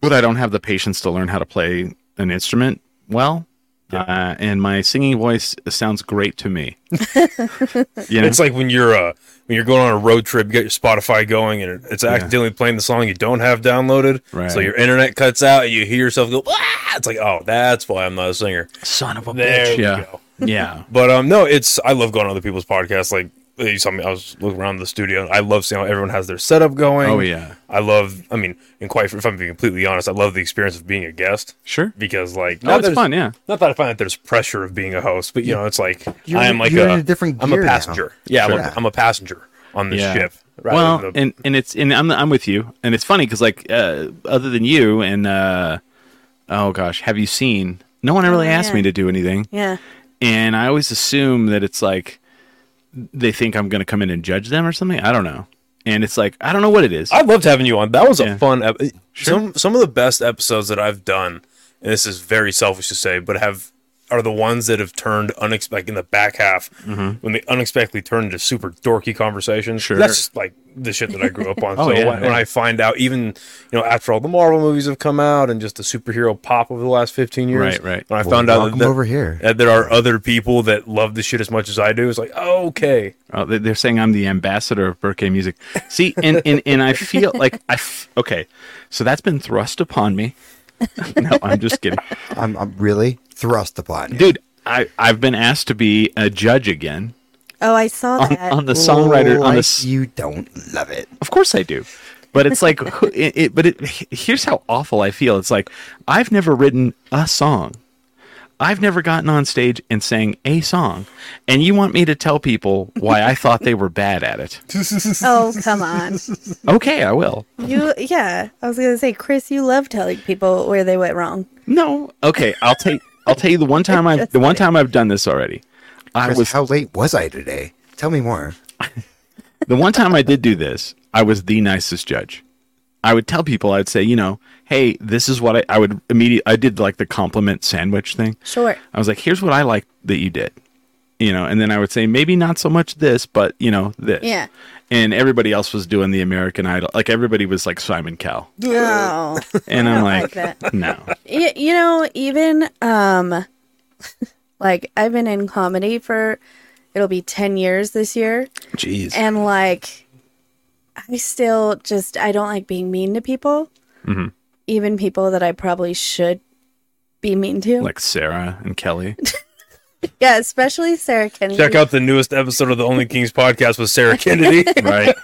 but I don't have the patience to learn how to play an instrument well. Uh, and my singing voice sounds great to me. you know? It's like when you're uh, when you're going on a road trip, you got your Spotify going, and it's accidentally playing the song you don't have downloaded. Right. So your internet cuts out, and you hear yourself go, ah! It's like, oh, that's why I'm not a singer. son of a There we Yeah. go. Yeah. But um, no, it's I love going on other people's podcasts. Like you saw me, I was looking around the studio. And I love seeing how everyone has their setup going. Oh, yeah. I love. I mean, and quite if I'm being completely honest, I love the experience of being a guest Sure. because like Oh, it's there's- fun, yeah. Not that I find that there's pressure of being a host, but you know, it's like You're- I am like you're a, in a different I'm a gear now. passenger. Yeah, I'm, Sure. a, I'm a passenger on this ship. rather Well, than the- and and it's and I'm I'm with you, and it's funny because like uh, other than you and uh, oh gosh, have you seen? No one really Oh, asked yeah. me to do anything, Yeah. and I always assume that it's like they think I'm going to come in and judge them or something. I don't know, and it's like I don't know what it is. I loved having you on. That was Yeah. a fun ep- some some of the best episodes that I've done. And this is very selfish to say, but have are the ones that have turned unex like in the back half when they unexpectedly turn into super dorky conversations. Mm-hmm. Sure. That's just like the shit that I grew up on. Oh, so yeah, when, yeah. when I find out, even you know, after all the Marvel movies have come out and just the superhero pop over the last fifteen years, Right, right. When I Well, found out welcome that, that- over here. that there are other people that love the shit as much as I do, it's like okay, Oh, they- they're saying I'm the ambassador of Burke music. See, and, and, and I feel like I f- okay. So that's been thrust upon me. no, I'm just kidding, I'm, I'm really thrust upon. you. dude. I I've been asked to be a judge again Oh, I saw on, that. on the songwriter on Like the. s- you don't love it. Of course I do, but it's like who- it, it. But it, here's how awful I feel. It's like I've never written a song. I've never gotten on stage and sang a song, and you want me to tell people why I thought they were bad at it? oh, come on. Okay, I will. You, yeah. I was gonna say, Chris, you love telling people where they went wrong. No. Okay, I'll take I'll tell you the one time I've the one time I've done this already. I Chris, was how late was I today? Tell me more. the one time I did do this, I was the nicest judge. I would tell people, I'd say, you know, hey, this is what I, I would immediately I did like the compliment sandwich thing. Sure. I was like, here's what I like that you did. You know, and then I would say maybe not so much this, but you know, this. Yeah. And everybody else was doing the American Idol. Like everybody was like Simon Cowell. Oh, And I'm like, like no. Y- you know, even um, like I've been in comedy for it'll be ten years this year, Jeez. and like I still just I don't like being mean to people, Mm-hmm. even people that I probably should be mean to. like Sarah and Kelly. yeah, especially Sarah Kennedy. check out the newest episode of the Only Kings podcast with Sarah Kennedy, Right.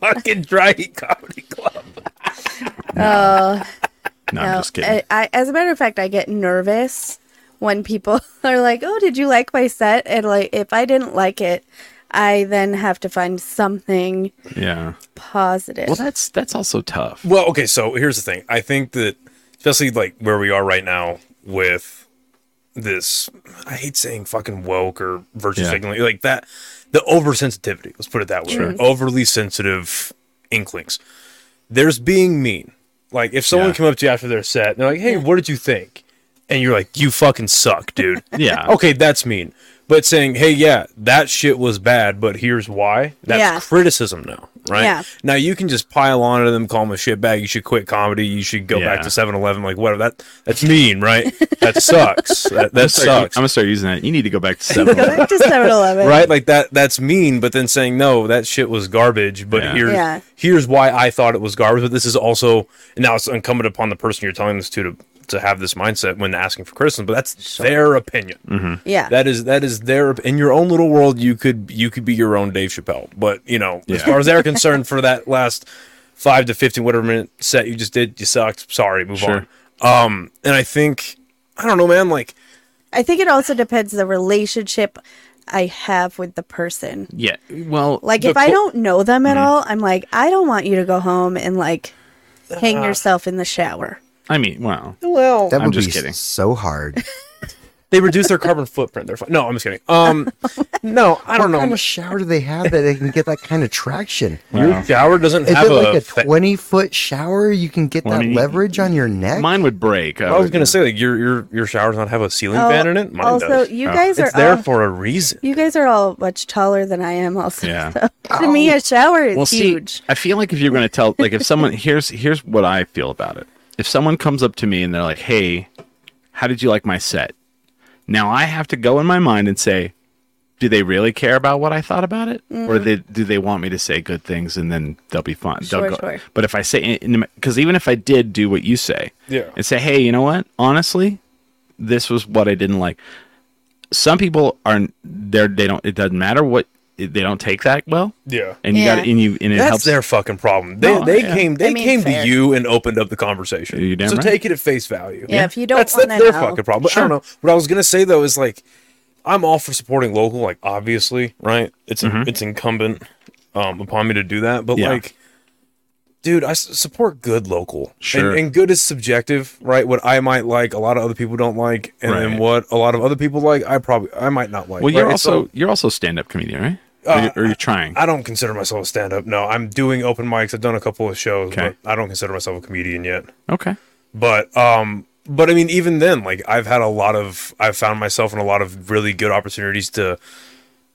fucking dry heat comedy club. Oh, no. No, I'm just kidding. I, I, as a matter of fact, I get nervous when people are like, "Oh, did you like my set?" And like, if I didn't like it, I then have to find something yeah. positive. Well, that's that's also tough. Well, okay, so here's the thing. I think that especially like where we are right now with this I hate saying fucking woke or virtue Yeah. signaling like that the oversensitivity, let's put it that way. Overly sensitive inklings. There's being mean. Like if someone Yeah. came up to you after their set and they're like, Hey, what did you think? And you're like, You fucking suck, dude. Yeah. Okay, that's mean. But saying, hey, yeah, that shit was bad, but here's why. That's Yeah. criticism now, right? Yeah. Now you can just pile on to them, call them a shitbag. You should quit comedy. You should go Yeah. back to 7 Eleven, like whatever. That That's mean, right? That sucks. That, that sucks. I'm gonna start using that. You need to go back to seven. Go back to 7-Eleven. Right, like that. That's mean, but then saying no, that shit was garbage. But Yeah. here's Yeah. here's why I thought it was garbage. But this is also and now it's incumbent upon the person you're telling this to to, to have this mindset when asking for criticism. But that's their opinion. Yeah. That is that is their in your own little world. You could you could be your own Dave Chappelle, but you know as Yeah. far as they're concerned, for that last five to fifteen whatever minute set you just did, you sucked. Sorry, move Sure. on. Um, and I think I don't know, man. Like I think it also depends the relationship I have with the person. yeah. Well, Like if I don't know them Mm-hmm. at all, I'm like, I don't want you to go home and like hang yourself in the shower. I mean, well, Ah. well, That I'm would just be kidding. so hard. they reduce their carbon footprint. They're fine. No, I'm just kidding. Um, no, I don't What kind know. of shower do they have that they can get that kind of traction? Your shower doesn't Is have it like a. a fa- twenty foot shower? You can get Well, I that mean, leverage on your neck. mine would break. I was gonna say like your your your shower does not have a ceiling fan in it. Mine Oh, also, does. Oh. you guys It's are there all, for a reason. you guys are all much taller than I am. Also, Yeah. So, to me, a shower is Well, huge. see, I feel like if you're gonna tell, like, if someone here's here's what I feel about it. If someone comes up to me and they're like, "Hey, how did you like my set?" Now I have to go in my mind and say, "Do they really care about what I thought about it, or Mm-hmm. they, do they want me to say good things and then they'll be fine?" they'll Sure, go- sure. But if I say, because even if I did do what you say, Yeah. and say, "Hey, you know what? Honestly, this was what I didn't like." Some people are they're they don't it doesn't matter what they don't take that well. Yeah. And you Yeah. got and you and it That's helps their fucking problem. They No, they yeah. came they I mean, came fair. to you and opened up the conversation. You're damn so right. take it at face value. Yeah, if you don't that's, that's wanna their know. fucking problem. But I don't know. What I was gonna say though is like, I'm all for supporting local. Like obviously, right? It's it's incumbent um, upon me to do that. But Mm-hmm. Yeah. like, dude, I s- support good local. And- Sure. And, good is subjective, right? What I might like, a lot of other people don't like, and Right. then what a lot of other people like, I probably I might not like. Well, you're right? Uh, It's also all- you're also a stand-up comedian, right? or, you're, or you're trying. I don't consider myself a stand up. No, I'm doing open mics. I've done a couple of shows, Okay. um, but I don't consider myself a comedian yet. okay. But um but I mean, even then, like I've had a lot of, I've found myself in a lot of really good opportunities to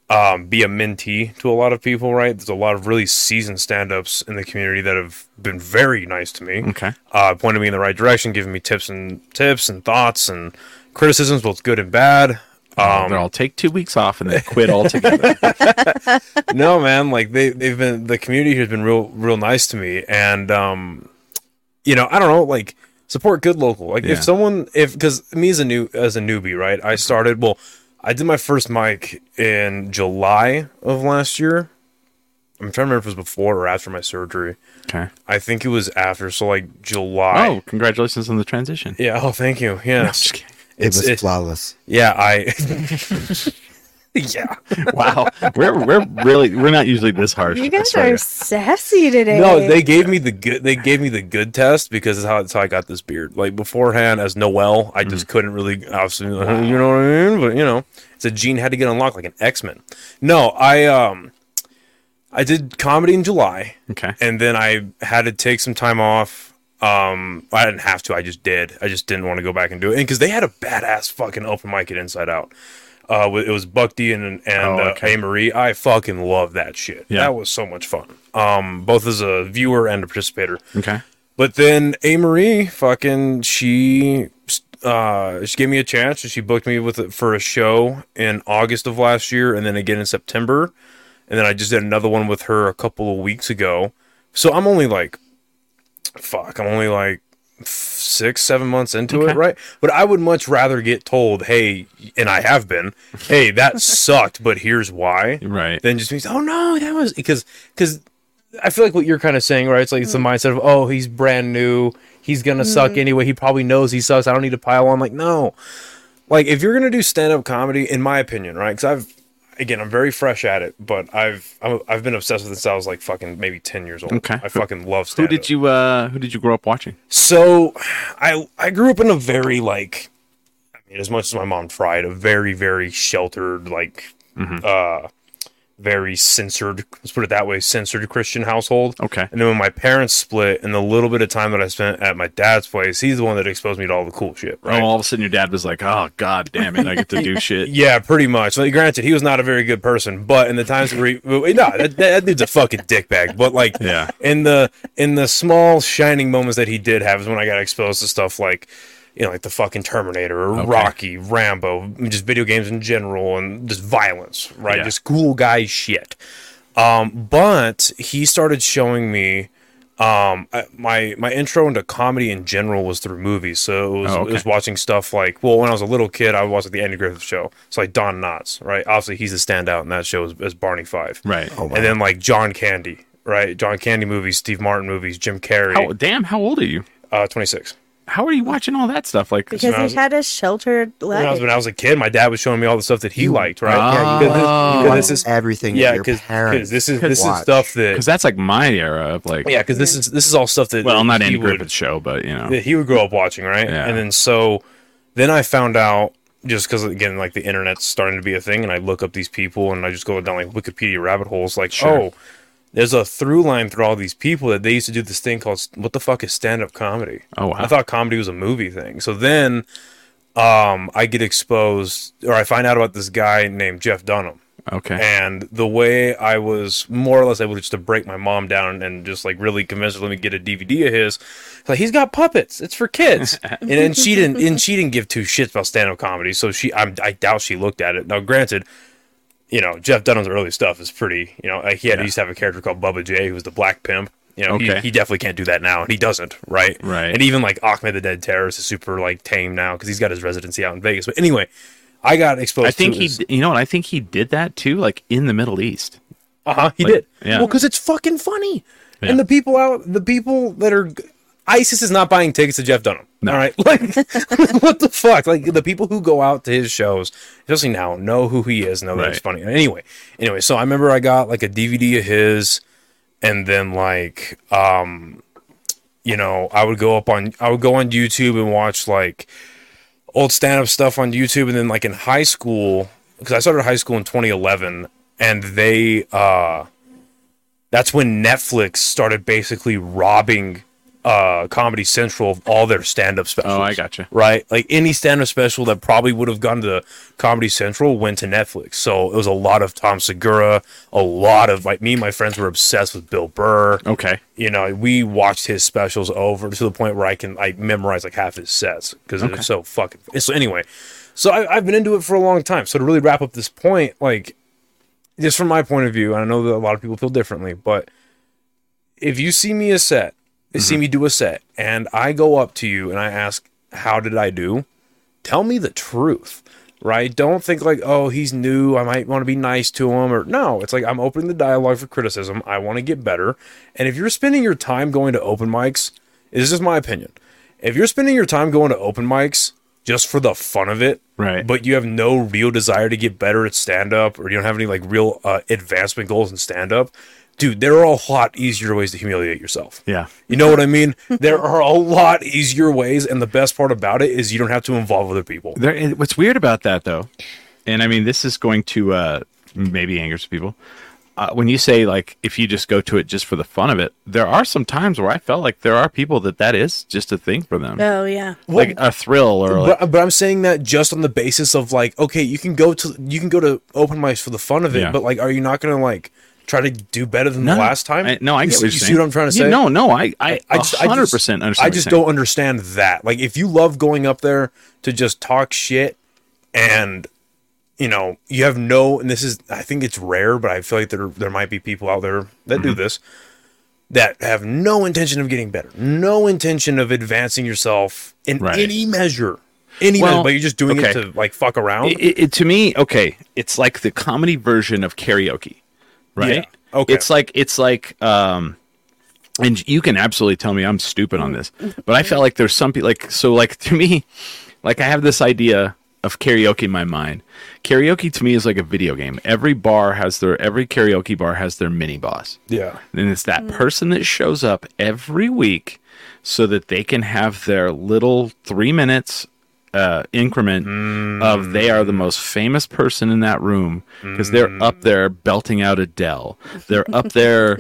um, be a mentee to a lot of people. Right, there's a lot of really seasoned stand-ups in the community that have been very nice to me. Okay. uh, pointed me in the right direction, giving me tips and tips and thoughts and criticisms, both good and bad. Um, I'll take two weeks off and then quit altogether. no man like they they've been the community has been real real nice to me and um you know i don't know like support good local like Yeah. if someone if because me as a new as a newbie right i started well i did my first mic in july of last year i'm trying to remember if it was before or after my surgery okay. i think it was after so like july Oh, congratulations on the transition. yeah oh thank you yes It It's- was it- flawless. yeah i yeah Wow, we're we're really we're not usually this harsh. You I guys swear. are sassy today. No, they gave me the good. They gave me the good test because that's how, that's how I got this beard. Like beforehand, as Noel, I just couldn't really. I was, you know what I mean? But you know, it's a gene had to get unlocked like an X Men. No, I um, I did comedy in July, okay. and then I had to take some time off. Um, I didn't have to. I just did. I just didn't want to go back and do it. And because they had a badass fucking open mic at Inside Out. Uh, wi- it was Buck D and and Oh, okay. uh, A Marie. I fucking love that shit. Yeah. That was so much fun. Um, both as a viewer and a participator. Okay. But then A Marie fucking she uh she gave me a chance and she booked me with for a show in August of last year and then again in September. And then I just did another one with her a couple of weeks ago. So I'm only like fuck, I'm only like f- 6 7 months into Okay. it, right? But I would much rather get told, "Hey," and I have been, "Hey, that sucked, but here's why." Right. Then just means, oh no, that was because because I feel like what you're kind of saying, right? It's like it's the mindset of oh, he's brand new, he's gonna suck anyway. He probably knows he sucks. I don't need to pile on. Like no, like if you're gonna do stand up comedy, in my opinion, right? Because I've again, I'm very fresh at it, but I've I'm, I've been obsessed with it since I was like fucking maybe ten years old. Okay. I fucking love Who stand up. did you uh Who did you grow up watching? So, I I grew up in a very like, I mean, as much as my mom tried, a very very sheltered like, Mm-hmm. uh, very censored. Let's put it that way, censored Christian household. Okay. And then when my parents split, and the little bit of time that I spent at my dad's place, he's the one that exposed me to all the cool shit. Right. Oh, all of a sudden your dad was like, "Oh God, damn it, I get to do shit." Yeah, pretty much. Like, granted, he was not a very good person, but in the times where he, well, no, that, that, that dude's a fucking dickbag. But like, Yeah. in the in the small shining moments that he did have is when I got exposed to stuff like, you know, like the fucking Terminator or Rocky, Rambo, just video games in general, and just violence, right? Yeah. Just cool guy shit. Um, but he started showing me. Um, I, my my intro into comedy in general was through movies, so it was, Oh, it was okay. watching stuff like well when i was a little kid i would watch the andy griffith show it's like don knotts right obviously he's a standout in that show as, as barney five Right. Oh, wow. and then like john candy right john candy movies steve martin movies jim carrey How damn? How old are you? uh 26 How are you watching all that stuff? Like, because I was- he had a sheltered when I, was, life. when I was a kid my dad was showing me all the stuff that he liked right Ah. yeah, you, 'Cause this- Oh. because watch this is everything. that yeah your because parents this is could this is watch. stuff that because that's like my era of like, yeah because this is this is all stuff that well, not he Andy would- Griffith's show, but you know, that he would grow up watching, right? Yeah. And then so then I found out just because again, like the internet's starting to be a thing, and I look up these people and I just go down like Wikipedia rabbit holes, like Sure. oh, there's a through line through all these people that they used to do this thing called what the fuck is stand up comedy? Oh, wow. I thought comedy was a movie thing. So then, um, I get exposed or I find out about this guy named Jeff Dunham. okay, And the way I was more or less able just to break my mom down and just like really convince her, let me get a DVD of his. Like he's got puppets. It's for kids. and then she didn't and she didn't give two shits about stand up comedy. So she I'm, I doubt she looked at it. Now granted, you know Jeff Dunham's early stuff is pretty. You know like he had he used to have a character called Bubba J who was the black pimp. You know Okay. he, he definitely can't do that now, and he doesn't. Right. Right. And even like Ahmed the Dead Terrorist is super like tame now because he's got his residency out in Vegas. But anyway. I got exposed. I think to he, his- d- you know, what I think he did that too, like in the Middle East. Uh huh. He Like, did. yeah. Well, because it's fucking funny, Yeah. and the people out, the people that are, ISIS is not buying tickets to Jeff Dunham. All right, like what the fuck? Like the people who go out to his shows, especially now, know who he is, know that it's Right. funny. Anyway, anyway, so I remember I got like a DVD of his, and then like, um, you know, I would go up on, I would go on YouTube and watch like old stand up stuff on YouTube, and then like in high school, because I started high school in 2011, and they, uh, that's when Netflix started basically robbing uh, uh, Comedy Central of all their stand up specials. Oh, I gotcha. Right? Like any stand up special that probably would have gone to Comedy Central went to Netflix. So it was a lot of Tom Segura, a lot of like me and my friends were obsessed with Bill Burr. Okay. You know, we watched his specials over to the point where I can I memorize like half his sets because it's so fucking. So anyway, so I, I've been into it for a long time. So to really wrap up this point, like just from my point of view, and I know that a lot of people feel differently, but if you see me a set, you see me do a set, and I go up to you and I ask, "How did I do?" Tell me the truth, right? Don't think like, "Oh, he's new. I might want to be nice to him," or no. It's like I'm opening the dialogue for criticism. I want to get better, and if you're spending your time going to open mics, this is my opinion. If you're spending your time going to open mics just for the fun of it, Right. But you have no real desire to get better at stand up or you don't have any like real uh, advancement goals in stand up, dude, there are a lot easier ways to humiliate yourself. Yeah. You know what I mean? there are a lot easier ways. And the best part about it is you don't have to involve other people. There, and what's weird about that though, and I mean this is going to uh, maybe anger some people. Uh, when you say like if you just go to it just for the fun of it, there are some times where I felt like there are people that that is just a thing for them, Oh yeah. like a thrill or like Uh, But, but I'm saying that just on the basis of like, okay, you can go to you can go to open mics for the fun of it, Yeah. but like, are you not gonna like try to do better than No, the last time? I, no, I you, get see- what you're you saying. see what I'm trying to Yeah, say. no, no, I, I, I I just, I hundred just, percent understand. I what just you're saying. don't understand that. Like, if you love going up there to just talk shit, and you know, you have no, and this is, I think it's rare, but I feel like there there might be people out there that do Mm-hmm. this that have no intention of getting better, no intention of advancing yourself in Right. any measure, any Well, measure, but you're just doing it okay. to like fuck around. It, it, to me, okay, it's like the comedy version of karaoke, right? Yeah, okay. It's like it's like, um, and you can absolutely tell me I'm stupid on this, but I felt like there's some people like so like to me, like I have this idea of karaoke in my mind. Karaoke to me is like a video game. Every bar has their every karaoke bar has their mini boss. yeah, And it's that person that shows up every week so that they can have their little three minutes uh, increment of they are the most famous person in that room because they're up there belting out Adele. They're up there,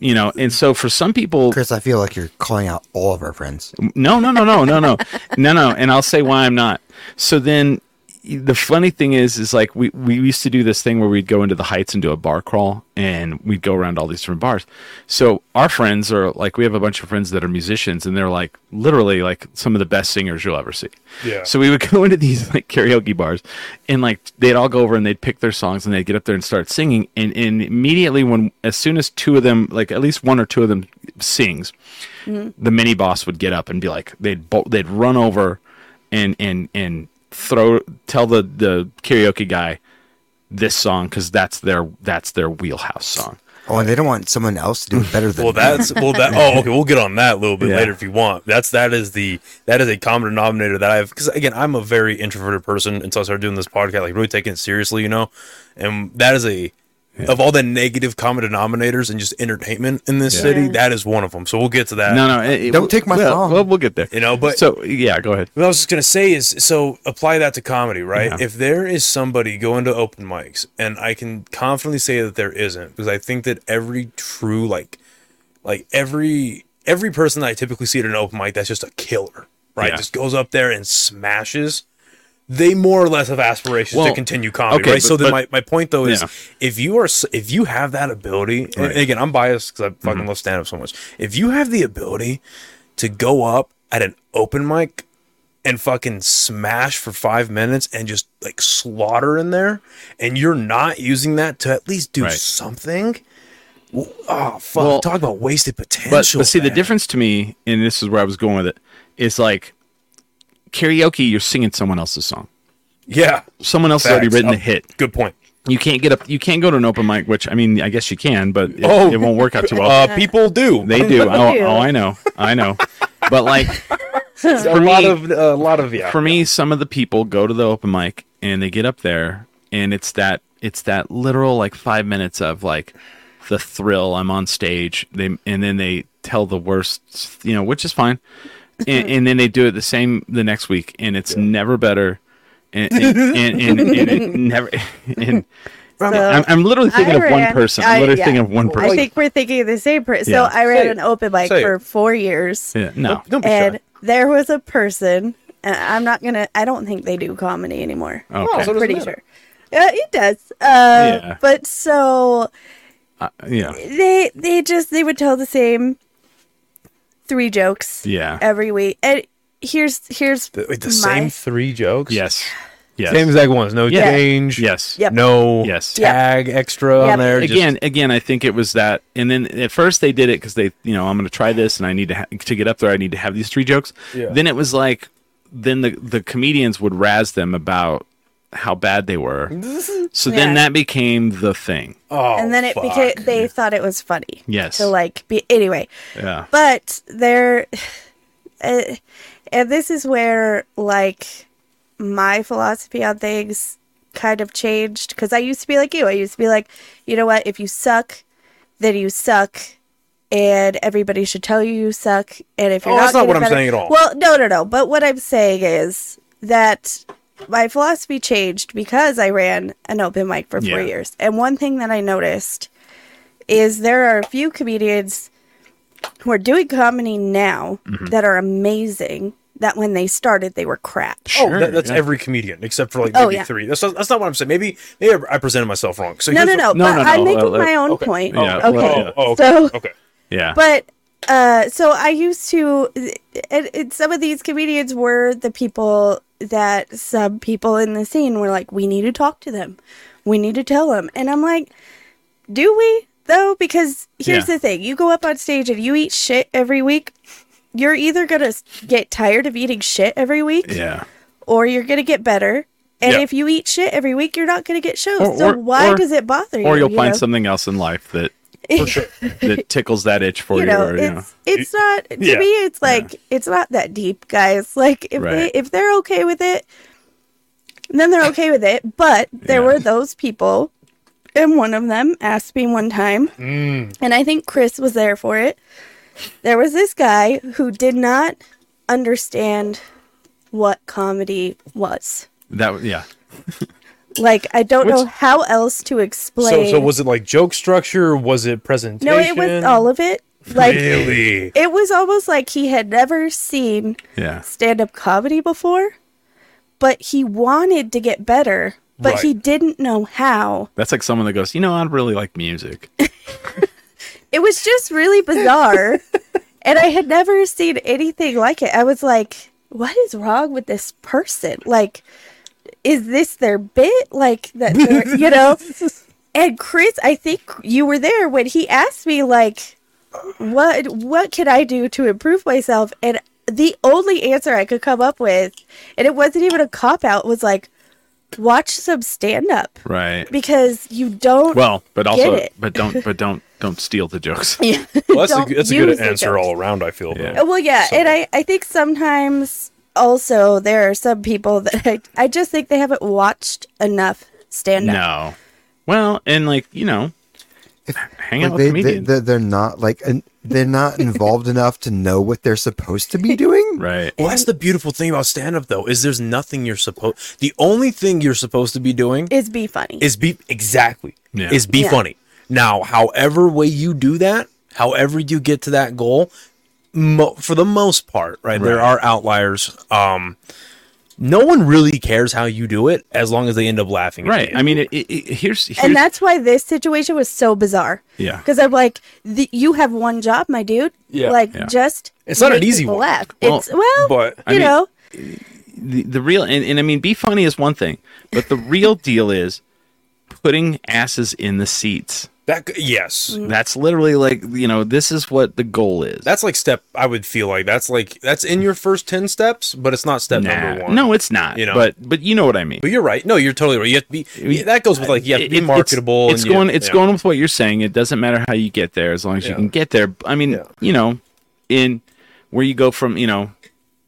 you know. And so for some people, Chris, I feel like you're calling out all of our friends. no, no, no, no, no, no, no, no. And I'll say why I'm not. So then the funny thing is, is like we, we used to do this thing where we'd go into the heights and do a bar crawl and we'd go around all these different bars. So our friends are like, we have a bunch of friends that are musicians and they're like literally like some of the best singers you'll ever see. Yeah. So we would go into these like karaoke bars and like they'd all go over and they'd pick their songs and they'd get up there and start singing. And, and immediately when, as soon as two of them, like at least one or two of them sings, the mini boss would get up and be like they'd bo- they'd run over and and and throw tell the the karaoke guy this song because that's their that's their wheelhouse song Oh, and they don't want someone else to do it better than Well, that's well that. Oh, okay. We'll get on that a little bit Yeah. later if you want. That's that is the that is a common denominator that I've because again I'm a very introverted person until I started doing this podcast, like really taking it seriously, you know. And that is a of all the negative common denominators and just entertainment in this city, that is one of them. So we'll get to that. no no it- it- Uh, Don't take my well, song. well we'll get there You know, but- so yeah go ahead What I was just gonna say is, so apply that to comedy, right? Yeah. If there is somebody going to open mics, and I can confidently say that there isn't, because I think that every true, like, like every every person that I typically see at an open mic, that's just a killer, right? Yeah. Just goes up there and smashes. They more or less have aspirations to Well, continue comedy, okay, right? so but- then my, but- my point though is, Yeah. if you are s- if you have that ability, and- and again, I'm biased because I fucking Mm-hmm. love stand up so much. If you have the ability to go up at an open mic and fucking smash for five minutes and just like slaughter in there, and you're not using that to at least do Right. something. w- Oh fuck! Well, Talk about wasted but, potential. but see the man. difference to me and this is where i was going with it is like karaoke you're singing someone else's song Yeah, someone else has already Facts. written Oh, a hit Good point. you can't get up you can't go to an open mic which i mean i guess you can but it, it won't work out too well Oh. Uh, people do. They do. Oh, do. oh, I know. I know. But like a lot of a lot of yeah. for me, some of the people go to the open mic and they get up there and it's that it's that literal like five minutes of like the thrill. I'm on stage. They and then they tell the worst, you know, which is fine. And, and then they do it the same the next week, and it's never better. And and, and, and, and it never and So- I'm, I'm literally thinking of one ran- person. I- I'm literally yeah. thinking of one person. I think we're thinking of the same person. Yeah. So I ran Say an it. open mic Say it. for four years, Yeah, no. Don't be and shy. there was a person. And I'm not gonna. I don't think they do comedy anymore. Oh, Okay. I'm so doesn't pretty matter. sure. Yeah, it does. Uh, Yeah. But so Yeah. they they just they would tell the same three jokes Yeah. every week. And here's here's The, wait, the my- same three jokes. Yes. Yes. Same exact ones. No Yeah. change. Yes. Yep. No. Yes. Tag extra Yep. on there. just- Again, again, I think it was that, and then at first they did it because they, you know, I'm going to try this, and I need to ha- to get up there. I need to have these three jokes. Yeah. Then it was like, then the the comedians would razz them about how bad they were. So Yeah. then that became the thing. oh, and then it fuck. became they thought it was funny. Yes. To like be anyway. Yeah. but there uh, and this is where like my philosophy on things kind of changed because i used to be like you i used to be like you know what if you suck then you suck and everybody should tell you you suck and if you're Oh, not that's not what getting I'm better- saying at all. well no no no but what i'm saying is that my philosophy changed because i ran an open mic for four Yeah. years and one thing that i noticed is there are a few comedians who are doing comedy now Mm-hmm. that are amazing that when they started they were crap. Oh, Sure, that, that's yeah. every comedian except for like Oh, maybe yeah. three. That's not, that's not what I'm saying. Maybe maybe I- I presented myself wrong. So No, no, here's no, what- No, but no, I'm no, making uh, my own okay. point. Yeah, okay. well, Oh, oh, okay. So, okay. Yeah. but uh, so I used to, and, and some of these comedians were the people that some people in the scene were like, we need to talk to them, we need to tell them, and I'm like, do we though? Because here's Yeah. the thing: you go up on stage and you eat shit every week. You're either gonna s- get tired of eating shit every week, yeah. or you're going to get better. And Yeah. if you eat shit every week, you're not going to get shows. Or- so or- why or- does it bother you? Or you'll you find know? something else in life that For sure. that tickles that itch for You you. know, or, you know. it's it's not to Yeah. me. It's like it's not that deep, guys. Like if Right. they if they're okay with it, then they're okay with it. But there Yeah. were those people, and one of them asked me one time, Mm. and I think Chris was there for it. There was this guy who did not understand what comedy was. That yeah. Like I don't know Which- how else to explain. So so was it like joke structure? Was it presentation? no, it was all of it. Like really. it was almost like he had never seen Yeah. stand-up comedy before, but he wanted to get better, but Right. he didn't know how. That's like someone that goes, you know, I really like music. Yeah. It was just really bizarre, and I had never seen anything like it. I was like, "What is wrong with this person? Like, is this their bit? Like that? they're- You know?" And Chris, I think you were there when he asked me like what what can I do to improve myself? And the only answer I could come up with, and it wasn't even a cop out, was like watch some stand up Right. because you don't Well, but also it. but don't but don't don't steal the jokes. Well, that's a, Don't good- that's a good use the answer jokes. all around. I feel. Yeah. Uh, though. Well, yeah, and I, I think sometimes also there are some people that I, I just think they haven't watched enough stand up. No. Well, and like, you know, hang out Like with they, they, comedians. they, they're not like an, they're not involved enough to know what they're supposed to be doing. right. Well, that's the beautiful thing about stand up, though, is there's nothing you're supposed. The only thing you're supposed to be doing Is be funny. is be exactly Yeah. is be Yeah. funny. Now, however way you do that, however you get to that goal, mo- for the most part, right, there Right. are outliers. Um, no one really cares how you do it as long as they end up laughing. at Right. the I end. mean, it, it, it- here's, here's and that's why this situation was so bizarre. Yeah. Because I'm like, the, you have one job, my dude. Yeah. Like, Yeah. just It's not an make easy people one. Laugh. Well, it's well, but- you I mean- know, the, the real and, and I mean be funny is one thing, but the real deal is putting asses in the seats. that c- Mm-hmm. yes, That's literally like, you know, this is what the goal is. that's like step. I would feel like that's like that's in your first ten steps, but it's not step number nah. one. No, it's not. You know? But but you know what I mean. But you're right. No, you're totally right. You have to be. yeah, that goes with like you have to It- be it's- marketable. It's, and you- going. It's yeah. going with what you're saying. It doesn't matter how you get there, as long as you Yeah. can get there. I mean, Yeah. you know, in where you go from, you know,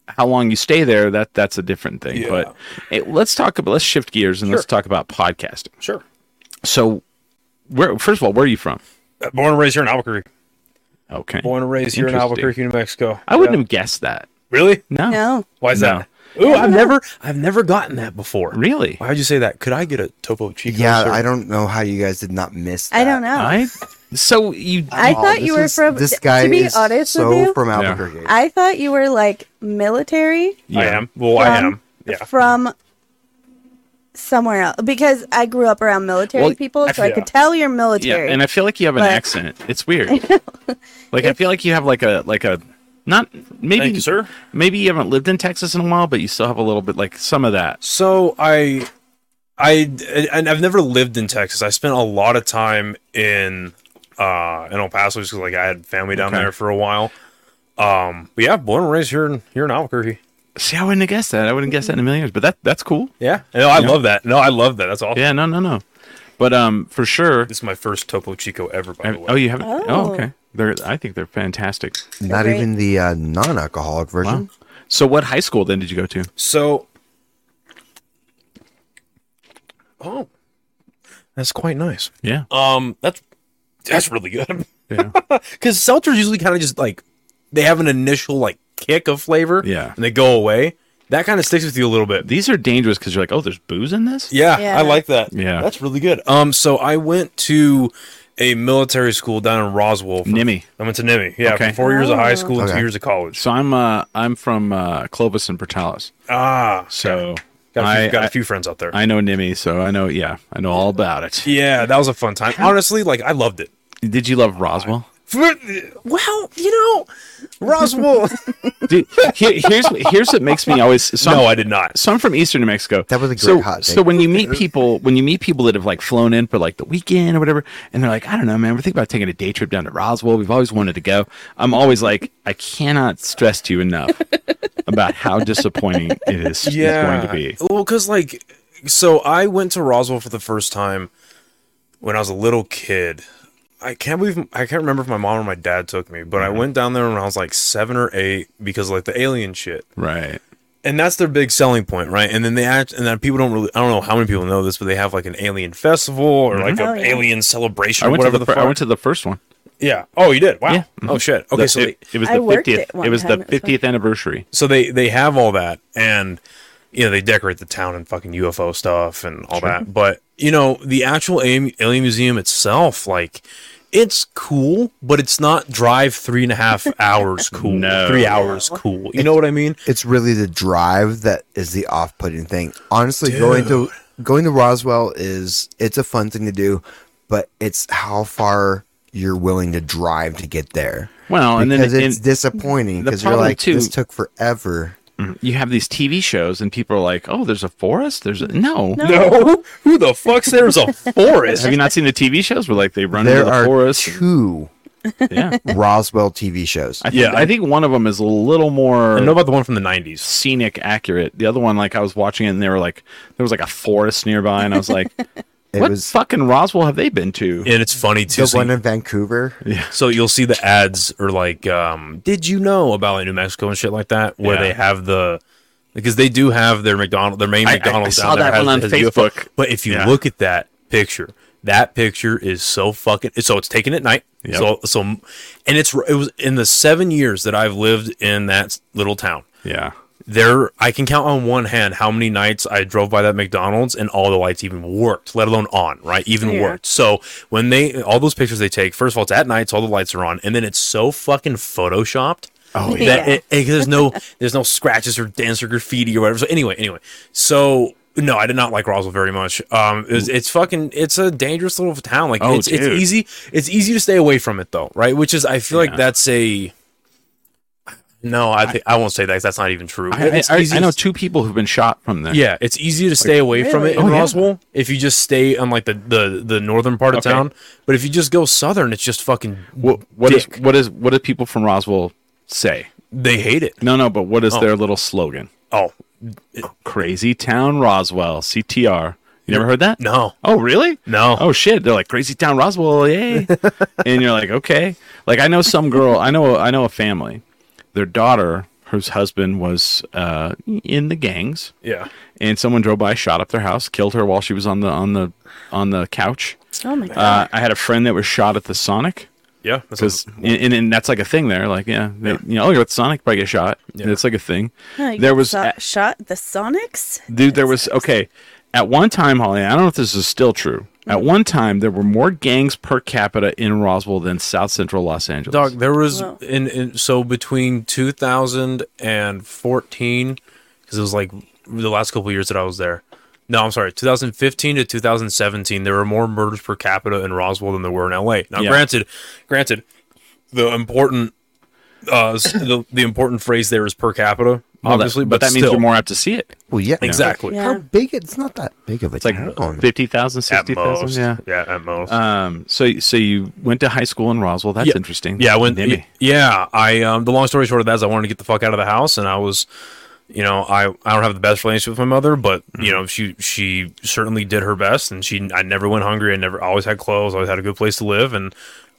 how long you stay there. That that's a different thing. Yeah. But it, let's talk about. Let's shift gears and let's talk about podcasting. Sure. So, where first of all, where are you from? Uh, Born and raised here in Albuquerque. Okay, Born and raised here in Interesting. Albuquerque, New Mexico. I wouldn't Yeah. have guessed that. really. No, no. Why is No. that? Ooh, I've never, I've never gotten that before. Really? Why would you say that? Could I get a topo chico? Yeah, sir? I don't know how you guys did not miss. I that. don't know. I, I so you Oh, thought you this were is- from. This guy to be is honest so with you, from Albuquerque. I thought you were like military I Yeah. am. Well, I From- am. Yeah. from somewhere else because I grew up around military Well, people, so I yeah. could tell you're yeah, military. and I feel like you have an But- accent. It's weird. like I feel like you have like a like a not maybe Thank you, sir. maybe you haven't lived in Texas in a while, but you still have a little bit like some of that. So I, I, and I've never lived in Texas. I spent a lot of time in, uh, in El Paso because like I had family down Okay. there for a while. Um, but yeah, born and raised here in here in Albuquerque. See, I wouldn't have guessed that. I wouldn't guess that in a million years. But that that's cool. Yeah. No, I love that. No, I love that. That's awesome. Yeah, no, no, no. But um, for sure. This is my first Topo Chico ever, by I- the way. oh, you haven't. Oh. Oh. okay. They're. I think they're fantastic. Not Great. even the uh, non-alcoholic version. Wow. So, what high school then did you go to? So, oh, that's quite nice. Yeah. Um, that's that's really good Yeah. because seltzers usually kind of just like they have an initial like kick of flavor, Yeah. and they go away. That kind of sticks with you a little bit. These are dangerous because you're like, oh, there's booze in this. Yeah, Yeah. I like that. Yeah. that's really good. Um, so I went to a military school down in Roswell. for- Nimmy. I went to Nimmy. Yeah, Okay. for four years of high school and Okay. two years of college. So I'm. Uh, I'm from uh, Clovis and Portales. Ah, So got a few, I, got I, a few friends out there. I know Nimmy. So I know. Yeah, I know all about it. yeah, that was a fun time. Honestly, like I loved it. Did you love Roswell? Well, you know, Roswell. Dude, here, here's here's what makes me always. So I'm- no, I did not. so I'm from Eastern New Mexico. That was a so, great hot So take. when you meet people, when you meet people that have like flown in for like the weekend or whatever, and they're like, I don't know, man, we're thinking about taking a day trip down to Roswell. We've always wanted to go. I'm always like, I cannot stress to you enough about how disappointing it is, is going to be. Well, because like, so I went to Roswell for the first time when I was a little kid. I can't believe I can't remember if my mom or my dad took me, but I Mm-hmm. went down there when I was like seven or eight because like the alien shit, Right. and that's their big selling point, right? And then they act, and then people don't really, I don't know how many people know this, but they have like an alien festival or like Oh, an yeah. alien Mm-hmm. celebration, I or went to whatever the, the, fir- fuck. I went to the first one. yeah. Oh, you did? Wow. Yeah. Mm-hmm. Oh shit. Okay, The- so it, it they, was I the worked fiftieth. it one It was time. the It was fun. fiftieth anniversary. so they they have all that and you know they decorate the town in fucking ufo stuff and all that but you know the actual alien Alien museum itself like it's cool but it's not drive three and a half hours cool No. three hours cool you know what i mean It's really the drive that is the off-putting thing. Honestly, going to going to Roswell is it's a fun thing to do, but it's how far you're willing to drive to get there. Well, and then because it- it's and- disappointing the because you're problem, like, too- this took forever. you have these TV shows, and people are like, "Oh, there's a forest. There's a no." no who the fuck's there's a forest Have you not seen the TV shows where like they run There into the are forest? two Yeah. Roswell TV shows. I think, Yeah, I, I- think one of them is a little more i know about the one from the 90s scenic accurate. The other one, like I was watching it, and they were like, there was like a forest nearby, and I was like, It what was fucking Roswell have they been to? and it's funny too the so one in Vancouver. So you'll see the ads or like, um, did you know about like New Mexico and shit like that, where Yeah. they have the because they do have their McDonald, their main I- I- I McDonald's. saw down there that one on a UFO. Facebook. But if you Yeah. look at that picture, that picture is so fucking. So it's taken at night. Yep. So so, and it's it was in the seven years that I've lived in that little town. Yeah. There, I can count on one hand how many nights I drove by that McDonald's and all the lights even worked, let alone on, right? Even Yeah. worked. So when they all those pictures they take, first of all, it's at night, so all the lights are on, and then it's so fucking photoshopped. Oh yeah. that it, it- there's no there's no scratches or dents or graffiti or whatever. So anyway, anyway, so. No, I did not like Roswell very much. Um, it was- it's fucking, it's a dangerous little town. Like, Oh, it's, it's dude. easy, it's easy to stay away from it though, right? Which is, I feel like that's a, no, I think I won't say that. 'cause That's not even true. I, It's I, easy I know to- two people who've been shot from there. yeah, it's easy to stay away from it in Oh, yeah. Roswell if you just stay on like the the, the northern part of Okay. town. But if you just go southern, it's just fucking. What what is Dick. what is what do people from Roswell say? They hate it. No, no, but what is their little slogan? Oh Crazy Town Roswell, CTR. You never heard that? no, Oh, really? No. Oh shit! They're like Crazy Town Roswell, yay! and you're like, okay. Like I know some girl. I know. I know a family. Their daughter, whose husband was uh, in the gangs, yeah. and someone drove by, shot up their house, killed her while she was on the on the on the couch. Oh my god. Uh, I had a friend that was shot at the Sonic. Yeah, that because sounds- and, and, and that's like a thing there. Like yeah, they, you know, oh, yeah, Sonic probably get shot. Yeah. It's like a thing. Huh, you There was so- a- shot the Sonics. dude there was okay at one time holly i don't know if this is still true Mm-hmm. at one time there were more gangs per capita in roswell than south central los angeles Dog, there was Wow. in, in so between 2014 because it was like the last couple of years that I was there. No, I'm sorry, 2015 to 2017, there were more murders per capita in Roswell than there were in LA. Now, Yeah. granted, granted, the important uh s- the, the important phrase there is per capita, Well, that- obviously, but, that means still, you're more apt to see it Well, yeah, exactly Yeah. How big? It's not that big of a it's like town. 50000 at most. 60000 yeah yeah, at most. um so so you went to high school in roswell that's Yeah. interesting Yeah, when Maybe. y- yeah, I um the long story short of that is I wanted to get the fuck out of the house and I was you know, I, I don't have the best relationship with my mother, but you know, she she certainly did her best and she I never went hungry, I never always had clothes, always had a good place to live and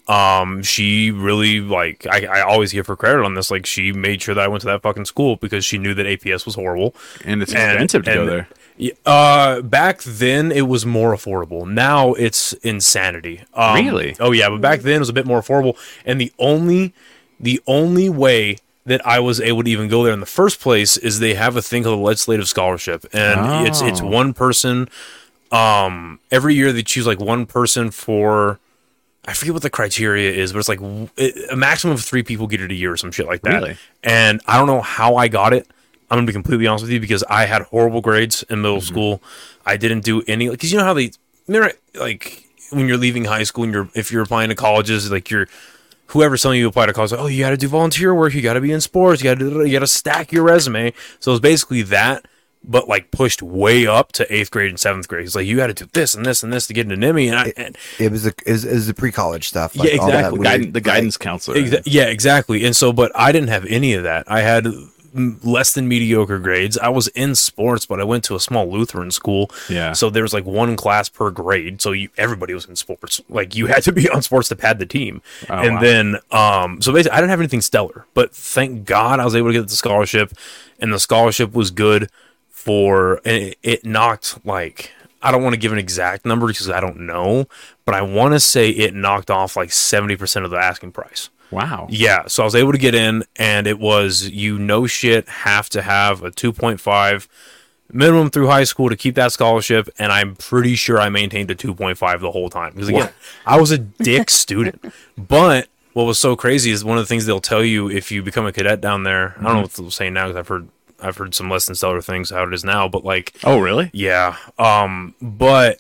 um she really like I, I always give her credit on this, like she made sure that I went to that fucking school because she knew that APS was horrible. and it's And- expensive to go and- there Y- Uh, back then it was more affordable. Now it's insanity. Um, Really? Oh yeah, but back then it was a bit more affordable. And the only, the only way that I was able to even go there in the first place is they have a thing called a legislative scholarship, and it's it's Oh. one person. Um, every year they choose like one person for. I forget what the criteria is, but it's like w- it- a maximum of three people get it a year or some shit like that. Really? And I don't know how I got it. I'm gonna be completely honest with you because I had horrible grades in middle school. I didn't do any because you know how they remember like when you're leaving high school and you're if you're applying to colleges like you're whoever's telling you to apply to college like, oh you got to do volunteer work you got to be in sports you got to you got to stack your resume so it's basically that but like pushed way up to eighth grade and seventh grade it's like you got to do this and this and this to get into NIMI and I and, It was a, it was, it was the pre-college stuff. Yeah, all that exactly. weird, Guidance, the like, guidance counselor Exa- yeah, exactly. And so, but I didn't have any of that. I had mm, less than mediocre grades. I was in sports, but I went to a small Lutheran school. Yeah. So there was like one class per grade. So you, everybody was in sports. Like you had to be on sports to pad the team. and Oh, wow. then, um, so basically, I didn't have anything stellar. But thank God I was able to get the scholarship, and the scholarship was good for and it, it knocked like I don't want to give an exact number because I don't know, but I want to say it knocked off like 70% of the asking price. wow Yeah, so I was able to get in, and it was you no shit have to have a 2.5 minimum through high school to keep that scholarship, and I'm pretty sure I maintained a 2.5 the whole time because again, I was a dick student. But what was so crazy is one of the things they'll tell you if you become a cadet down there. I don't know what they'll say now because I've heard I've heard some less than stellar things how it is now, but like oh really yeah. Um, but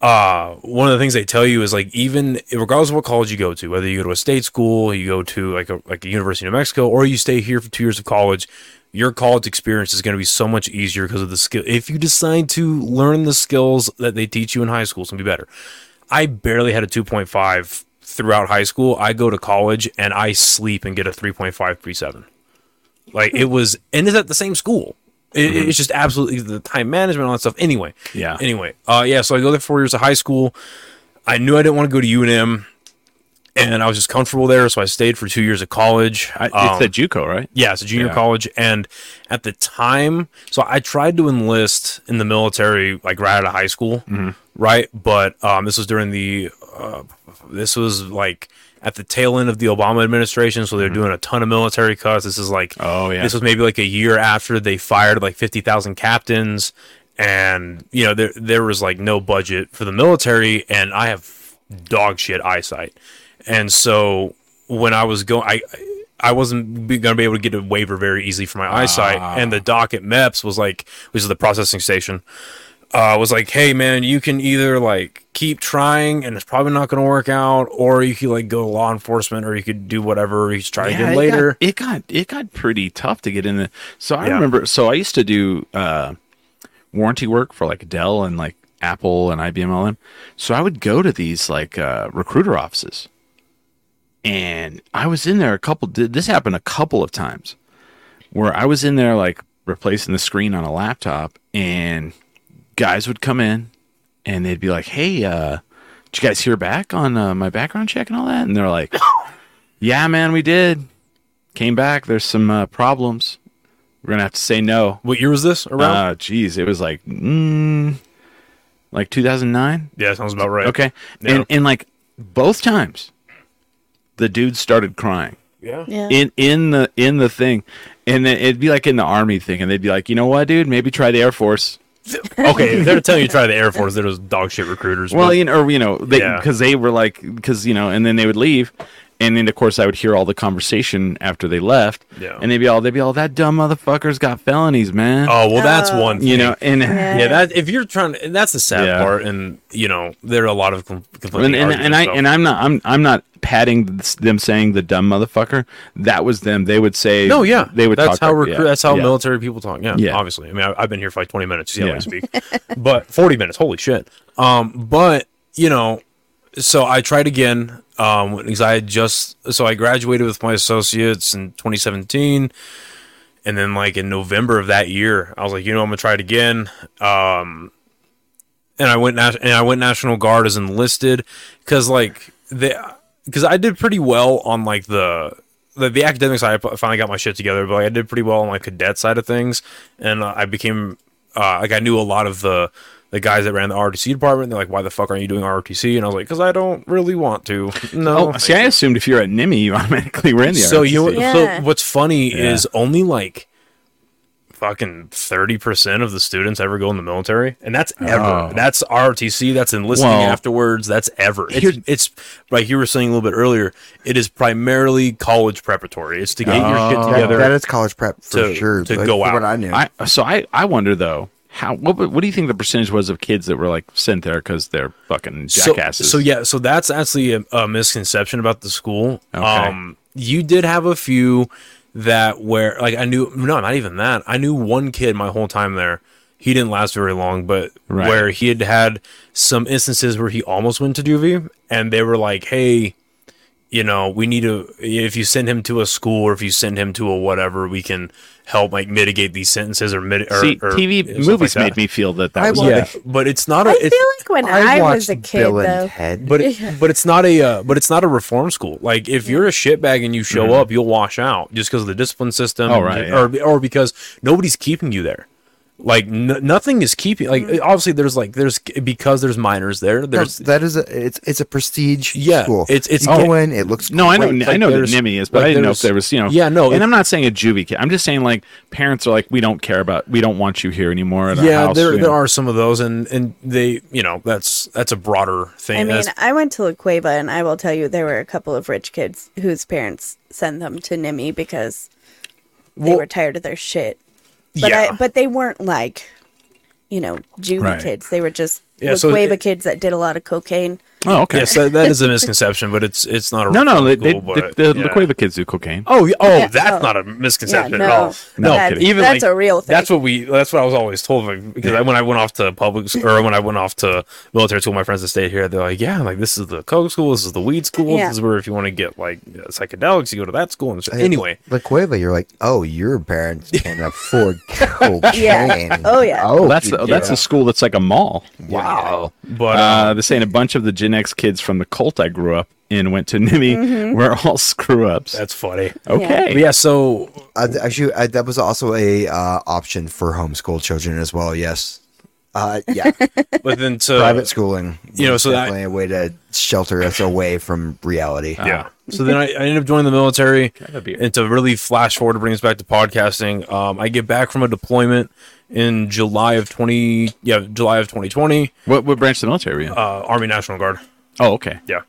uh, one of the things they tell you is like even regardless of what college you go to, whether you go to a state school, you go to like a like a University of New Mexico, or you stay here for two years of college, your college experience is going to be so much easier because of the skill. If you decide to learn the skills that they teach you in high school, it's gonna be better. I barely had a two point five throughout high school. I go to college and I sleep and get a three point five three seven. Like it was, and it's at the same school. It, It's just absolutely the time management, all that stuff. Anyway, Mm-hmm. Yeah. Anyway, uh, yeah. So I go there four years of high school. I knew I didn't want to go to UNM, and I was just comfortable there, so I stayed for two years of college. I, it's Um, the juco right yeah, it's a junior Yeah. college, and at the time, so I tried to enlist in the military like right out of high school, Mm-hmm. right? But um, this was during the, uh, this was like at the tail end of the Obama administration, so they're doing a ton of military cuts. This is like, Mm-hmm. Oh, yeah. this was maybe like a year after they fired like fifty thousand captains, and you know there there was like no budget for the military, and I have dog shit eyesight, and so when I was going, I I wasn't be- gonna be able to get a waiver very easily for my eyesight, Ah. and the doc at MEPS was like, which is the processing station, uh, was like, hey man, you can either like keep trying and it's probably not gonna work out, or you could like go to law enforcement, or you could do whatever, or you could try Yeah, again later. It got, it got it got pretty tough to get in the. So I Yeah. remember. So I used to do uh, warranty work for like Dell and like Apple and IBM all them. So I would go to these like uh, recruiter offices, and I was in there a couple. th- This happened a couple of times, where I was in there like replacing the screen on a laptop, and guys would come in, and they'd be like, "Hey, uh, did you guys hear back on uh, my background check and all that?" And they're like. Yeah, man, we did. Came back. There's some uh, problems. We're gonna have to say no. what year was this around? Uh, geez, it was like, mm, like 2009. yeah, sounds about right. Okay, Yeah. and and like both times, the dude started crying Yeah. Yeah. in in the in the thing, and then it'd be like in the army thing, and they'd be like, you know what, dude, maybe try the Air Force. Okay, they're telling you to try the Air Force. They're just dog shit recruiters. Well, but- you know, or, you know, because they, Yeah. 'cause they were like, because you know, and then they would leave, and then of course I would hear all the conversation after they left, Yeah. and they'd be all, they'd be all, that dumb motherfucker's got felonies, man. oh well, that's one. Thing. Uh, you know, and Yeah, that if you're trying, to, and that's the sad Yeah. part. And you know, there are a lot of com- and conflicting and, and I and I I'm not I'm I'm not patting th- them saying the dumb motherfucker. That was them. They would say no, yeah, they would. That's talk how like- recruit. yeah, That's how yeah. military people talk. Yeah, Yeah. obviously. I mean, I, I've been here for like 20 minutes. You see how I Yeah. speak, but 40 minutes. Holy shit. Um, but you know, so I tried again. Um, because I had just so I graduated with my associates in 2017. And then, like in November of that year, I was like, you know, I'm gonna try it again. Um, and I went nat- and I went National Guard as enlisted because like they because I did pretty well on like the. The, the academic side, I finally got my shit together, but like, I did pretty well on like cadet side of things, and uh, I became uh, like I knew a lot of the the guys that ran the ROTC department. They're like, "Why the fuck aren't you doing ROTC?" And I was like, "Cause I don't really want to." No, Oh, see, I assumed if you're at NIMI, you automatically ran the. so you ROTC. Yeah. so what's funny is only like fucking 30% of the students ever go in the military and that's ever Oh. that's ROTC that's enlisting Well- afterwards that's ever it's, Here- it's like you were saying a little bit earlier it is primarily college preparatory it's to get your Oh. shit That- together that is college prep for to- sure. to like, go from What out. I knew. I so I I wonder though how what what do you think the percentage was of kids that were like sent there because they're fucking so, jackasses? so yeah, so that's actually a, a misconception about the school. Okay. Um, you did have a few that where like I knew no, not even that. I knew one kid my whole time there. He didn't last very long, but Right. where he had had some instances where he almost went to juvie, and they were like, "Hey, you know, we need to. If you send him to a school, or if you send him to a whatever, we can help like mitigate these sentences or, mid- or See, or TV stuff movies like made that. me feel that that I was love Yeah, but it's not a. I it's, feel like when I, was a watched kid, Bill though, and Ted. but it, but it's not a uh, but it's not a reform school. Like if you're a shitbag and you show up, you'll wash out just because of the discipline system, Mm-hmm. Oh, and- right, or or because nobody's keeping you there. Like n- nothing is keeping. Like Mm-hmm. obviously there's like there's because there's minors there. There's That's, that is a it's it's a prestige Yeah, school. it's- it's- you go in. It looks No, I know, great. I know that there's- Nimmy is, but like, I didn't know if there's- there was, you know. Yeah, no, And it- I'm not saying a juvie kid. I'm just saying like parents are like, we don't care about, we don't want you here anymore. At our yeah, house, there you there know. are some of those, and and they you know that's that's a broader thing. I mean, That's- I went to La Cueva, and I will tell you, there were a couple of rich kids whose parents sent them to NIMI because they Well- were tired of their shit. But yeah. I, but they weren't like, you know, juvie Right. kids. They were just Yeah, La so Cueva it- kids that did a lot of cocaine. Oh, okay. yes, that, that is a misconception, but it's it's not a no, no, reform they, they, school, the, but, the, yeah. the Quaver kids do cocaine. Oh, yeah, oh, Yeah, that's no. not a misconception Yeah, at all. no. No, That's- even that's like- a real thing. That's what we. That's what I was always told. Like, because I, when I went off to public s- or when I went off to military school, my friends that stayed here, they're like, "Yeah, like this is the coke school. This is the weed school. Yeah. This is where if you want to get like uh, psychedelics, you go to that school." And so, anyway, La Cueva, you're like, oh, your parents can afford cocaine. Oh, yeah. Oh, Well, uh, that's you that's do. a school that's like a mall. wow. but Uh, uh, they're saying a bunch of the Gen X kids from the cult I grew up in went to Nimmy. We're all screw ups. that's funny. Okay. But Mm-hmm. yeah, so Uh, th- actually, uh, that was also a uh, option for homeschool children as well. Yes. Uh, yeah, but then to private schooling. you know, was so that- definitely a way to shelter us away from reality. Yeah. So then I, I ended up joining the military. a beer. And to really flash forward to bring us back to podcasting, um, I get back from a deployment in July of twenty yeah, July of twenty twenty, What, what branch of the military were you in? uh, Army National Guard. oh, okay. Yeah.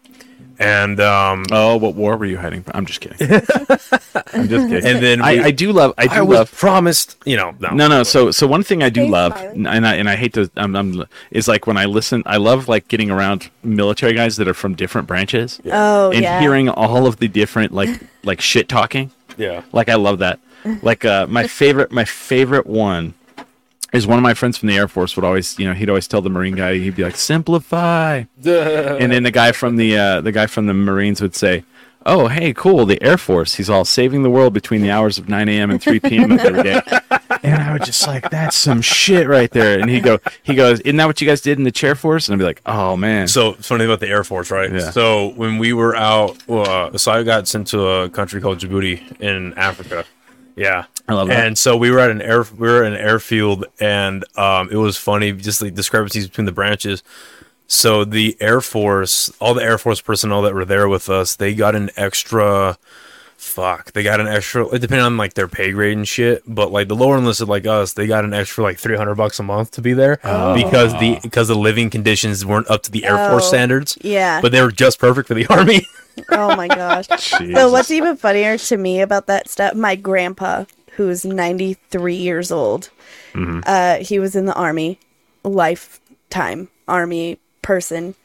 And um Oh, what war were you hiding from? I'm just kidding. I'm just kidding. And then we- I, I do love. I do I was love. promised you know, no. No, no. So, so one thing I do Thanks, love, Tyler. and I and I hate to, I'm, I'm, is like when I listen, I love like getting around military guys that are from different branches, Oh, and yeah. hearing all of the different like like shit talking. Yeah. Like I love that. Like uh, my favorite, my favorite one is one of my friends from the Air Force would always, you know, he'd always tell the Marine guy, he'd be like, "Simplify," and then the guy from the uh, the guy from the Marines would say. Oh, hey, cool! The Air Force. He's all saving the world between the hours of 9 a.m. and 3 p.m. of every day, and I was just like, "That's some shit right there." And he go, he goes, "Isn't that what you guys did in the Chair Force?" And I'd be like, "Oh man, So it's funny about the Air Force, right? Yeah. So when we were out, uh, so I got sent to a country called Djibouti in Africa. Yeah, I love that. And so we were at an air, we were at an airfield, and um, it was funny, just the discrepancies between the branches. So the Air Force, all the Air Force personnel that were there with us, they got an extra fuck. They got an extra it depended on like their pay grade and shit, but like the lower enlisted like us, they got an extra like 300 bucks a month to be there because the because the living conditions weren't up to the Air Force Oh, standards. yeah. But they were just perfect for the army. Oh my gosh. So Jesus. what's even funnier to me about that stuff, my grandpa, who's 93 years old, Mm-hmm. uh, he was in the army, lifetime army person.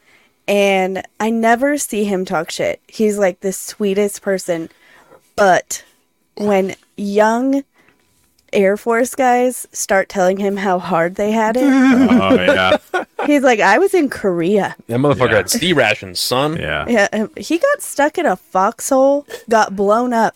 And I never see him talk shit. He's like the sweetest person. But when young Air Force guys start telling him how hard they had it, Oh yeah, he's like, I was in Korea. That motherfucker Yeah. had sea rations, son. yeah. Yeah, um, he got stuck in a foxhole, got blown up.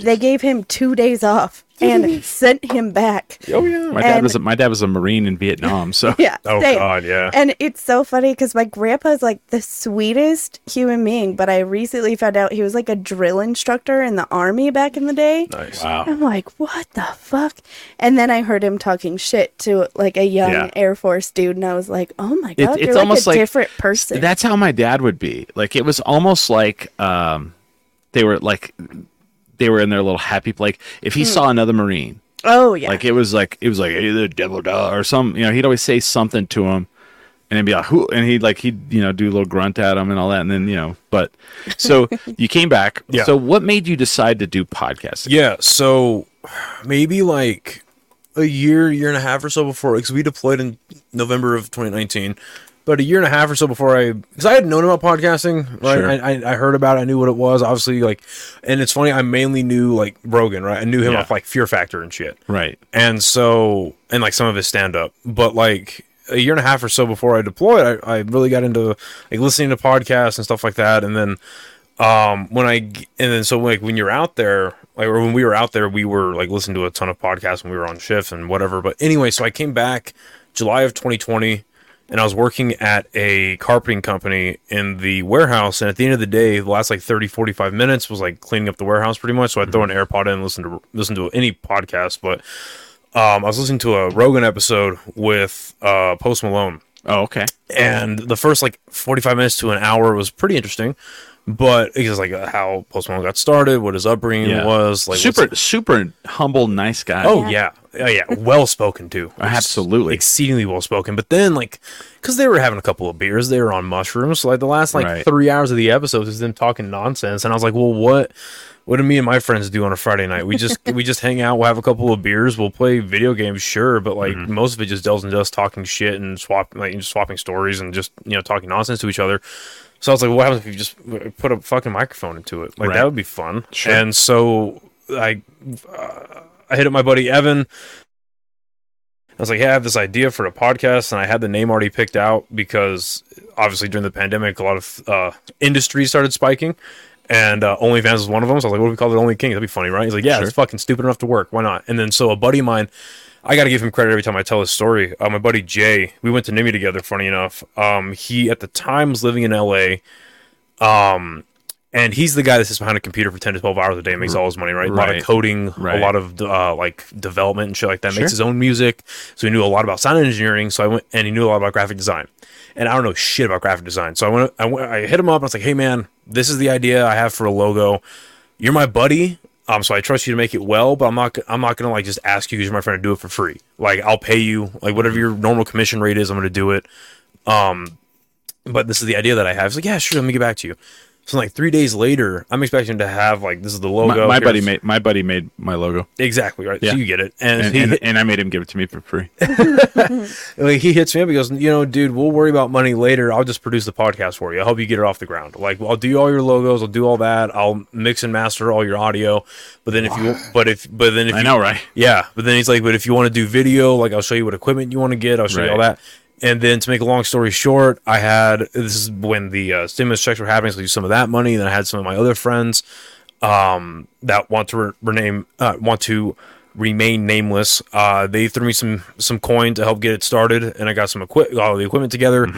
They gave him two days off and sent him back. Oh yeah. My dad And- was a, my dad was a marine in Vietnam, so Yeah. Oh, same. God, yeah. And it's so funny because my grandpa's like the sweetest human being, but I recently found out he was like a drill instructor in the army back in the day. Nice. wow. I'm like, what the fuck? And then I heard him talking shit to like a young Yeah. Air Force dude, and I was like, oh my It- god, it's you're almost like like a different person. That's how my dad would be. Like it was almost like um, they were like they were in their little happy like if he saw another marine oh yeah, Like it was like it was like hey, the devil da or some you know he'd always say something to him, and he'd be like who and he'd like he'd you know do a little grunt at him and all that and then you know but so you came back Yeah. so what made you decide to do podcasting Yeah, so maybe like a year, year and a half or so before, because we deployed in November of 2019. But a year and a half or so before I, because I had known about podcasting, right? Sure. I, I, I heard about it, I knew what it was. Obviously, like, and it's funny, I mainly knew like Rogan, right? I knew him Yeah. off like Fear Factor and shit right and so and like some of his stand up but like a year and a half or so before i deployed I, I really got into like listening to podcasts and stuff like that and then um when i g- and then so like when you're out there like or when we were out there we were like listening to a ton of podcasts when we were on shift and whatever but anyway so i came back july of 2020 and i was working at a carpeting company in the warehouse and at the end of the day the last like 30 45 minutes was like cleaning up the warehouse pretty much so i'd throw an airpod in and listen to listen to any podcast but um, I was listening to a Rogan episode with uh, Post Malone, oh okay and the first like 45 minutes to an hour was pretty interesting. But it was like uh, how Post Malone got started, what his upbringing Yeah. was, like what's- super super humble nice guy Oh yeah, oh yeah, well spoken too. Absolutely. exceedingly well spoken. But then like, because they were having a couple of beers, they were on mushrooms. So, like the last like Right. three hours of the episode is them talking nonsense, and I was like, well, what? What do me and my friends do on a Friday night? We just we just hang out, we'll have a couple of beers, we'll play video games, sure, but like most of it just delves into us talking shit and swap like just swapping stories and just you know talking nonsense to each other. So I was like, what happens if you just uh, put a fucking microphone into it? Like Right. that would be fun. Sure. And so I I hit up my buddy Evan. I was like, hey, I have this idea for a podcast, and I had the name already picked out because obviously during the pandemic, a lot of uh, industries started spiking, and uh, OnlyFans was one of them. So I was like, what do we call it? Only King? That'd be funny, right? He's like, yeah, Sure. it's fucking stupid enough to work. Why not? And then so a buddy of mine, I got to give him credit every time I tell his story. Uh, my buddy Jay, we went to NIMI together, funny enough. Um, he at the time was living in LA. Um, and he's the guy that sits behind a computer for 10 to 12 hours a day and makes all his money, right? A lot Right. of coding, Right. a lot of uh, like development and shit like that. Sure. Makes his own music. So he knew a lot about sound engineering. So I went and he knew a lot about graphic design. And I don't know shit about graphic design. So I went, I, went, I hit him up and I was like, hey man, this is the idea I have for a logo. You're my buddy. Um, so I trust you to make it well, but I'm not. g- I'm not gonna like just ask you because you're my friend to do it for free. Like I'll pay you, like whatever your normal commission rate is, I'm gonna do it Um, but this is the idea that I have. It's like, yeah, sure, let me get back to you. So like three days later, I'm expecting to have like this is the my, logo. my buddy here's- made my buddy made my logo exactly right. Yeah. So you get it, and, and, he, and, and I made him give it to me for free like, he hits me up. He goes, you know, dude, we'll worry about money later. I'll just produce the podcast for you. I'll help you get it off the ground. Like I'll do all your logos. I'll do all that. I'll mix and master all your audio. But then if you, but if, but then if I you, know right Yeah, but then he's like, but if you want to do video, like I'll show you what equipment you want to get. I'll show you all Right. that. And then to make a long story short, I had this is when the uh, stimulus checks were happening, so I used some of that money. Then I had some of my other friends um, that want to re- rename, uh, want to remain nameless. Uh, they threw me some some coin to help get it started, and I got some equip all the equipment together.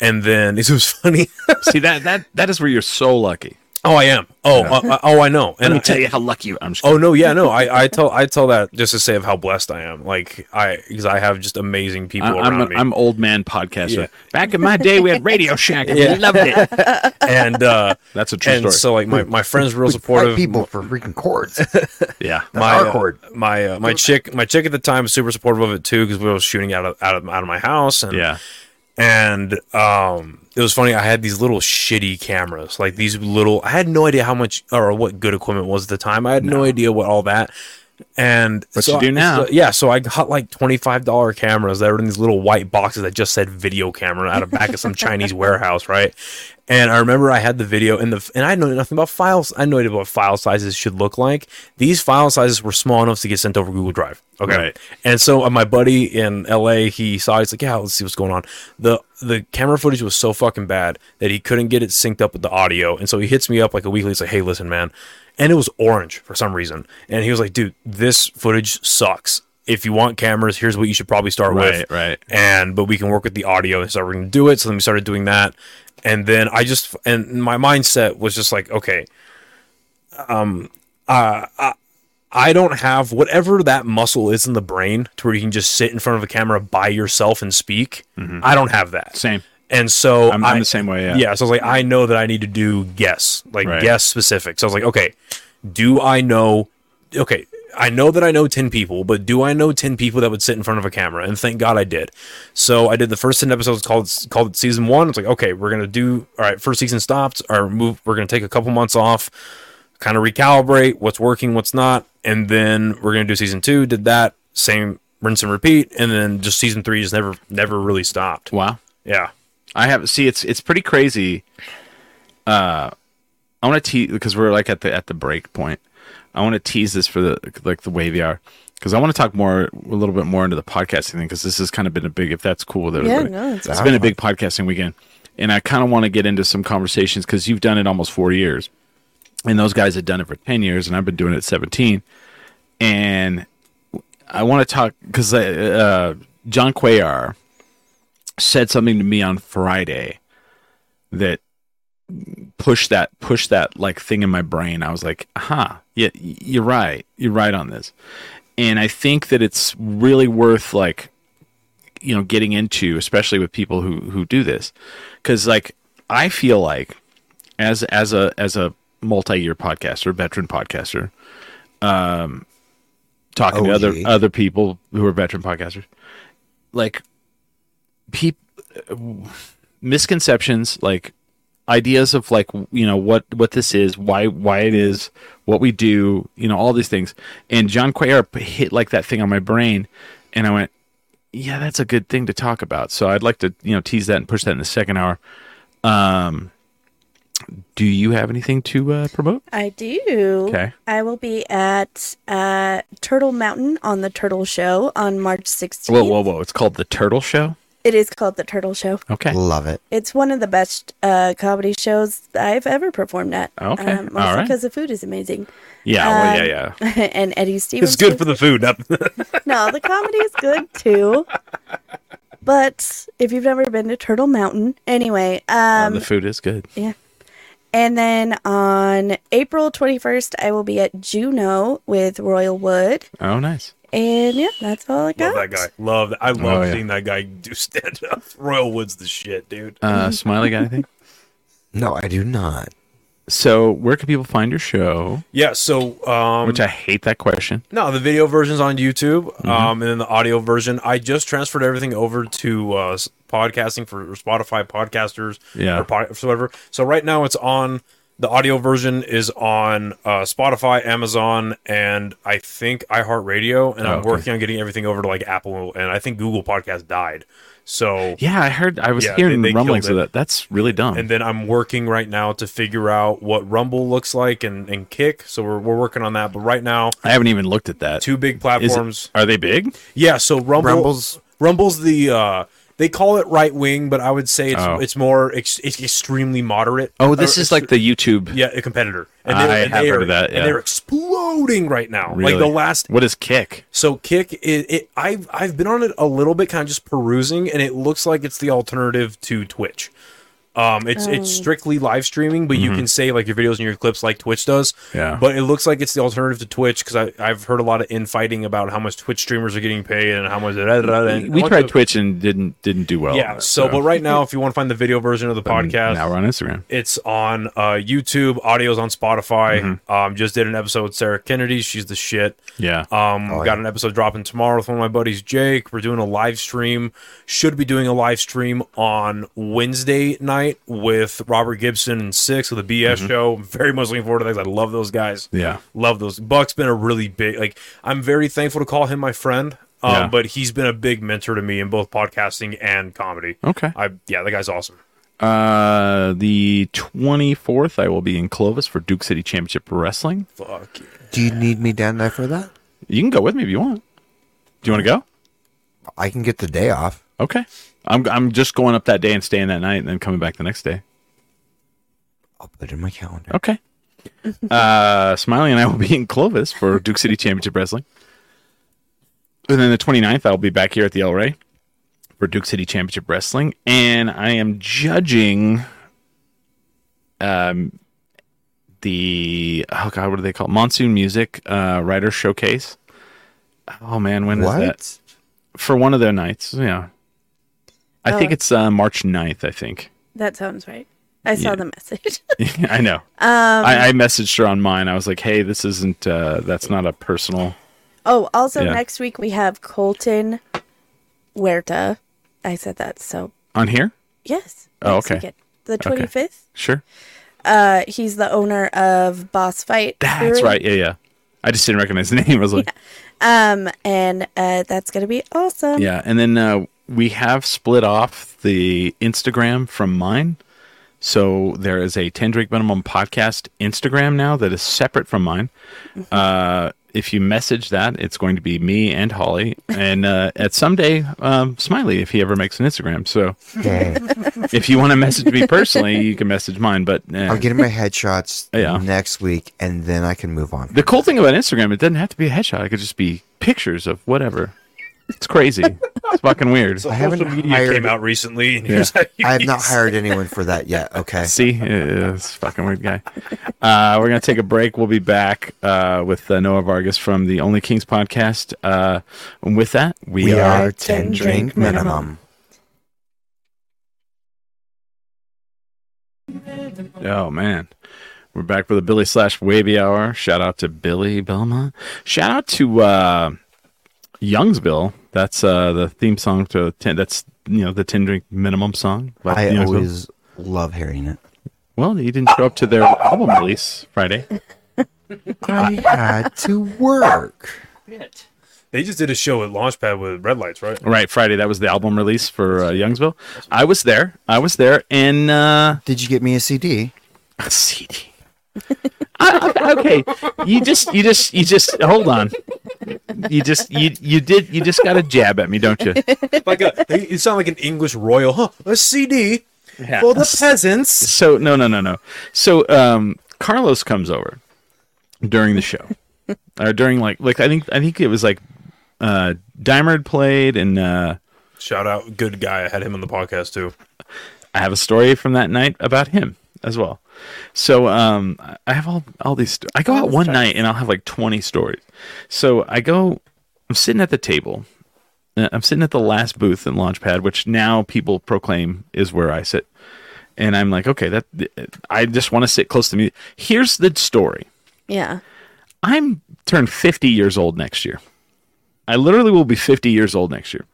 And then this was funny. see that that that is where you're so lucky Oh, I am. Oh, uh, oh, I know. Let And me tell you how lucky you. I'm just Oh no, yeah, no. I, I tell I tell that just to say of how blessed I am. Like I because I have just amazing people I- around I'm, me. a, I'm old man podcaster. Yeah. Back in my day, we had Radio Shack. and We loved it. and uh That's a true and story. so like my, my friends real White supportive. people for freaking chords. yeah, my our uh, chord. my uh, my chick my chick at the time was super supportive of it too because we were shooting out of out of out of my house and yeah. and um it was funny i had these little shitty cameras like these little i had no idea how much or what good equipment was at the time i had no, idea what all that and What you do now. so- yeah so i got like $25 cameras that were in these little white boxes that just said video camera out of back of some chinese warehouse right and i remember i had the video and the and i know nothing about files i know idea what file sizes should look like these file sizes were small enough to get sent over google drive okay Right. and so uh, my buddy in LA, he saw. He's like, "Yeah, let's see what's going on." the The camera footage was so fucking bad that he couldn't get it synced up with the audio, and so he hits me up like a week later. He's like, "Hey, listen, man," and it was orange for some reason. And he was like, "Dude, this footage sucks. If you want cameras, here's what you should probably start with." Right, right. And but we can work with the audio, and so we're gonna do it. So then we started doing that, and then I just and my mindset was just like, okay. I don't have whatever that muscle is in the brain to where you can just sit in front of a camera by yourself and speak. I don't have that. Same. And so I'm- I'm I- the same way, yeah. Yeah. So I was like, I know that I need to do guess, like Right. guess specific. So I was like, okay, do I know? Okay, I know that I know ten people, but do I know ten people that would sit in front of a camera? And thank God I did. So I did the first ten episodes called called it season one. It's like, okay, we're gonna do all right. First season stops. Or move. We're gonna take a couple months off kind of recalibrate what's working, what's not, and then we're gonna do season two. Did that same rinse and repeat, and then just season three just never never really stopped. Wow. Yeah, I have see it's it's pretty crazy. Uh I want to tease because we're like at the at the break point. I want to tease this for the like the way they are because I want to talk more a little bit more into the podcasting thing because this has kind of been a big if that's cool with everybody. no, it's it's been a big podcasting weekend, and I kind of want to get into some conversations because you've done it almost four years, and those guys had done it for ten years, and I've been doing it seventeen, and I want to talk because uh, John Cuellar said something to me on Friday that pushed that pushed that like thing in my brain. I was like, "Aha, yeah, y- you're right. You're right on this." And I think that it's really worth like you know getting into, especially with people who who do this, because like I feel like as as a as a multi-year podcaster, veteran podcaster, um, talking to other OG. other people who are veteran podcasters, like people misconceptions like ideas of like you know what what this is why why it is what we do you know all these things and john Cuellar p- hit like that thing on my brain and i went yeah that's a good thing to talk about so i'd like to you know tease that and push that in the second hour um do you have anything to uh, promote I do. Okay. I will be at uh, Turtle Mountain on the Turtle Show on March 16th. whoa whoa whoa it's called the turtle show It is called the Turtle Show. okay Love it. It's one of the best uh, comedy shows I've ever performed at. Um, Okay, all mostly right. because the food is amazing. yeah well, yeah Um, yeah and Eddie Stevens. it's good for the food. not- no, the comedy is good too. But if you've never been to Turtle Mountain, anyway, Uh, um, the food is good And then on April 21st, I will be at Juno with Royal Wood. oh nice And yeah, that's all I got. love that guy. Love that. I love Oh, yeah. seeing that guy do stand up. Royal Wood's the shit, dude. uh smiley guy i think No, I do not. so where can people find your show Yeah. So um, which Mm-hmm. I hate that question. No, the video version's on YouTube, um, and then the audio version. I just transferred everything over to uh, s- podcasting for Spotify podcasters, Yeah. or pod- so whatever. So right now it's on the audio version is on uh, Spotify, Amazon, and I think iHeartRadio, and Oh, I'm okay. working on getting everything over to like Apple, and I think Google Podcast died. So Yeah, I heard. I was Yeah, hearing they- they rumblings of killed that. it. That's really dumb. and then I'm working right now to figure out what Rumble looks like and, and Kick. So we're, we're working on that, but right now I haven't even looked at that. two big Is it- platforms. are they big? Yeah, so Rumble, Rumble's- Rumble's the uh they call it right wing, but I would say it's Oh. it's more ex- it's extremely moderate. Oh, this Or is like the YouTube. yeah, a competitor. And I have heard are, of that, yeah. And they're exploding right now. really. Like the last What is Kick? so kick it, it I've I've been on it a little bit kind of just perusing and it looks like it's the alternative to Twitch. Um, it's it's strictly live streaming, but you can save like your videos and your clips like Twitch does. Mm-hmm. Yeah. But it looks like it's the alternative to Twitch because I've heard a lot of infighting about how much Twitch streamers are getting paid and how much. We, we tried Twitch and didn't didn't do well. Yeah. So, but right now, if you want to find the video version of the podcast, now we're on Instagram. it's on uh, YouTube. Audio's on Spotify. Mm-hmm. Um, just did an episode with Sarah Kennedy. She's the shit. Yeah. Um, Oh, got yeah. an episode dropping tomorrow with one of my buddies, Jake. We're doing a live stream. Should be doing a live stream on Wednesday night with Robert Gibson and Six of the Mm-hmm. BS show. I'm very much looking forward to that. 'cause I love those guys. Yeah. love those. Buck's been a really big. Like, I'm very thankful to call him my friend. Um, Yeah. but he's been a big mentor to me in both podcasting and comedy. Okay. I yeah, that guy's awesome. Uh, the 24th, I will be in Clovis for Duke City Championship Wrestling. Fuck. yeah. Do you need me down there for that? You can go with me if you want. Do you want to go? I can get the day off. Okay. I'm I'm just going up that day and staying that night and then coming back the next day. I'll put it in my calendar. Okay. Uh, Smiley and I will be in Clovis for Duke City Championship Wrestling. And then the 29th, I'll be back here at the El Rey for Duke City Championship Wrestling. And I am judging um, the, oh God, what do they call it? Monsoon Music uh, Writer Showcase. Oh man, when is that? What? For one of their nights, yeah. I Oh. think it's uh, March 9th, I think. That sounds right. I saw the message. I know. I, I messaged her on mine. I was like, "Hey, this isn't. Uh, that's not a personal." oh, also Yeah. next week we have Colton Huerta. I said that so On here, yes. Oh, next okay. weekend. The Okay. twenty fifth. sure. Uh, he's the owner of Boss Fight. That's Brewing. right. Yeah, yeah. I just didn't recognize the name. I was like, Um, and uh, that's gonna be awesome. yeah. And then uh, we have split off the Instagram from mine, so there is a Ten Drink Minimum podcast Instagram now that is separate from mine. Uh, if you message that, it's going to be me and Holly, and uh, at someday um, Smiley if he ever makes an Instagram. So. if you want to message me personally, you can message mine. But eh. I'm getting my headshots Yeah. next week, and then I can move on. the cool thing about Instagram, it doesn't have to be a headshot. It could just be pictures of whatever. It's crazy. it's fucking weird. So I haven't social media hired- came out recently. And here's how you I have not use- hired anyone for that yet. Okay. See, Yeah, it's a fucking weird guy. Uh, we're gonna take a break. We'll be back uh, with uh, Noah Vargas from the Only Kings podcast. Uh, and with that, we, We are. are 10 drink minimum. Oh man. We're back for the Billy slash Wavy Hour. Shout out to Billy Belmont. Shout out to uh, Youngsville. That's uh, the theme song to ten, that's you know the ten drink minimum song. by I Youngsville. always love hearing it. well, you didn't show up to their album release Friday. I had to work. They just did a show at Launchpad with red lights, right? Right, Friday. That was the album release for uh, Youngsville. I was there. I was there, and uh, Did you get me a CD? a CD. I- I- okay, you just, you just, you just hold on. You just, you, you did, you just got a jab at me, don't you? Like a, they, you sound like an English royal, huh? A CD Yeah. for the peasants. So no, no, no, no. So um, Carlos comes over during the show, or during like like I think I think it was like uh, Dimer had played, and uh, Shout out, good guy. I had him on the podcast too. I have a story from that night about him as well. So um, I- I have all all these. Sto- I go out one night and I'll have like twenty stories. So I go. I'm sitting at the table. Uh, I'm sitting at the last booth in Launchpad, which now people proclaim is where I sit. And I'm like, okay, that I just want to sit close to me. Here's the story. Yeah. I'm turned 50 years old next year. I literally will be 50 years old next year.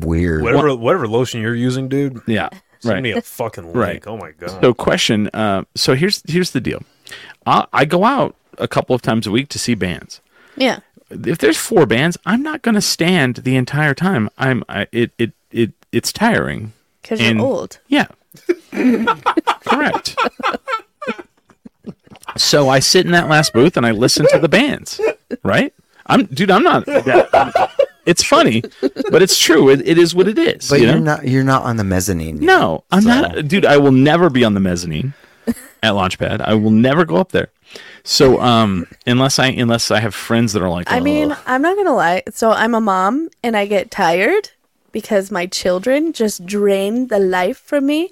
Weird. Whatever, whatever lotion you're using, dude. Yeah. Send Right. me a fucking link. Right. Oh my god. So question. Uh, so here's here's the deal. I, I go out a couple of times a week to see bands. Yeah. If there's four bands, I'm not going to stand the entire time. I'm I, it it it it's tiring. Because And- you're old. Yeah. Correct. So I sit in that last booth and I listen to the bands, right? I'm dude, I'm not It's funny, but it's true. It, it is what it is. But you know? you're not you're not on the mezzanine. yet. No, I'm So- not, dude. I will never be on the mezzanine at Launchpad. I will never go up there. So, um, unless I unless I have friends that are like, I mean, "Ugh." I'm not gonna lie. So I'm a mom, and I get tired because my children just drain the life from me,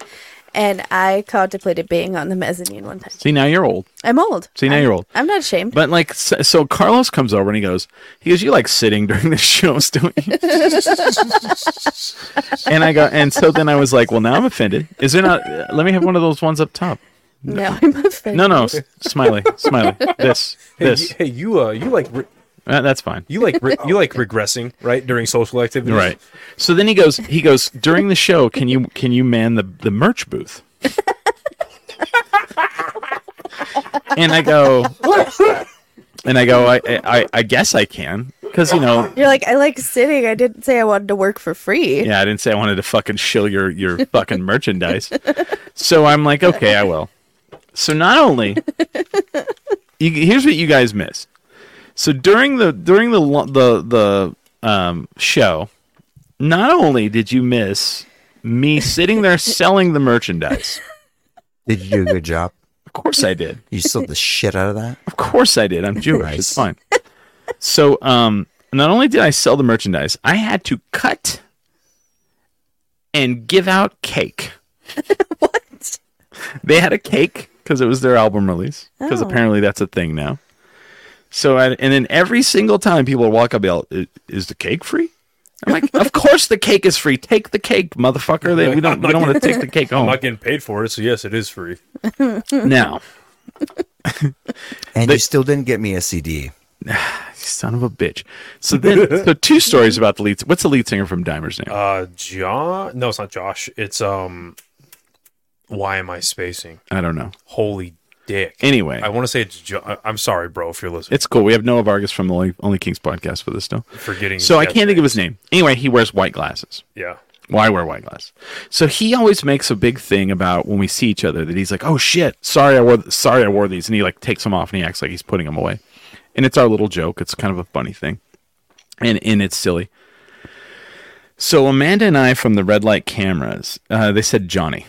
and I contemplated being on the mezzanine one time. See, now you're old. I'm old. See, now I'm- you're old. I'm not ashamed. But like, so, so Carlos comes over and he goes, he goes, you like sitting during the shows, don't you? and I go, and so then I was like, well, now I'm offended. Is there not? Let me have one of those ones up top. no, I'm offended. No, no, s- smiley, smiley. This, Hey, this. you, hey, you, uh, you like, re- Uh, that's fine. you like, re- you like regressing, right? During social activities, Right. So then he goes, he goes during the show. Can you can you man the the merch booth? and I go, and I go, I I, I guess I can because you know You're like, I like sitting. I didn't say I wanted to work for free. Yeah, I didn't say I wanted to fucking shill your your fucking merchandise. So I'm like, okay, I will. So not only you, here's what you guys missed. So during the during the lo- the the um, show, not only did you miss me sitting there selling the merchandise. Did you do a good job? Of course I did. You sold the shit out of that. Of course I did. I'm Jewish. It's Nice. fine. So um not only did I sell the merchandise, I had to cut and give out cake. What? They had a cake because it was their album release. Because Oh. apparently that's a thing now. So I, and then every single time people would walk up, and be like, "I- "Is the cake free?" I'm like, "Of course the cake is free. Take the cake, motherfucker. They, we don't we don't want to take the cake I'm home not getting paid for it, so yes, it is free. now." And They- you still didn't get me a CD. Son of a bitch. So then, so two stories about the lead. What's the lead singer from Dimer's name? Uh, John? No, it's not Josh. It's um. Why am I spacing? I don't know. Holy dick! Anyway, I want to say it's. Jo- I'm sorry, bro, if you're listening. it's cool. We have Noah Vargas from the Only, Only Kings podcast with us now. forgetting. So I his can't think of name. his name. Anyway, he wears white glasses. Yeah. Why wear white glasses? So he always makes a big thing about when we see each other that he's like, "Oh shit, sorry I wore th- sorry I wore these," and he like takes them off and he acts like he's putting them away. And it's our little joke. It's kind of a funny thing, and and it's silly. So Amanda and I from the Red Light Cameras, uh, they said Johnny.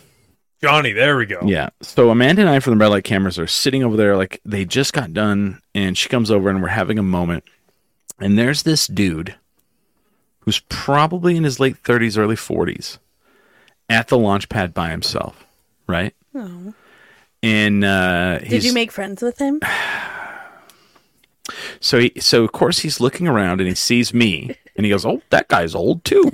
Johnny, there we go. Yeah. So Amanda and I from the Red Light Cameras are sitting over there, like they just got done, and she comes over and we're having a moment. And there's this dude who's probably in his late 30s, early 40s at the launch pad by himself, right? Oh. And uh, Did you he's- make friends with him? so he, so of course he's looking around and he sees me and he goes, "Oh, that guy's old too."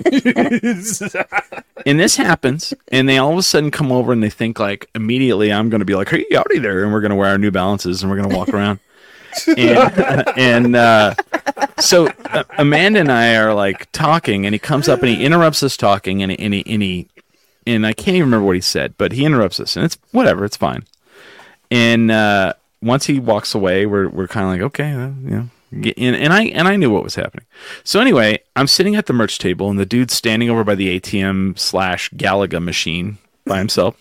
and this happens, and they all of a sudden come over and they think like immediately I'm going to be like, "Hey, howdy there," and we're going to wear our New Balances and we're going to walk around. and and uh, so uh, Amanda and I are like talking, and he comes up and he interrupts us talking, and he- and he, and he and I can't even remember what he said, but he interrupts us, and it's whatever, it's fine. And uh, once he walks away, we're we're kind of like, okay, uh, you know. Get in, and I and I knew what was happening. So anyway, I'm sitting at the merch table, and the dude's standing over by the ATM slash Galaga machine by himself.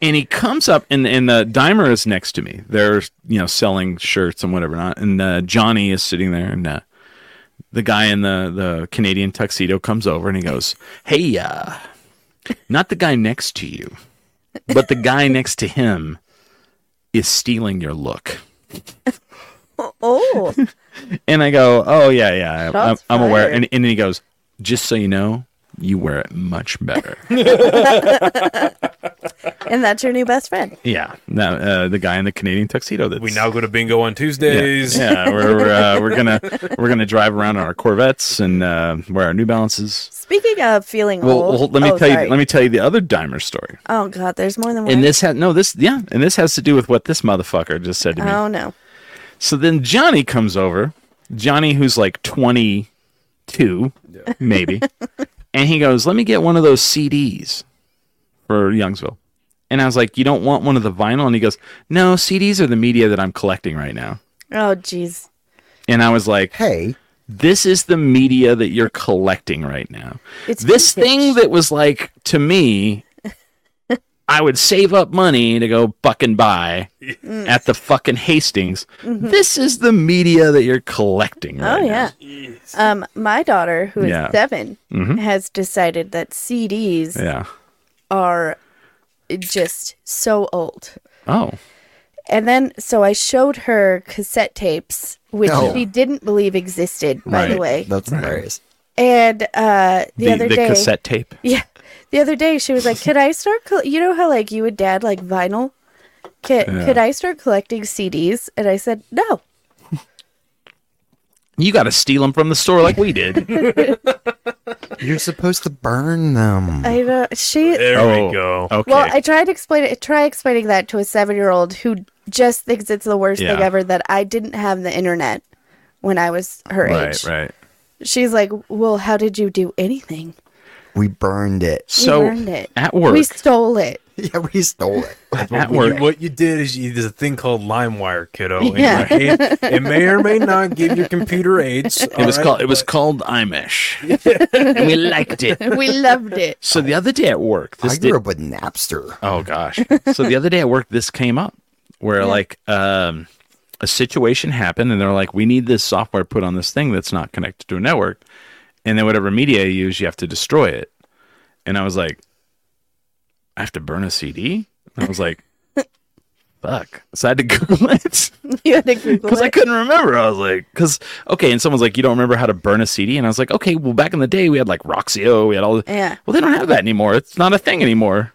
and he comes up, and and the dimer is next to me. They're you know selling shirts and whatever not, and uh, Johnny is sitting there, and uh, the guy in the the Canadian tuxedo comes over, and he goes, "Hey, uh, not the guy next to you." but the guy next to him is stealing your look. Oh, And I go, oh yeah, yeah, I- I'm, Shots I'm aware. fired. And, and he goes, just so you know, you wear it much better. and that's your new best friend. yeah, now uh, the guy in the Canadian tuxedo. That's We now go to bingo on Tuesdays. yeah, we're we're, uh, we're gonna we're gonna drive around in our Corvettes and uh, wear our New Balances. Speaking of feeling Well, old, well, let me oh, tell sorry. you. Let me tell you the other Dimer story. Oh God, there's more than one. And this has no this yeah, and this has to do with what this motherfucker just said to me. oh no, So then Johnny comes over, Johnny who's like 22, maybe, and he goes, "Let me get one of those CDs for Youngsville." And I was like, "You don't want one of the vinyl?" And he goes, "No, CDs are the media that I'm collecting right now." oh jeez, And I was like, Hey, "This is the media that you're collecting right now. It's this vintage. thing that was like to me." I would save up money to go buck and buy Mm. at the fucking Hastings. This is the media that you're collecting. Right Mm-hmm. oh yeah. Um, my daughter, who is Yeah. 7 has decided that CDs Now. Yeah. are just so old. Oh. And then, so I showed her cassette tapes, which No. she didn't believe existed, by the Right. way. that's hilarious. And uh, the, the, other the day, cassette tape. yeah, the other day she was like, "Could I start? Col-? You know how like you and Dad like vinyl? Could could I start collecting CDs?" And I said, "No." You got to steal them from the store like we did. You're supposed to burn them. I know she. There Oh, we go. Okay. Well, I tried to explain it. Try explaining that to a seven-year-old who just thinks it's the worst thing Yeah. ever that I didn't have the internet when I was her age. right, right. She's like, "Well, how did you do anything? we burned it. So we learned it. at work, we stole it. Yeah, we stole it. at What you, work, what you did is you, there's a thing called LimeWire, kiddo. and Yeah. you're like, It, it may or may not give your computer aids. it was called it was called iMesh, and we liked it. We loved it." So the other day at work, this I grew did- up with Napster. Oh gosh. so the other day at work, this came up where like um, a situation happened, and they're like, "We need this software put on this thing that's not connected to a network," and then whatever media you use, you have to destroy it. And I was like, "I have to burn a CD." And I was like, "Fuck!" So I had to Google it. You had to Google because I it. couldn't remember. I was like, because okay, and someone's like, you don't remember how to burn a CD, and I was like, okay, well, back in the day we had like Roxio, we had all. Yeah. Well, they don't have that anymore. It's not a thing anymore,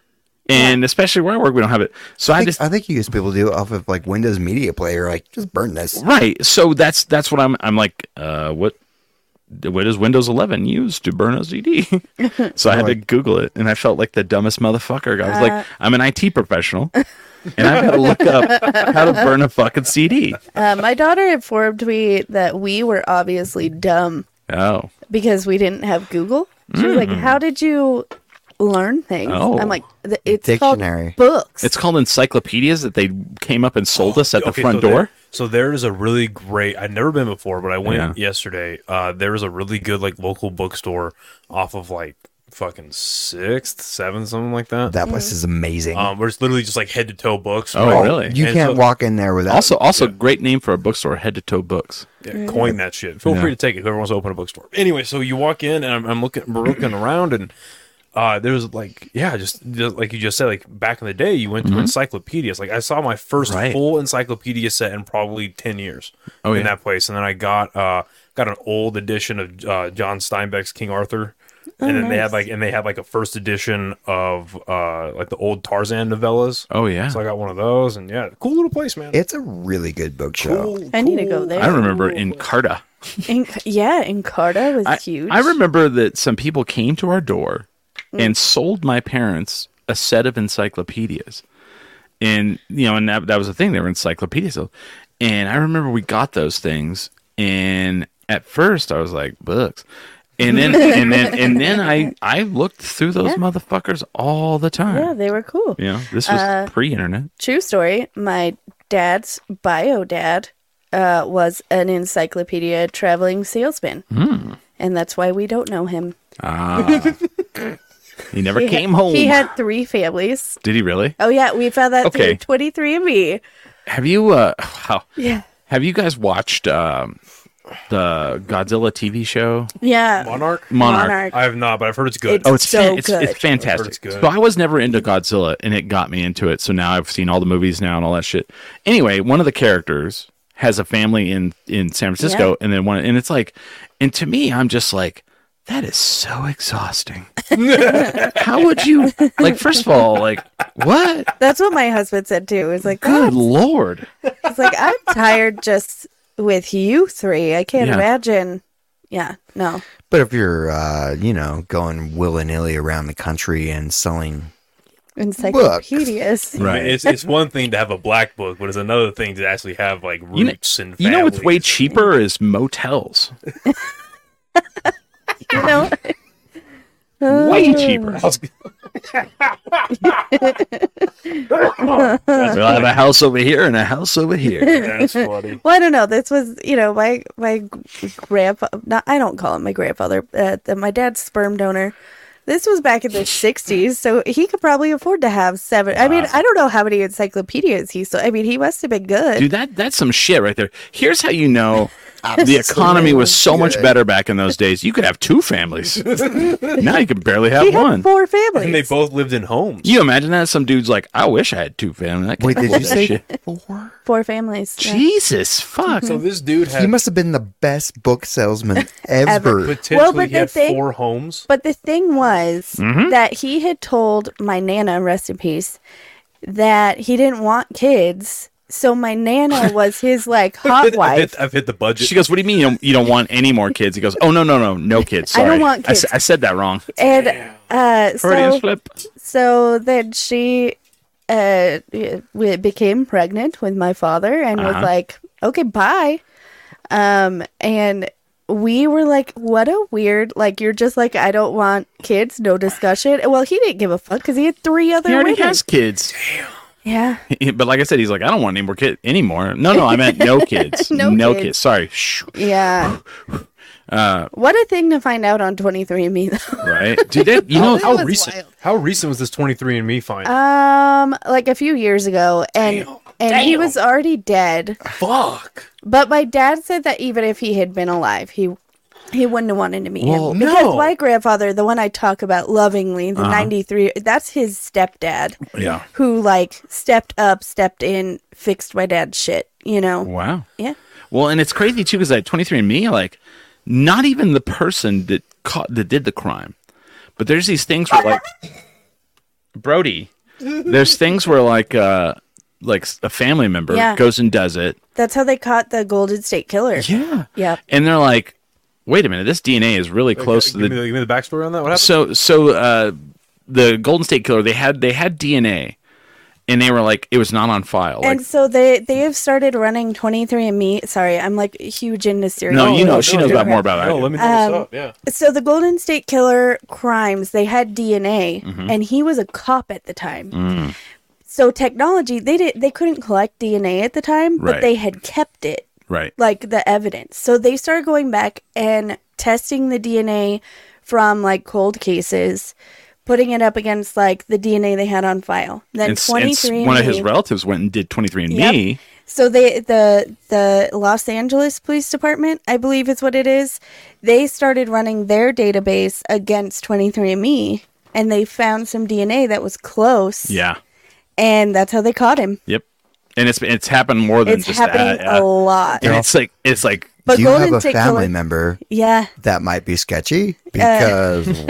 and especially where I work, we don't have it. So I, I think, just I think you used to be able to do it off of like Windows Media Player. Like, just burn this. right. So that's that's what I'm. I'm like, uh, what. What does Windows 11 use to burn a CD? so I had to Google it, and I felt like the dumbest motherfucker. I was like, I'm an IT professional, and I've got to look up how to burn a fucking CD. Uh, my daughter informed me that we were obviously dumb Oh, because we didn't have Google. She was like, "How did you learn things?" Hmm. Oh. I'm like, "Th- "It's Dictionary. called books." It's called encyclopedias that they came up and sold us at the Okay, front so there- door. so there is a really great. I'd never been before, but I went Yeah. yesterday. Uh, there was a really good like local bookstore off of like fucking sixth, seventh, something like that. That place is amazing. um, where it's literally just like head to toe books. Oh, right? really? You And can't so- walk in there without. Also, also great name for a bookstore, Head to Toe Books. Yeah, coin that shit. Feel free to take it. Whoever wants to open a bookstore. Anyway, so you walk in and I'm, I'm looking, we're looking around and uh, there was like, yeah, just, just like you just said, like back in the day, you went to encyclopedias. Like I saw my first Mm-hmm. Right. full encyclopedia set in probably ten years Oh, in yeah. that place, and then I got uh, got an old edition of uh, John Steinbeck's King Arthur. and then they had like, and they had like a first edition of uh, like the old Tarzan novellas. Oh yeah, So I got one of those, and yeah, cool little place, man. It's a really good bookshelf. I need to go there. I remember in Carta. In- yeah, Encarta was I, huge. Mm. I remember that some people came to our door and sold my parents a set of encyclopedias, and you know, and that, that was the thing. They were encyclopedias, and I remember we got those things, and at first I was like books. And then, and then, and then I I looked through those motherfuckers all the time. Yeah, they were cool. Yeah, this was Uh, pre-internet. True story. My dad's bio dad uh, was an encyclopedia traveling salesman, Hmm. and that's why we don't know him. Ah, he never He had- came home. He had three families. Did he really? Oh yeah, we found that Okay. through twenty three and Me. Have you? Uh, wow. Yeah, Have you guys watched um, the Godzilla TV show yeah. Monarch. Monarch? I have not, but I've heard it's good. It's- Oh, it's So fan- it's, good. it's fantastic. It's good. So I was never into Godzilla, and it got me into it. So now I've seen all the movies now and all that shit. Anyway, one of the characters has a family in in San Francisco, Yeah. and then one, and it's like, and to me, I'm just like, that is so exhausting. How would you like? First of all, like what? That's what my husband said too. It's like, Good lord. it's like I'm tired just with you three. I can't Yeah. imagine. Yeah, no. But if you're, uh, you know, going willy nilly around the country and selling, Encyclopedias. I mean, it's, it's one thing to have a black book, but it's another thing to actually have like You know, roots and you know what's way families. cheaper is motels. You know, Way cheaper. We'll have a house over here and a house over here. That's funny. well, I don't know. This was, you know, my my grandpa. Not, I don't call him my grandfather. Uh, the, my dad's sperm donor. This was back in the '60s, so he could probably afford to have seven. I mean, I don't know how many encyclopedias he. So, I mean, he must have been good. Dude, that that's some shit right there. Here's how you know the economy was so much better back in those days. You could have two families. now you can barely have He one. had four families. And they both lived in homes. You imagine that? Some dude's like, I wish I had two families. I Wait, can't did you afford say this shit." four? four families. yeah. Jesus fuck? So this dude He had must have been the best book salesman ever. potentially Well, but he had the thing- four homes. But the thing was Mm-hmm. that he had told my nana, rest in peace, that he didn't want kids. So my nana was his like hot I've, wife. hit, I've hit the budget. She goes, What do you mean you don't, you don't want any more kids? He goes, Oh, no, no, no, no kids. I Sorry. don't want s- kids. I said that wrong. And uh, Freudian so, flip. so then she uh, we- became pregnant with my father and Uh-huh. was like, okay, bye. Um, and we were like, what a weird, like, you're just like, I don't want kids, no discussion. Well, he didn't give a fuck because he had three other He already women. has kids. yeah. But like I said, he's like, I don't want any more kids anymore. No, no, I meant no kids. No kids. kids. Sorry. Shh. Yeah. Uh, what a thing to find out on 23andMe, though. Right? Dude, that, you know, how was recent? How recent was this 23andMe find? Uh, Um, like a few years ago, and and he was already dead. Fuck. But my dad said that even if he had been alive, he he wouldn't have wanted to meet Well, Uh-huh. him because no. my grandfather, the one I talk about lovingly, the 93, that's his stepdad yeah. who like stepped up, stepped in, fixed my dad's shit. You know? Wow. Yeah. Well, and it's crazy too because at 23andMe, like, not even the person that caught that did the crime, but there's these things where like Brody, there's things where like uh like a family member Yeah. goes and does it, That's how they caught the Golden State Killer. yeah, Yep. and they're like, wait a minute, this DNA is really close to Give, me the the, give me the backstory on that. What happened? so so uh the Golden State Killer they had they had DNA, and they were like it was not on file, like. and so they they have started running 23andme sorry i'm like huge into serial no, you know, she no, knows you're about more about no, it. let me know Um, what's up. Yeah. so the golden state killer crimes they had dna Mm-hmm. and he was a cop at the time Mm. so technology they did they couldn't collect dna at the time Right. but they had kept it Right. like the evidence so they started going back and testing the dna from like cold cases putting it up against like the dna they had on file then and, s- and s- 23 one of his relatives went and did 23andme So they the the Los Angeles Police Department, I believe is what it is, they started running their database against 23andme and they found some DNA that was close. yeah And that's how they caught him. yep and it's it's happened more than It's just happening that yeah. a lot. and it's like it's like But Do you have Golden a State family Killer- member Yeah. that might be sketchy? Uh, Because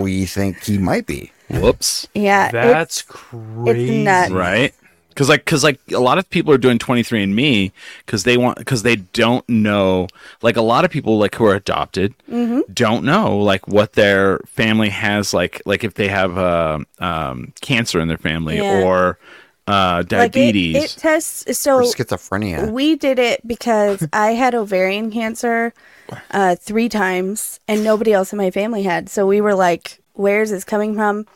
we think he might be. whoops Yeah. it- That's crazy. nuts. right because like because like a lot of people are doing 23andme because they want because they don't know like a lot of people like who are adopted Mm-hmm. don't know like what their family has like like if they have um um, cancer in their family Yeah. or uh, like, it- diabetes it, tests so Or schizophrenia. we did it because I had ovarian cancer uh, three times, and nobody else in my family had. So we were like, "Where's this coming from?"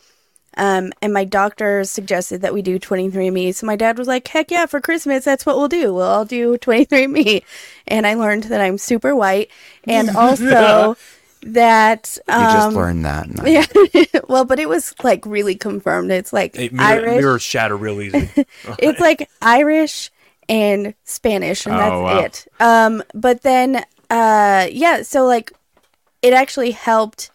Um, and my doctor suggested that we do 23andMe. So my dad was like, "Heck yeah! For Christmas, that's what we'll do. We'll all do 23andMe." And I learned that I'm super white, and also that You just um, learned that. and I- yeah, well, but it was like really confirmed. It's like Hey, mirror, Irish mirror shatter real easy. it's like Irish and Spanish, and that's Oh, wow. it. Um, but then, uh, yeah, so like it actually helped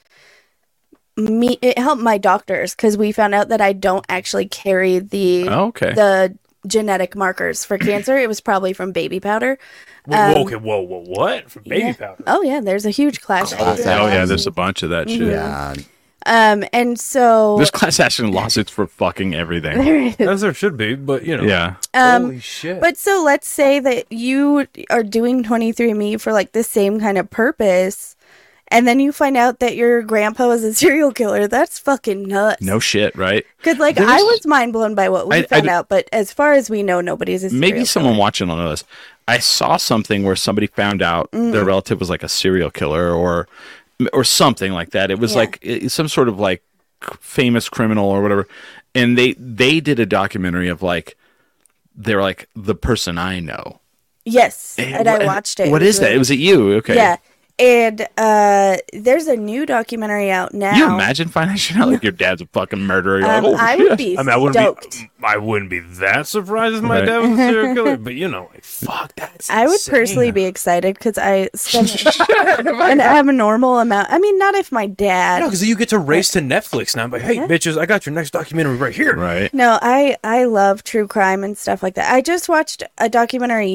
me. It helped my doctors because we found out that I don't actually carry the Oh, okay. the genetic markers for cancer. it was probably from baby powder. Whoa, Um, whoa, okay, whoa, whoa, what? From baby yeah. powder. Oh yeah, there's a huge clash. Class oh yeah there's a bunch of that shit Mm-hmm. Yeah. Um, and so There's class action lawsuits for fucking everything. As there should be, but you know. yeah. Holy shit. Um, But so let's say that you are doing 23andMe for like the same kind of purpose, and then you find out that your grandpa was a serial killer. That's fucking nuts. No shit, right? Because like There's- I was mind blown by what we I- I found d- out, but as far as we know, nobody's a serial Maybe someone watching will know this. I saw something where somebody found out Mm. their relative was like a serial killer or or something like that. It was Yeah. like it, some sort of like c- famous criminal or whatever. And they they did a documentary of like they were like the person I know. Yes, and I watched it. Eh, What It is that? really- It was it you? Okay. Yeah. And uh, there's a new documentary out now. You imagine finding shit out like your dad's a fucking murderer. You're Um, like, oh, I would be I mean, I wouldn't stoked. be. I wouldn't be that surprised if my Right. dad was a serial killer, but you know, like, fuck that. I would personally be excited because I spend an abnormal amount. I mean, not if my dad. No, because you get to race to Netflix now. I'm like, hey, bitches, I got your next documentary right here. Right. No, I I love true crime and stuff like that. I just watched a documentary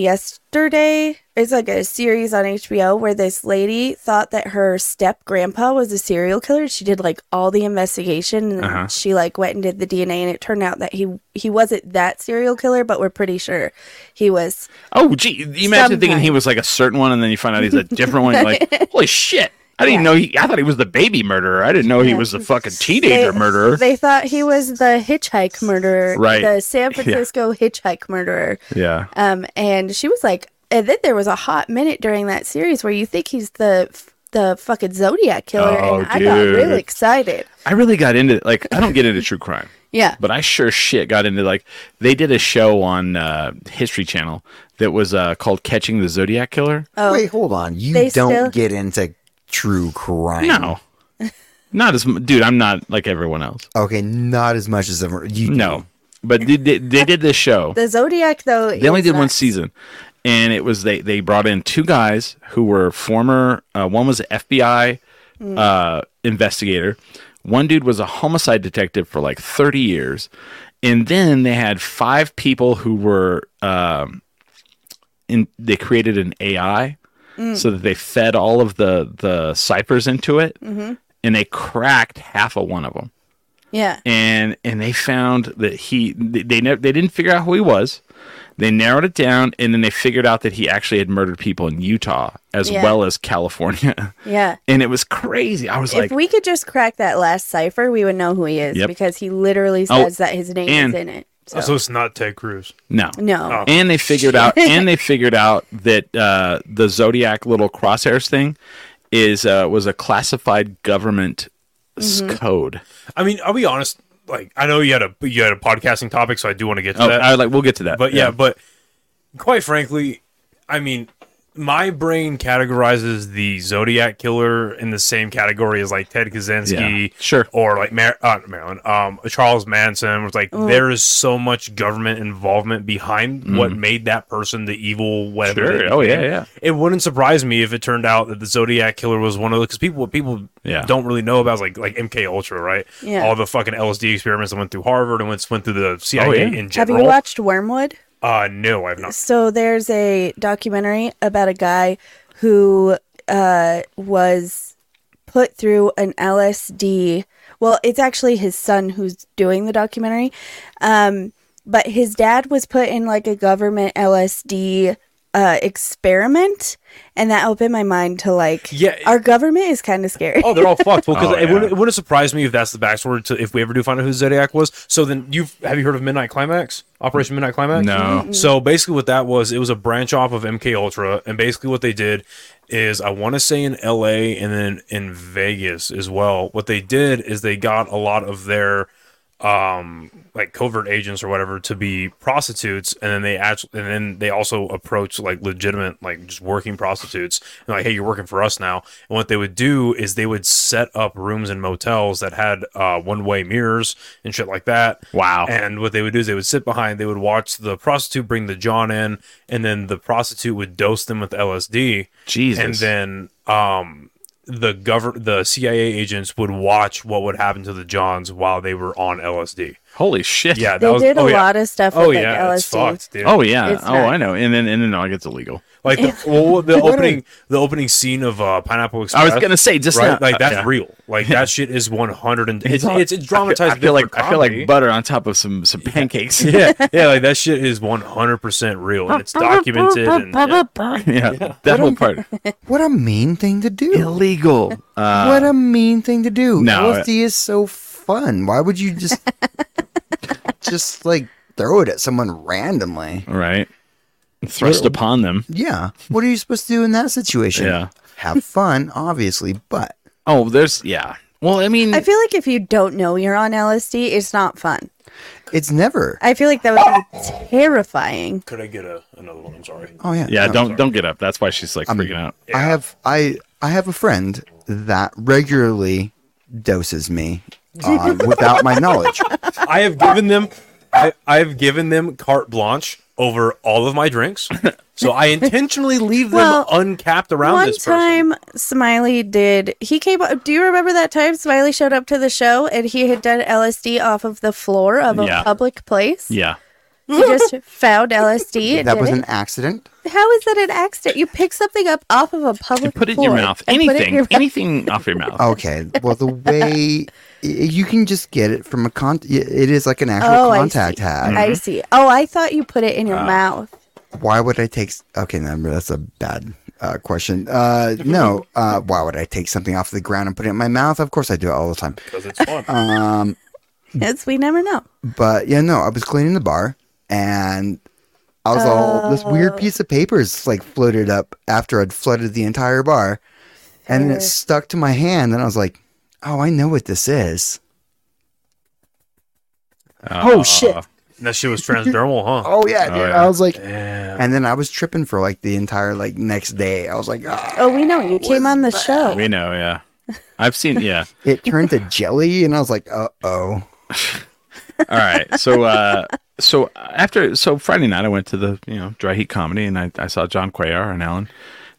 yesterday. It's like a series on HBO where this lady thought that her step grandpa was a serial killer. She did like all the investigation and Uh-huh. she like went and did the DNA and it turned out that he he wasn't that serial killer, but we're pretty sure he was. Oh, gee. You imagine thinking he Sometime. was like a certain one, and then you find out he's a different one. You're like, holy shit. I didn't know he, I thought he was the baby murderer. I didn't know he was the fucking teenager they, murderer. They thought he was the hitchhike murderer, Right. The San Yeah. Francisco hitchhike murderer. yeah. Um, and she was like, and then there was a hot minute during that series where you think he's the the fucking Zodiac killer, Oh, and I got dude. really excited. I really got into like I don't get into true crime. Yeah. But I sure shit got into like they did a show on uh, History Channel that was uh, called Catching the Zodiac Killer. Wait, hold on. You Oh. They don't still- get into true crime. No, not as m- dude. I'm not like everyone else. Okay, not as much as ever. You No, but they, they, they did this show. The Zodiac though, they only is did one not- season and it was they they brought in two guys who were former uh, one was a fbi uh, investigator one dude was a homicide detective for like 30 years and then they had five people who were um, in they created an ai so that they fed all of the the ciphers into it and they cracked half of one of them Yeah, and and they found that he they they, never, they didn't figure out who he was. They narrowed it down, and then they figured out that he actually had murdered people in Utah as Yeah. well as California, yeah. and it was crazy. I was like, if we could just crack that last cipher, we would know who he is Yep. because he literally Oh, says that his name and- is in it. So, Oh, So it's not Ted Cruz. no, Oh. no, and they figured out, and they figured out that uh, the Zodiac little crosshairs thing is uh, was a classified government s Mm-hmm. code. I mean, I'll be honest. Like, I know you had a you had a podcasting topic, so I do want to get to Oh, that. I like we'll get to that, But yeah, but quite frankly, I mean, my brain categorizes the Zodiac killer in the same category as like Ted Kaczynski, Yeah, sure. or like Mar- uh, not Marilyn, um, Charles Manson. Was like there is so much government involvement behind what made that person the evil. Whatever. Mm. Sure. they Oh, yeah, became. yeah. It wouldn't surprise me if it turned out that the Zodiac killer was one of the because people what people Yeah. don't really know about is like like MK Ultra, right? Yeah. All the fucking LSD experiments that went through Harvard and went went through the CIA Oh, yeah. in have general. you watched Wormwood? Uh, no, I've not. So there's a documentary about a guy who uh, was put through an LSD. Well, it's actually his son who's doing the documentary. Um, but his dad was put in like a government LSD uh, experiment, and that opened my mind to like, Yeah. our government is kind of scary. Oh, they're all fucked. Well, because Oh, it, yeah. wouldn't, it wouldn't surprise me if that's the backstory to if we ever do find out who Zodiac was. So then you've have you heard of Midnight Climax? Operation Midnight Climax? Mm-hmm. No. So basically, what that was, it was a branch off of MK Ultra, and basically what they did is, I want to say in L.A. and then in Vegas as well. What they did is they got a lot of their um like covert agents or whatever to be prostitutes and then they actually and then they also approach like legitimate like just working prostitutes and like hey you're working for us now and what they would do is they would set up rooms in motels that had uh one-way mirrors and shit like that Wow. and what they would do is they would sit behind they would watch the prostitute bring the john in and then the prostitute would dose them with lsd Jesus. and then um the govern the CIA agents would watch what would happen to the Johns while they were on LSD. holy shit. Yeah, that they was, did a oh, yeah. lot of stuff with Oh like, yeah, LSD. it's fucked, dude. Oh yeah. It's oh, not- I know. And then and then it all gets illegal. like the, well, the opening the opening scene of uh, Pineapple Express. I was gonna say just right, now- like that's yeah. real. Like that shit is one hundred and it's all- it's, it's dramatized. I feel, I feel for like I feel like comedy. butter on top of some some pancakes. yeah, yeah, like that shit is one hundred percent real and it's documented and yeah, that whole part What a mean thing to do. illegal. Uh, what a mean thing to do. no, LSD is so fun. Why would you just just like throw it at someone randomly? right, thrust upon them. Yeah. What are you supposed to do in that situation? Yeah. Have fun, obviously, but Oh, there's yeah. Well, I mean, I feel like if you don't know you're on LSD, it's not fun. it's never. I feel like that would be terrifying. could I get a another one? I'm sorry. Oh yeah. yeah. no. Don't don't get up. That's why she's like freaking out. I have I I have a friend that regularly doses me uh, without my knowledge. I have given them I, I've given them carte blanche over all of my drinks. So I intentionally leave them Well, uncapped around One this person. time, Smiley did. He came up. Do you remember that time Smiley showed up to the show and he had done LSD off of the floor of a Yeah. public place? Yeah. He just found LSD and that did was it. an accident. How is that an accident? You pick something up off of a public You put it in your floor mouth. and put it in Anything. your mouth. Anything off your mouth. Okay. Well, the way y- you can just get it from a con, y- it is like an actual Oh, I contact see. Mm-hmm. tag. I see. Oh, I thought you put it in Ah. your mouth. Why would I take? s- Okay, number that's a bad uh, question. Uh, Mm-hmm. no. Uh, why would I take something off the ground and put it in my mouth? Of course, I do it all the time. Because it's fun. It's we never know. But yeah, no, I was cleaning the bar and I was all this Oh. weird piece of papers like floated up after I'd flooded the entire bar. And then it stuck to my hand and I was like, Oh, I know what this is. Uh, that shit was transdermal, huh? Oh yeah, dude. yeah. I was like Damn. and then I was tripping for like the entire like next day. I was like, ah. Oh, we know you came on the show. Oh. We know, yeah. I've seen, yeah. it turned to jelly and I was like, uh oh. All right. So, uh, so after, so Friday night, I went to the, you know, dry heat comedy and I, I saw John Cuellar and Alan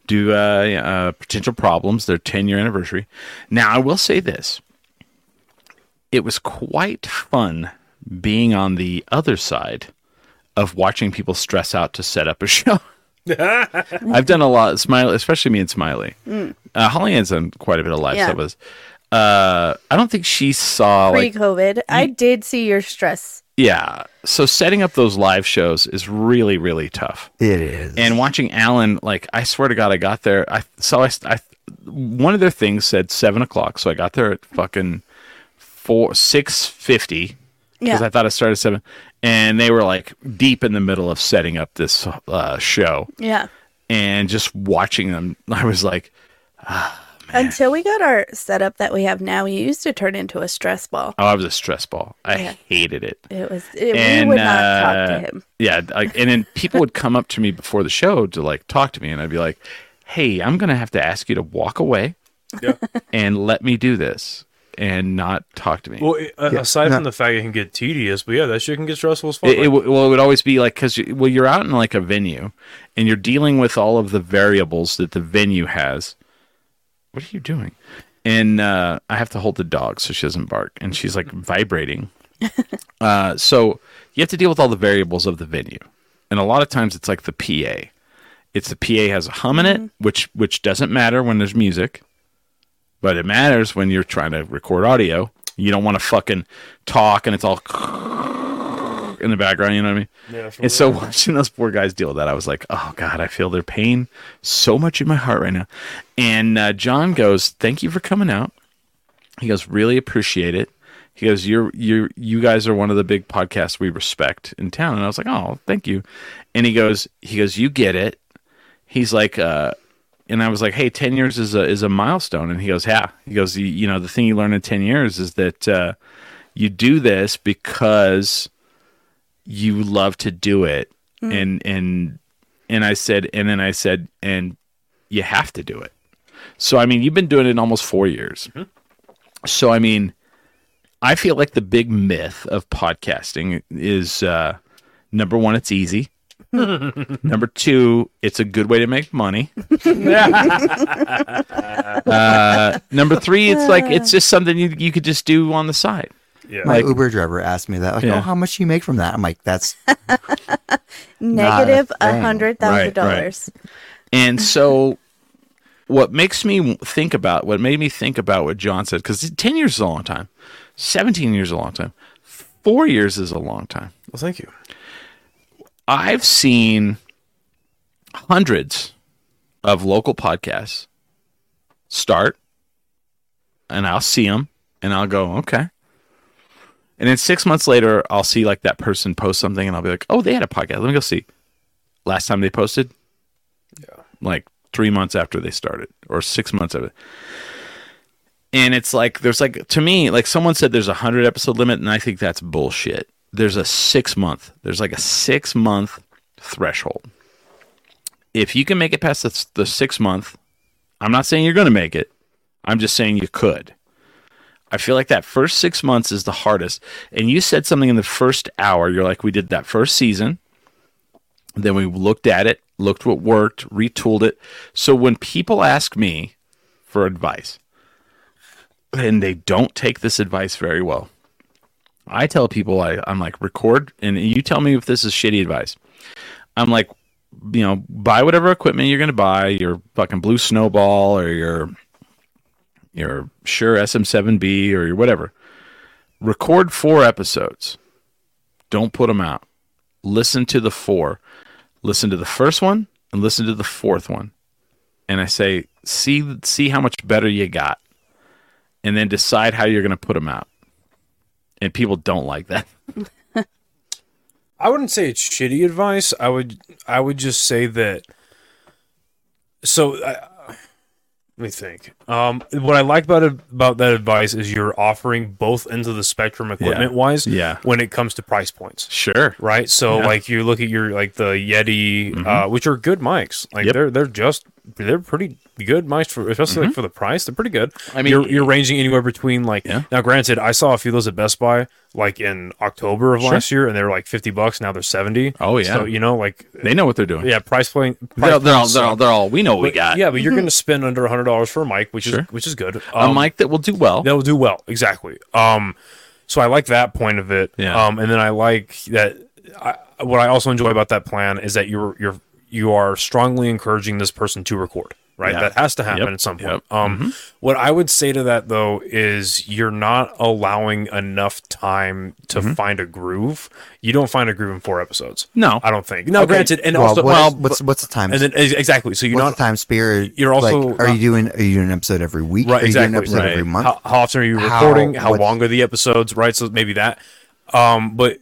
do, uh, uh, potential problems, their 10 year anniversary. Now, I will say this it was quite fun being on the other side of watching people stress out to set up a show. I've done a lot, Smiley, especially me and Smiley. Uh, Holly Ann's done quite a bit of live Yeah. set with us. Uh, I don't think she saw like Pre-COVID, I did see your stress. yeah. So setting up those live shows is really, really tough. It is. And watching Alan, like, I swear to God, I got there. I so I, I one of their things said seven o'clock, so I got there at fucking four six fifty because Yeah. I thought it started at seven, and they were like deep in the middle of setting up this uh, show, yeah. and just watching them, I was like, Until we got our setup that we have now, we used to turn into a stress ball. oh, I was a stress ball. I Yeah. hated it. It was it, and we would not talk uh, to him. Yeah, like, and then people would come up to me before the show to like talk to me, and I'd be like, "Hey, I'm gonna have to ask you to walk away, and let me do this, and not talk to me." Well, it- uh, aside no. from the fact it can get tedious, but yeah, that shit can get stressful as fuck. it, it, w- well, it would always be like because you, well, you're out in like a venue, and you're dealing with all of the variables that the venue has. What are you doing? And uh, I have to hold the dog so she doesn't bark, and she's like vibrating. uh, so you have to deal with all the variables of the venue, and a lot of times it's like the PA. It's the PA has a hum in it, which which doesn't matter when there's music but it matters when you're trying to record audio. You don't want to fucking talk and it's all in the background, you know what I mean? and so watching those poor guys deal with that, I was like, oh God, I feel their pain so much in my heart right now. And uh, John goes, thank you for coming out. He goes, really appreciate it. He goes, you're you you guys are one of the big podcasts we respect in town. And I was like, oh, thank you. And he goes, he goes, you get it. He's like, uh, and I was like, hey, ten years is a is a milestone. And he goes, yeah. He goes, you, you know, the thing you learn in ten years is that uh, you do this because you love to do it. And and and I said, and then I said, and you have to do it. So I mean, you've been doing it almost four years. So I mean, I feel like the big myth of podcasting is uh, number one, it's easy. number two, it's a good way to make money. uh, number three, it's like it's just something you, you could just do on the side. yeah. my like- Uber driver asked me that, like, Yeah. oh, how much do you make from that? I'm like, that's Negative thing. a hundred thousand dollars. And so, what makes me think about what made me think about what John said because ten years is a long time, seventeen years is a long time, four years is a long time. well, thank you. I've seen hundreds of local podcasts start, and I'll see them, and I'll go, okay. And then six months later, I'll see like that person post something, and I'll be like, oh, they had a podcast. Let me go see. Last time they posted, like three months after they started, or six months of it. And it's like there's like to me, like someone said there's a hundred episode limit, and I think that's bullshit. There's a six month, there's like a six month threshold. If you can make it past the, the six month, I'm not saying you're going to make it. I'm just saying you could. I feel like that first six months is the hardest. And you said something in the first hour. You're like, we did that first season, Then we looked at it, looked what worked, retooled it. So when people ask me for advice and they don't take this advice very well, I tell people I, I'm like, record and you tell me if this is shitty advice. I'm like, you know, buy whatever equipment you're gonna buy, your fucking blue snowball or your your sure SM7B or your whatever. Record four episodes. Don't put them out. Listen to the four. Listen to the first one and listen to the fourth one. And I say, see see how much better you got. And then decide how you're gonna put them out. And people don't like that. I wouldn't say it's shitty advice. I would I would just say that. So I, let me think. Um, what I like about it, about that advice is you're offering both ends of the spectrum equipment wise. Yeah. When it comes to price points, Sure. right? So Yeah. Mm-hmm. like you look at your like the Yeti, uh, which are good mics. Like Yep. Mm-hmm. they're they're just they're pretty good mics for especially like for the price. They're pretty good. I mean- you're, you're ranging anywhere between like Yeah. now. Granted, I saw a few of those at Best Buy like in October of Sure. last year, and they were like fifty bucks. Now they're seventy. Oh, yeah. So you know like They know what they're doing. yeah, price point. They're, all- they're all, they're, all, they're all we know what we got. Mm-hmm. Yeah, but you're going to spend under hundred dollars for a mic, which Sure. is which is good. a Um, mic that will do well. that will do well exactly um so i like that point of it Yeah. um and then i like that I, what i also enjoy about that plan is that you're you're you are strongly encouraging this person to record right Yeah. that has to happen Yep. at some point Yep. Mm-hmm. um what i would say to that though is you're not allowing enough time to Mm-hmm. find a groove you don't find a groove in four episodes No. i don't think now Okay. granted and Well, also what- well what's what's the time? and then ex- exactly so you're what's not the time spirit? you're also like, are not- you doing are you doing an episode every week? Right, are you doing an exactly. episode Right. every month? How, how often are you How- recording? How, what's- long are the episodes? Right, so maybe that. Um, but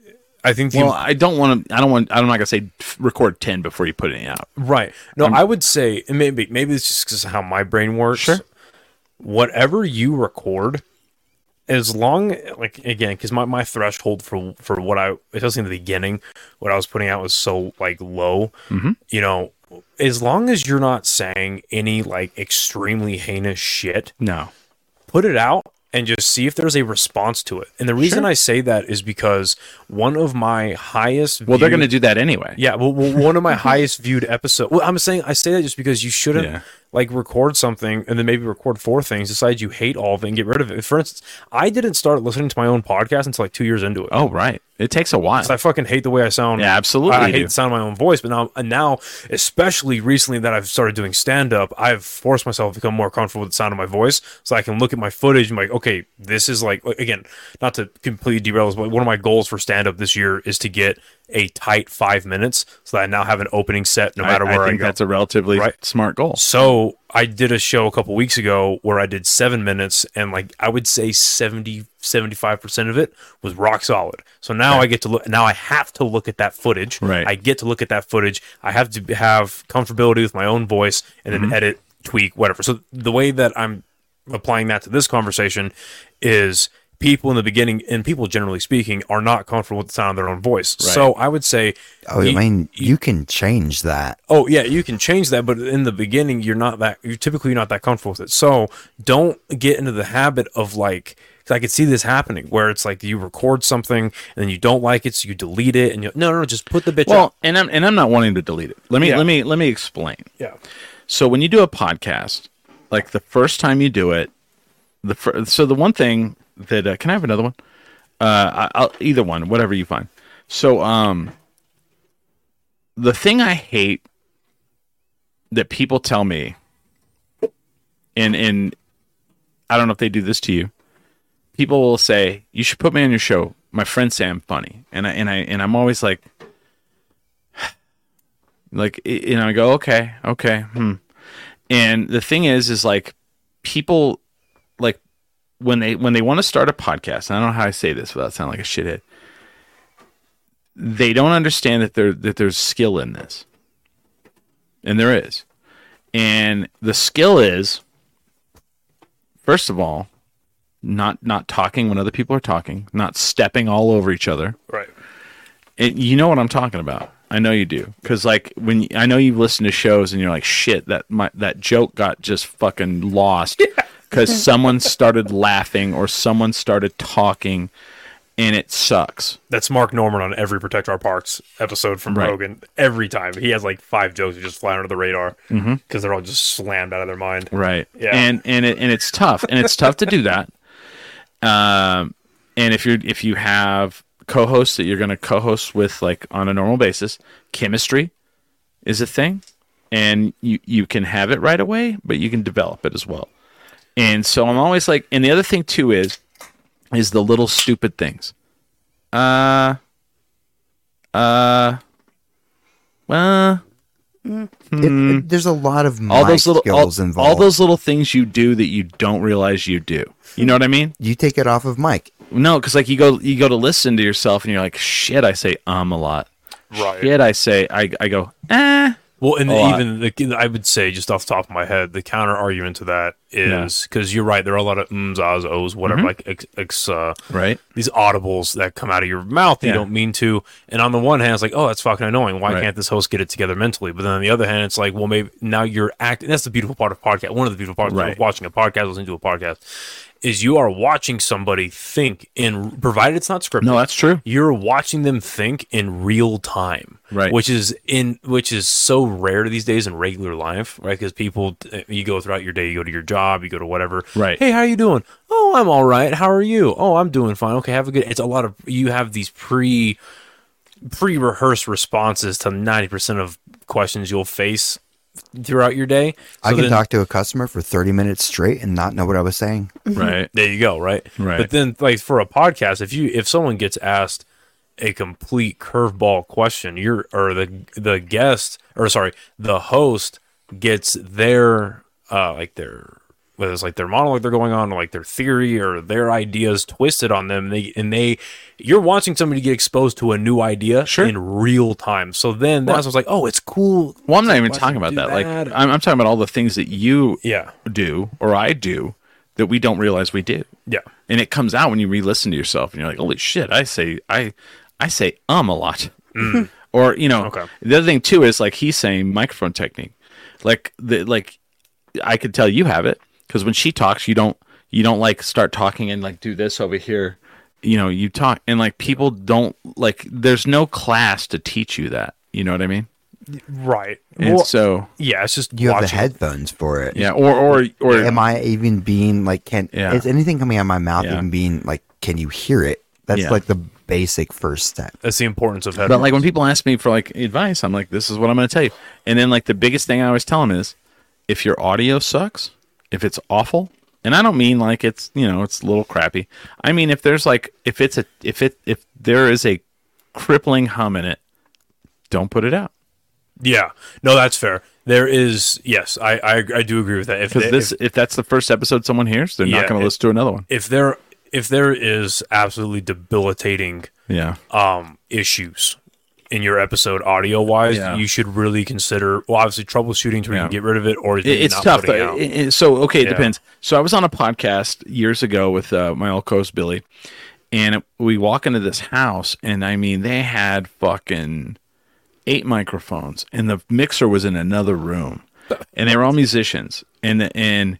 I think the Well, I don't want to. I don't want. I'm not gonna say f- record ten before you put it out. right. No, i would say and maybe maybe it's just 'cause of how my brain works. Sure. Whatever you record, as long like again, because my, my threshold for for what I especially in the beginning, what I was putting out was so like low. You know, as long as you're not saying any like extremely heinous shit, No. put it out and just see if there's a response to it. And the reason I say that is because one of my highest Well, they're viewed- gonna do that anyway. yeah, well, well, one of my highest viewed episodes. Well, I'm saying I say that just because you shouldn't Yeah. like record something and then maybe record four things, decide you hate all of it and get rid of it. For instance, I didn't start listening to my own podcast until like two years into it. Oh, right. It takes a while. 'Cause I fucking hate the way I sound. Yeah, absolutely I, I you hate do. the sound of my own voice. But now, and now, especially recently that I've started doing stand up, I've forced myself to become more comfortable with the sound of my voice, so I can look at my footage and be like, okay, this is like again, not to completely derail this, but one of my goals for stand up this year is to get a tight five minutes, so that I now have an opening set no I- matter I, where I, think go. that's a relatively Right. smart goal. So I did a show a couple weeks ago where I did seven minutes and like I would say 70, 75% of it was rock solid. So now I get to look, now I have to look at that footage. Right. I get to look at that footage. I have to have comfortability with my own voice and then edit, tweak, whatever. So the way that I'm applying that to this conversation is people in the beginning and people generally speaking are not comfortable with the sound of their own voice. So I would say, oh, I you- mean, you can change that. Oh yeah, you can change that, but in the beginning, you're not that. You're typically not that comfortable with it. So don't get into the habit of like. 'cause I could see this happening where it's like you record something and then you don't like it, so you delete it, and you no, no, no, just put the bitch. Well, up. and I'm and I'm not wanting to delete it. Let me Yeah. let me let me explain. yeah, So when you do a podcast, like the first time you do it, the fir- so the one thing that uh, can I have another one? Uh, I, I'll either one, whatever you find. So um, the thing I hate that people tell me, and and I don't know if they do this to you. People will say you should put me on your show. My friend Sam funny, and I and I and I'm always like, like y- you know, I go okay, okay, hmm. And the thing is, is like people like when they when they want to start a podcast, and I don't know how I say this without sounding like a shithead. They don't understand that there that there's skill in this. And there is. And the skill is first of all, not not talking when other people are talking, not stepping all over each other right. it, you know what I'm talking about. I know you do, because like when you, I know you listen to shows and you're like, shit, that my that joke got just fucking lost because someone started laughing or someone started talking, and it sucks. That's Mark Norman on every Protect Our Parks episode from Right. Rogan. Every time he has like five jokes that just fly under the radar because Mm-hmm. they're all just slammed out of their mind. Right. Yeah. And and it, and it's tough, and it's tough to do that. Um, and if you're if you have co-hosts that you're going to co-host with like on a normal basis, chemistry is a thing, and you you can have it right away, but you can develop it as well. And so I'm always like, and the other thing too is is the little stupid things. Uh. Uh. Well. It- it- Mm. there's a lot of all mic those little all, skills involved. all those little things you do that you don't realize you do. You know what I mean? you take it off of Mike. No, because like you go you go to listen to yourself and you're like, shit, I say um a lot. Right. Shit, I say I I go eh. Well, and A lot. even the, I would say just off the top of my head, the counter argument to that is because you're right. There are a lot of ums, ahs, ohs, whatever, Mm-hmm. like ex, ex, uh, Right. these audibles that come out of your mouth that Yeah. you don't mean to. And on the one hand, it's like, oh, that's fucking annoying. Why Right. can't this host get it together mentally? But then on the other hand, it's like, well, maybe now you're acting. That's the beautiful part of podcast. One of the beautiful parts Right. of watching a podcast, listening to a podcast, is you are watching somebody think, and provided it's not scripted, No, that's true. you're watching them think in real time Right. which is in which is so rare these days in regular life right because people you go throughout your day you go to your job you go to whatever Right. hey how you doing oh i'm all right how are you oh i'm doing fine okay have a good it's a lot of you have these pre pre-rehearsed responses to 90% of questions you'll face throughout your day I So can then- talk to a customer for 30 minutes straight and not know what I was saying. Right. there you go, right? Right. But then like for a podcast, if you if someone gets asked a complete curveball question, you're or the the guest or sorry, the host gets their uh like their whether it's like their monologue they're going on, or like their theory or their ideas twisted on them, they and they you're watching somebody get exposed to a new idea Sure. in real time. So then that's what's like, oh, it's cool. Well, I'm not even Why talking about do that. Like that? I'm, I'm talking about all the things that you Yeah, do or I do that we don't realize we do. yeah, And it comes out when you re-listen to yourself and you're like, holy shit, I say I I say um a lot. Or, you know, Mm. Okay. the other thing too is like he's saying microphone technique. Like the like I could tell you have it because when she talks, you don't you don't like start talking and like do this over here. You know, you talk and like people don't like there's no class to teach you that. You know what I mean? right. And Well, so yeah, it's just You have the watching. headphones for it. yeah, or or or Am I even being like, can, Yeah. is anything coming out of my mouth Yeah. even being like, can you hear it? That's Yeah. like the basic first step. That's the importance of headphones. But like when people ask me for like advice, I'm like, this is what I'm going to tell you. And then like the biggest thing I always tell them is, if your audio sucks, if it's awful, and I don't mean like it's you know it's a little crappy. I mean if there's like if it's a if it if there is a crippling hum in it, don't put it out Yeah, no, that's fair. There is yes, I I, I do agree with that. If because they- this if, if, that's the first episode someone hears, they're Yeah, not going it- to listen to another one. if there if there is absolutely debilitating Yeah, um issues in your episode audio wise, Yeah. you should really consider well obviously troubleshooting to where you Yeah. can get rid of it or It- it's not tough. putting it though. out. It- it- so okay, it Yeah. depends. So I was on a podcast years ago with uh, my old co-host Billy, and it- we walk into this house, and I mean, they had fucking eight microphones, and the mixer was in another room, and they were all musicians, and the, and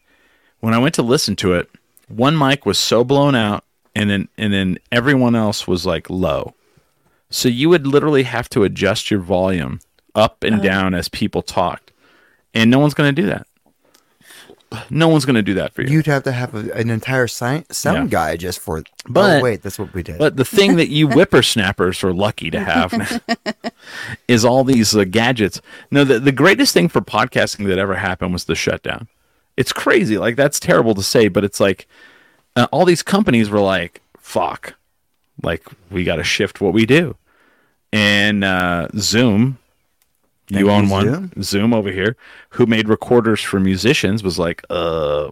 when I went to listen to it, one mic was so blown out, and then and then everyone else was like low. So you would literally have to adjust your volume up and down as people talked. And no one's going to do that. No one's going to do that for you. You'd have to have a, an entire sci- sound guy just for, But- oh, wait, that's what we did. but the thing that you whippersnappers are lucky to have is all these uh, gadgets. No, the, the greatest thing for podcasting that ever happened was the shutdown. It's crazy. Like, that's terrible to say, but it's like uh, all these companies were like, fuck, like, we got to shift what we do. And uh, Zoom, you own you, one, Zoom. Zoom over here, who made recorders for musicians, was like, uh,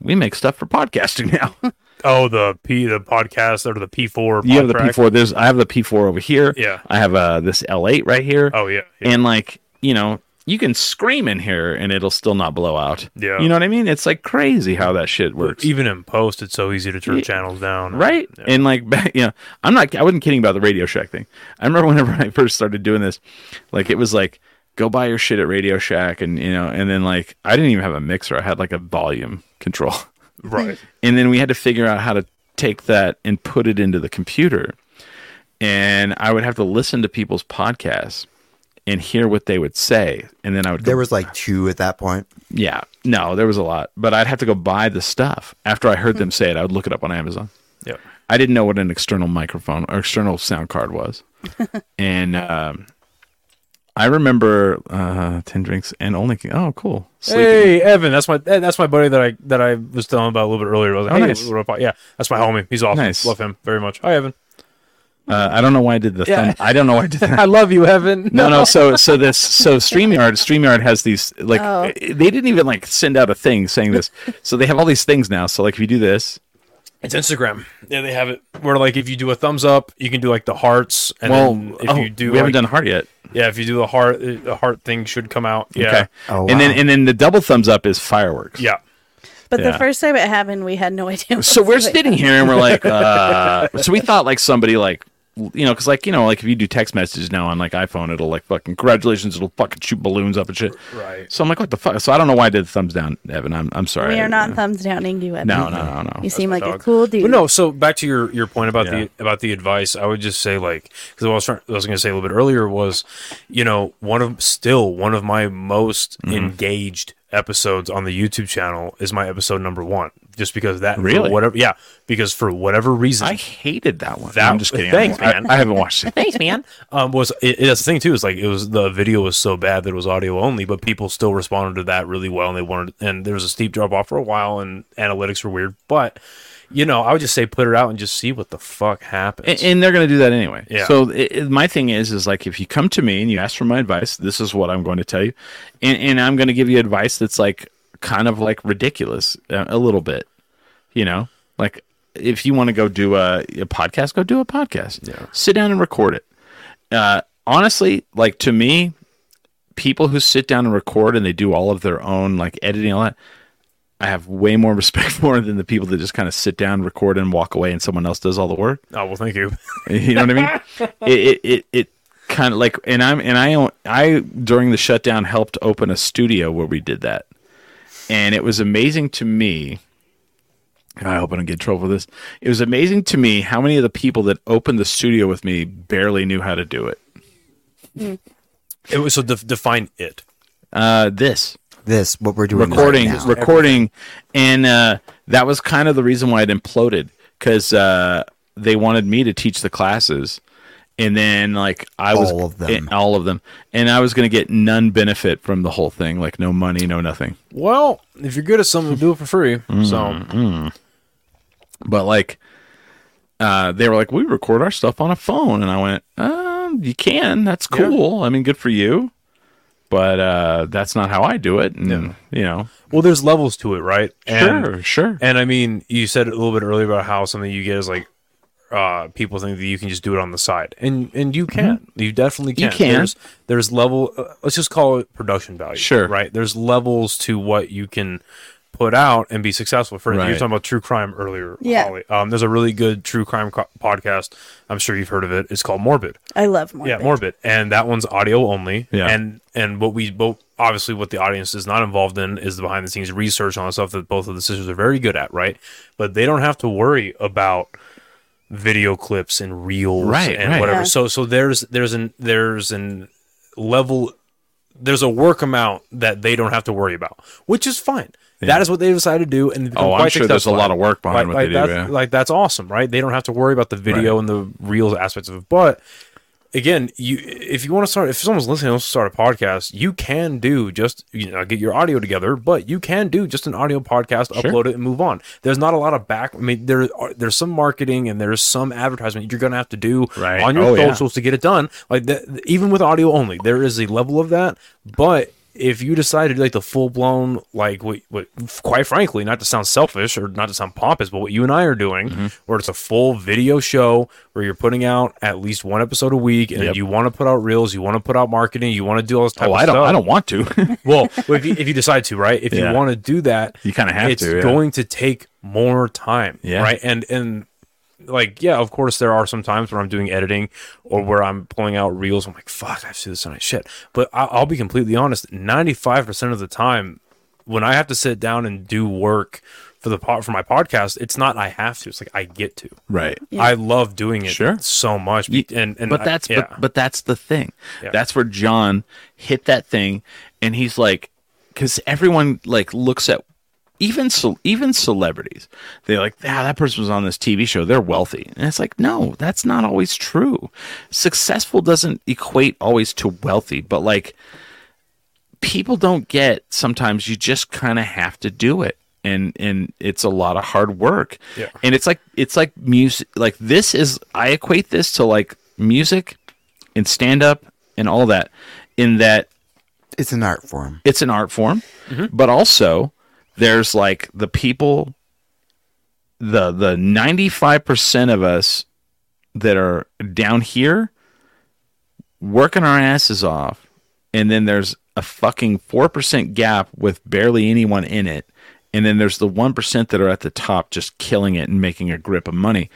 we make stuff for podcasting now. Oh, the P the podcast or the P four. you have the P4. There's I have the P4 over here. Yeah. I have uh this L8 right here. Oh yeah, yeah. And like you know, you can scream in here and it'll still not blow out. Yeah. E You know what I mean? It's like crazy how that shit works. even in post, it's so easy to turn channels down. Right? And like, back, you know, I'm not, I wasn't kidding about the Radio Shack thing. I remember whenever I first started doing this, like, it was like, go buy your shit at Radio Shack. And, you know, and then like, I didn't even have a mixer. I had like a volume control. right. And then we had to figure out how to take that and put it into the computer. And I would have to listen to people's podcasts and hear what they would say. And then I would go There was like two at that point. yeah. No, there was a lot, but I'd have to go buy the stuff. After I Hmm. heard them say it, I would look it up on Amazon. Yep. I didn't know what an external microphone or external sound card was. and um, I remember uh, 10 drinks and only, oh, cool. Sleeping. Hey, Evan, that's my eh, that's my buddy that I that I was telling about a little bit earlier. I was like, Oh, hey, nice. what about- yeah, that's my homie. He's awesome. Nice. Love him very much. Hi, Evan. Uh, I don't know why I did the Yeah. thumb. I don't know why I did that. I love you, Evan. No, no. So, so this, so Streamyard, Streamyard has these like Oh. eh, they didn't even like send out a thing saying this. So they have all these things now. So like if you do this, It's Instagram. Yeah, they have it where like if you do a thumbs up, you can do like the hearts. And then well, if oh, you do, we haven't like- done heart yet. Yeah, if you do the heart, eh, the heart thing should come out. Yeah, Okay. Oh, And then wow. and then the double thumbs up is fireworks. yeah. But Yeah. the first time it happened, we had no idea. what So was we're going sitting here and we're like, uh, so we thought like somebody like, you know, because like you know, like if you do text messages now on like iPhone, it'll like fucking congratulations, it'll fucking shoot balloons up and shit. Right. So I'm like, what the fuck? So I don't know why I did the thumbs down, Evan. I'm I'm on. sorry. We are not Uh, thumbs downing you. Evan. No, no, no, no. You seem like a dog. cool dude. But no, so back to your, your point about Yeah. the about the advice, I would just say like because what I was trying, what I was going to say a little bit earlier was, you know, one of still one of my most Mm-hmm. engaged episodes on the YouTube channel is my episode number one, just because that for Really? whatever yeah because for whatever reason I hated that one. That- I'm just kidding. Thanks, I, man. I haven't watched it. thanks man um was it, it- that's the thing too is like it was the video was so bad that it was audio only but people still responded to that really well and they wanted and there was a steep drop off for a while and analytics were weird but you know i would just say put it out and just see what the fuck happens and, and they're going to do that anyway. Yeah. So it, it- my thing is, is like if you come to me and you ask for my advice, this is what I'm going to tell you, and, and I'm going to give you advice that's like kind of like ridiculous uh, a little bit, you know, like if you want to go do a, a podcast, go do a podcast. Yeah. Sit down and record it. Uh, honestly, like to me, people who sit down and record and they do all of their own like editing and all that. I have way more respect for than the people that just kind of sit down, record, and walk away, and someone else does all the work. oh well thank you You know what I mean? it it it, it kind of like and I'm and I own- I during the shutdown helped open a studio where we did that, and it was amazing to me. I hope I don't get in trouble for this. It was amazing to me how many of the people that opened the studio with me barely knew how to do it. it was so def- define it Uh, this This what we're doing recording, Right now. recording, and uh, that was kind of the reason why it imploded because uh, they wanted me to teach the classes, and then like I was All of them. and- all of them, and I was going to get none benefit from the whole thing, like no money, no nothing. well if you're good at something do it for free Mm-hmm. so mm-hmm. But like, uh, they were like, we record our stuff on a phone, and I went, um, you can, that's cool. I mean, good for you. But uh, that's not how I do it, and you know, well there's levels to it right And- sure, sure, And I mean, you said a little bit earlier about how something you get is like uh, people think that you can just do it on the side, and and you can, you definitely can. Mm-hmm. You can. There's, there's level. Uh, let's just call it production value. Sure. Right. There's levels to what you can put out and be successful. For you were Right. talking about true crime earlier. Yeah. Holly. Um, there's a really good true crime co- podcast. I'm sure you've heard of it. It's called Morbid. I love more. Yeah, morbid, and that one's audio only. Yeah. and and what we both obviously what the audience is not involved in is the behind the scenes research and all that stuff that both of the sisters are very good at, right? But they don't have to worry about video clips and reels, Right, and right. whatever. Yeah. So so there's there's an there's an level there's a work amount that they don't have to worry about, which is fine. That is what they decided to do, and they become Oh, I'm quite sure there's a successful lot at of it. work behind like, what like they do, yeah. that's, Like that's awesome, right? They don't have to worry about the video and the reels aspects of it. But again, you if you want to start, if someone's listening, wants to start a podcast, you can do just you know get your audio together, but you can do just an audio podcast, upload it, and move on. There's not a lot of back. I mean, there are, there's some marketing and there's some advertisement you're gonna have to do Right. on your Oh, yeah. social socials to get it done. Like that, even with audio only, there is a level of that. But if you decide to do like the full blown, like what, what, quite frankly, not to sound selfish or not to sound pompous, but what you and I are doing, Mm-hmm. where it's a full video show where you're putting out at least one episode a week, and Yep. you want to put out reels, you want to put out marketing, you want to do all this type Oh, of I don't, stuff. I don't want to. Well, if you, if you decide to, right? If Yeah. you want to do that, You kinda have it's to, yeah. going to take more time, Yeah. right? And and like, yeah, of course, there are some times where I'm doing editing or where I'm pulling out reels. I'm like, fuck, I have to do this tonight, shit. But I, I'll be completely honest. Ninety five percent of the time, when I have to sit down and do work for the po- for my podcast, it's not I have to. It's like I get to. Right. I love doing it Sure. so much. Ye- and, and but I- that's yeah. but, but that's the thing. Yeah. That's where John hit that thing, and he's like, because everyone like looks at even ce- even celebrities. They're like, ah, that person was on this TV show. They're wealthy, and it's like, no, that's not always true. Successful doesn't equate always to wealthy, but like people don't get sometimes you just kind of have to do it and and it's a lot of hard work Yeah. and it's like it's like music like this is i equate this to like music and stand up and all that in that It's an art form. it's an art form but also there's like the people the the 95% of us that are down here working our asses off and then there's a fucking 4% gap with barely anyone in it and then there's the 1% that are at the top just killing it and making a grip of money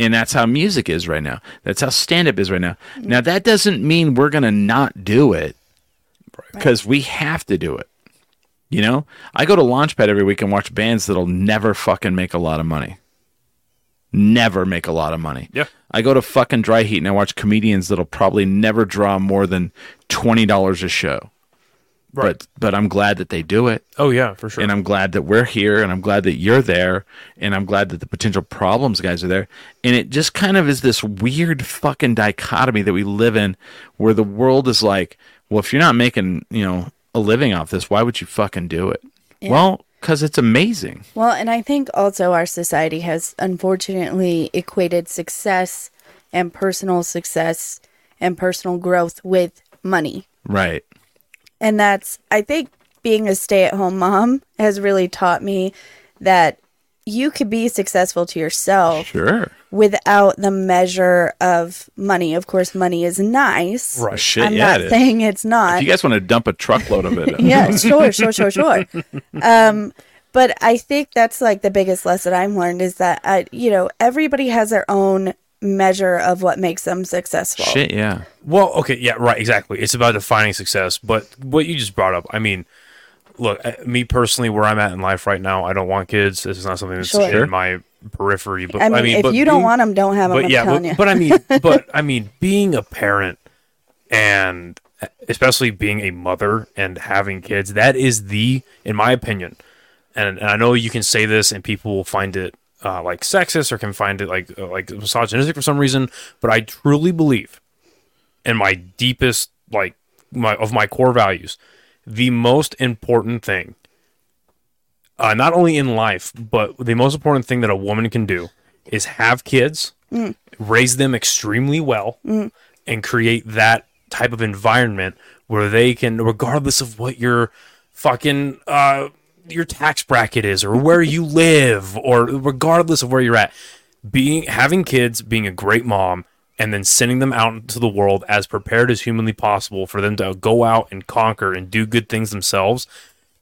and that's how music is right now that's how stand up is right now now that doesn't mean we're going to not do it because we have to do it you know i go to launchpad every week and watch bands that'll never fucking make a lot of money never make a lot of money Yeah. I go to fucking dry heat and I watch comedians that'll probably never draw more than twenty dollars a show. Right. But but I'm glad that they do it, oh yeah, for sure. and I'm glad that we're here, and I'm glad that you're there, and I'm glad that the potential problems guys are there. And it just kind of is this weird fucking dichotomy that we live in, where the world is like, well, if you're not making you know a living off this, why would you fucking do it? Well, because it's amazing. Well, and I think also our society has unfortunately equated success and personal success and personal growth with money. Right. And that's, I think, being a stay at home mom has really taught me that you could be successful to yourself Sure. without the measure of money. Of course, money is nice. right. Shit. I'm yeah. not it is. saying it's If not. you guys want to dump a truckload of it, uh, yeah, sure, sure, sure, sure. Um, but I think that's like the biggest lesson I've learned is that I, you know everybody has their own measure of what makes them successful. shit. Yeah. Well, okay, yeah, right, exactly. It's about defining success, but what you just brought up, I mean, look, I- me personally, where I'm at in life right now, I don't want kids. This is not something that's Sure. in my periphery. But I mean, if but you don't being- want them, don't have them. but I'm yeah, telling but, you. but I mean, but I mean, being a parent and especially being a mother and having kids, that is the, in my opinion, and, and I know you can say this and people will find it uh, like sexist or can find it like uh, like misogynistic for some reason, but I truly believe, in my deepest like my of my core values, the most important thing. Uh, not only in life, but the most important thing that a woman can do is have kids, raise them extremely well and create that type of environment where they can regardless of what your fucking uh your tax bracket is or where you live or regardless of where you're at being having kids being a great mom and then sending them out into the world as prepared as humanly possible for them to go out and conquer and do good things themselves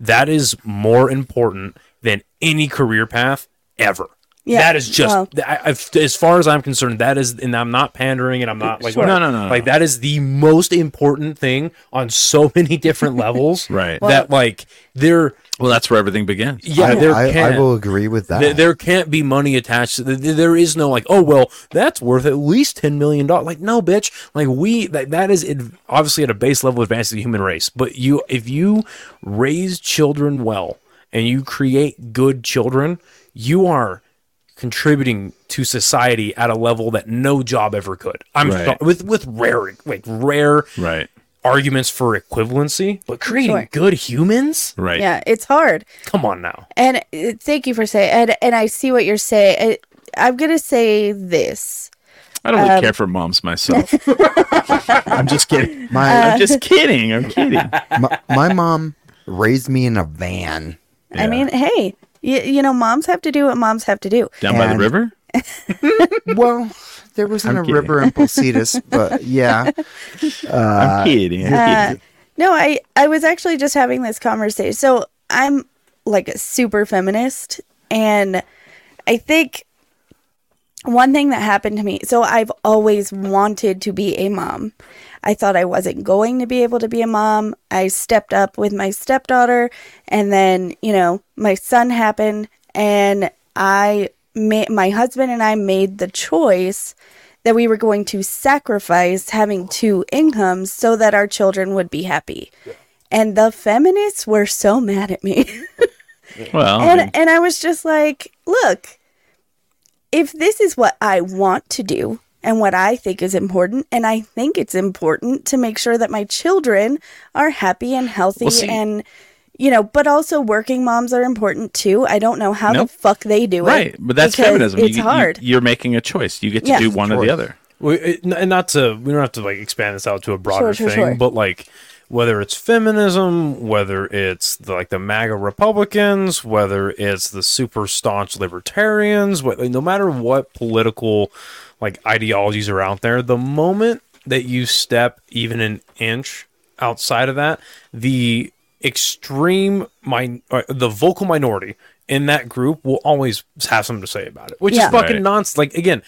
that is more important than any career path ever Yeah, that is just well- I, I've, as far as I'm concerned, that is, and I'm not pandering, and I'm not like Sure. No, whatever. no, no, like that is the most important thing on so many different levels, Right. that like there, Well, that's where everything begins. yeah, I, there I, can I will agree with that. there, there can't be money attached. To, th- th- there is no like, oh well, that's worth at least ten million dollars. Like, no, bitch. Like we that that is ad- obviously at a base level advance of the human race. But you, if you raise children well and you create good children, you are contributing to society at a level that no job ever could. I'm Right. so- with with rare like rare Right. arguments for equivalency, but creating Sure. good humans. Right. yeah, it's hard. Come on now. And uh, thank you for saying. And and I see what you're saying. I, I'm gonna say this. I don't really um, care for moms myself. I'm just kidding. my I'm just kidding. I'm kidding. my, my mom raised me in a van. Yeah. I mean, hey, you, you know, moms have to do what moms have to do. Down by the And- river? Well, there wasn't I'm a river in Pulsitis, but yeah, I'm kidding. I'm Uh, kidding. No, I I was actually just having this conversation. So I'm like a super feminist, and I think one thing that happened to me. So I've always wanted to be a mom. I thought I wasn't going to be able to be a mom. I stepped up with my stepdaughter, and then you know my son happened, and I made my husband and I made the choice that we were going to sacrifice having two incomes so that our children would be happy. And the feminists were so mad at me. Well, I mean, and and I was just like, look, if this is what I want to do and what I think is important, and I think it's important to make sure that my children are happy and healthy Well, see- and you know, but also working moms are important too. I don't know how Nope. the fuck they do it. right, but that's because feminism. It's you, hard. You, are making a choice. You get to Yeah. do one or the other. We, it, n- and not to we don't have to like expand this out to a Sure, broader sure, thing, sure. but like whether it's feminism, whether it's the, like the MAGA Republicans, whether it's the super staunch libertarians, what, no matter what political like ideologies are out there, the moment that you step even an inch outside of that, the extreme min- or the vocal minority in that group will always have something to say about it, which Yeah. is fucking Right. nonsense. Like again,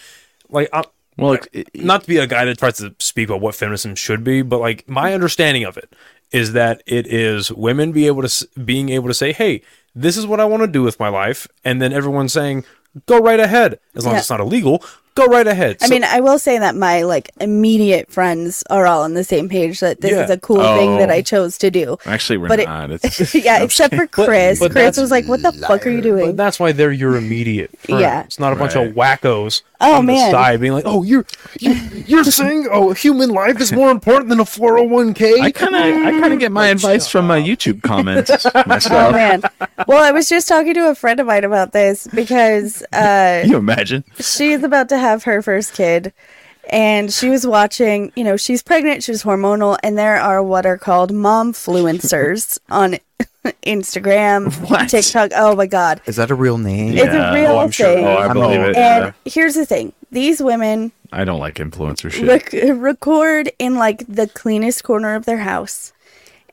like I'm, Well, it- it- not to be a guy that tries to speak about what feminism should be, but like my understanding of it is that it is women be able to s- being able to say, "Hey, this is what I want to do with my life," and then everyone saying, "Go right ahead," as long Yeah. as it's not illegal. Go right ahead. I So- mean, I will say that my like immediate friends are all on the same page that this Yeah. is a cool thing that Oh. I chose to do. Actually, we're But it- not. It's, yeah, except for Chris. but Chris that's was like, "What the fuck are you But doing?" that's why they're your immediate friends. Yeah. It's not a bunch Right. of wackos Oh, on man. the side being like, "Oh, you're you, you're saying oh, human life is more important than a 401k." I kind of, I kind of get my advice from my YouTube comments Oh myself. man. Well, I was just talking to a friend of mine about this because uh, Can you imagine? she's about to have her first kid, and she was watching. You know, she's pregnant. She's hormonal, and there are what are called momfluencers on Instagram, What? TikTok. Oh my god, Is that a real name? it's a real oh, I'm thing. sure. Oh, I I'm believe old. it. and yeah. here's the thing: these women I don't like influencer shit. rec- record in like the cleanest corner of their house.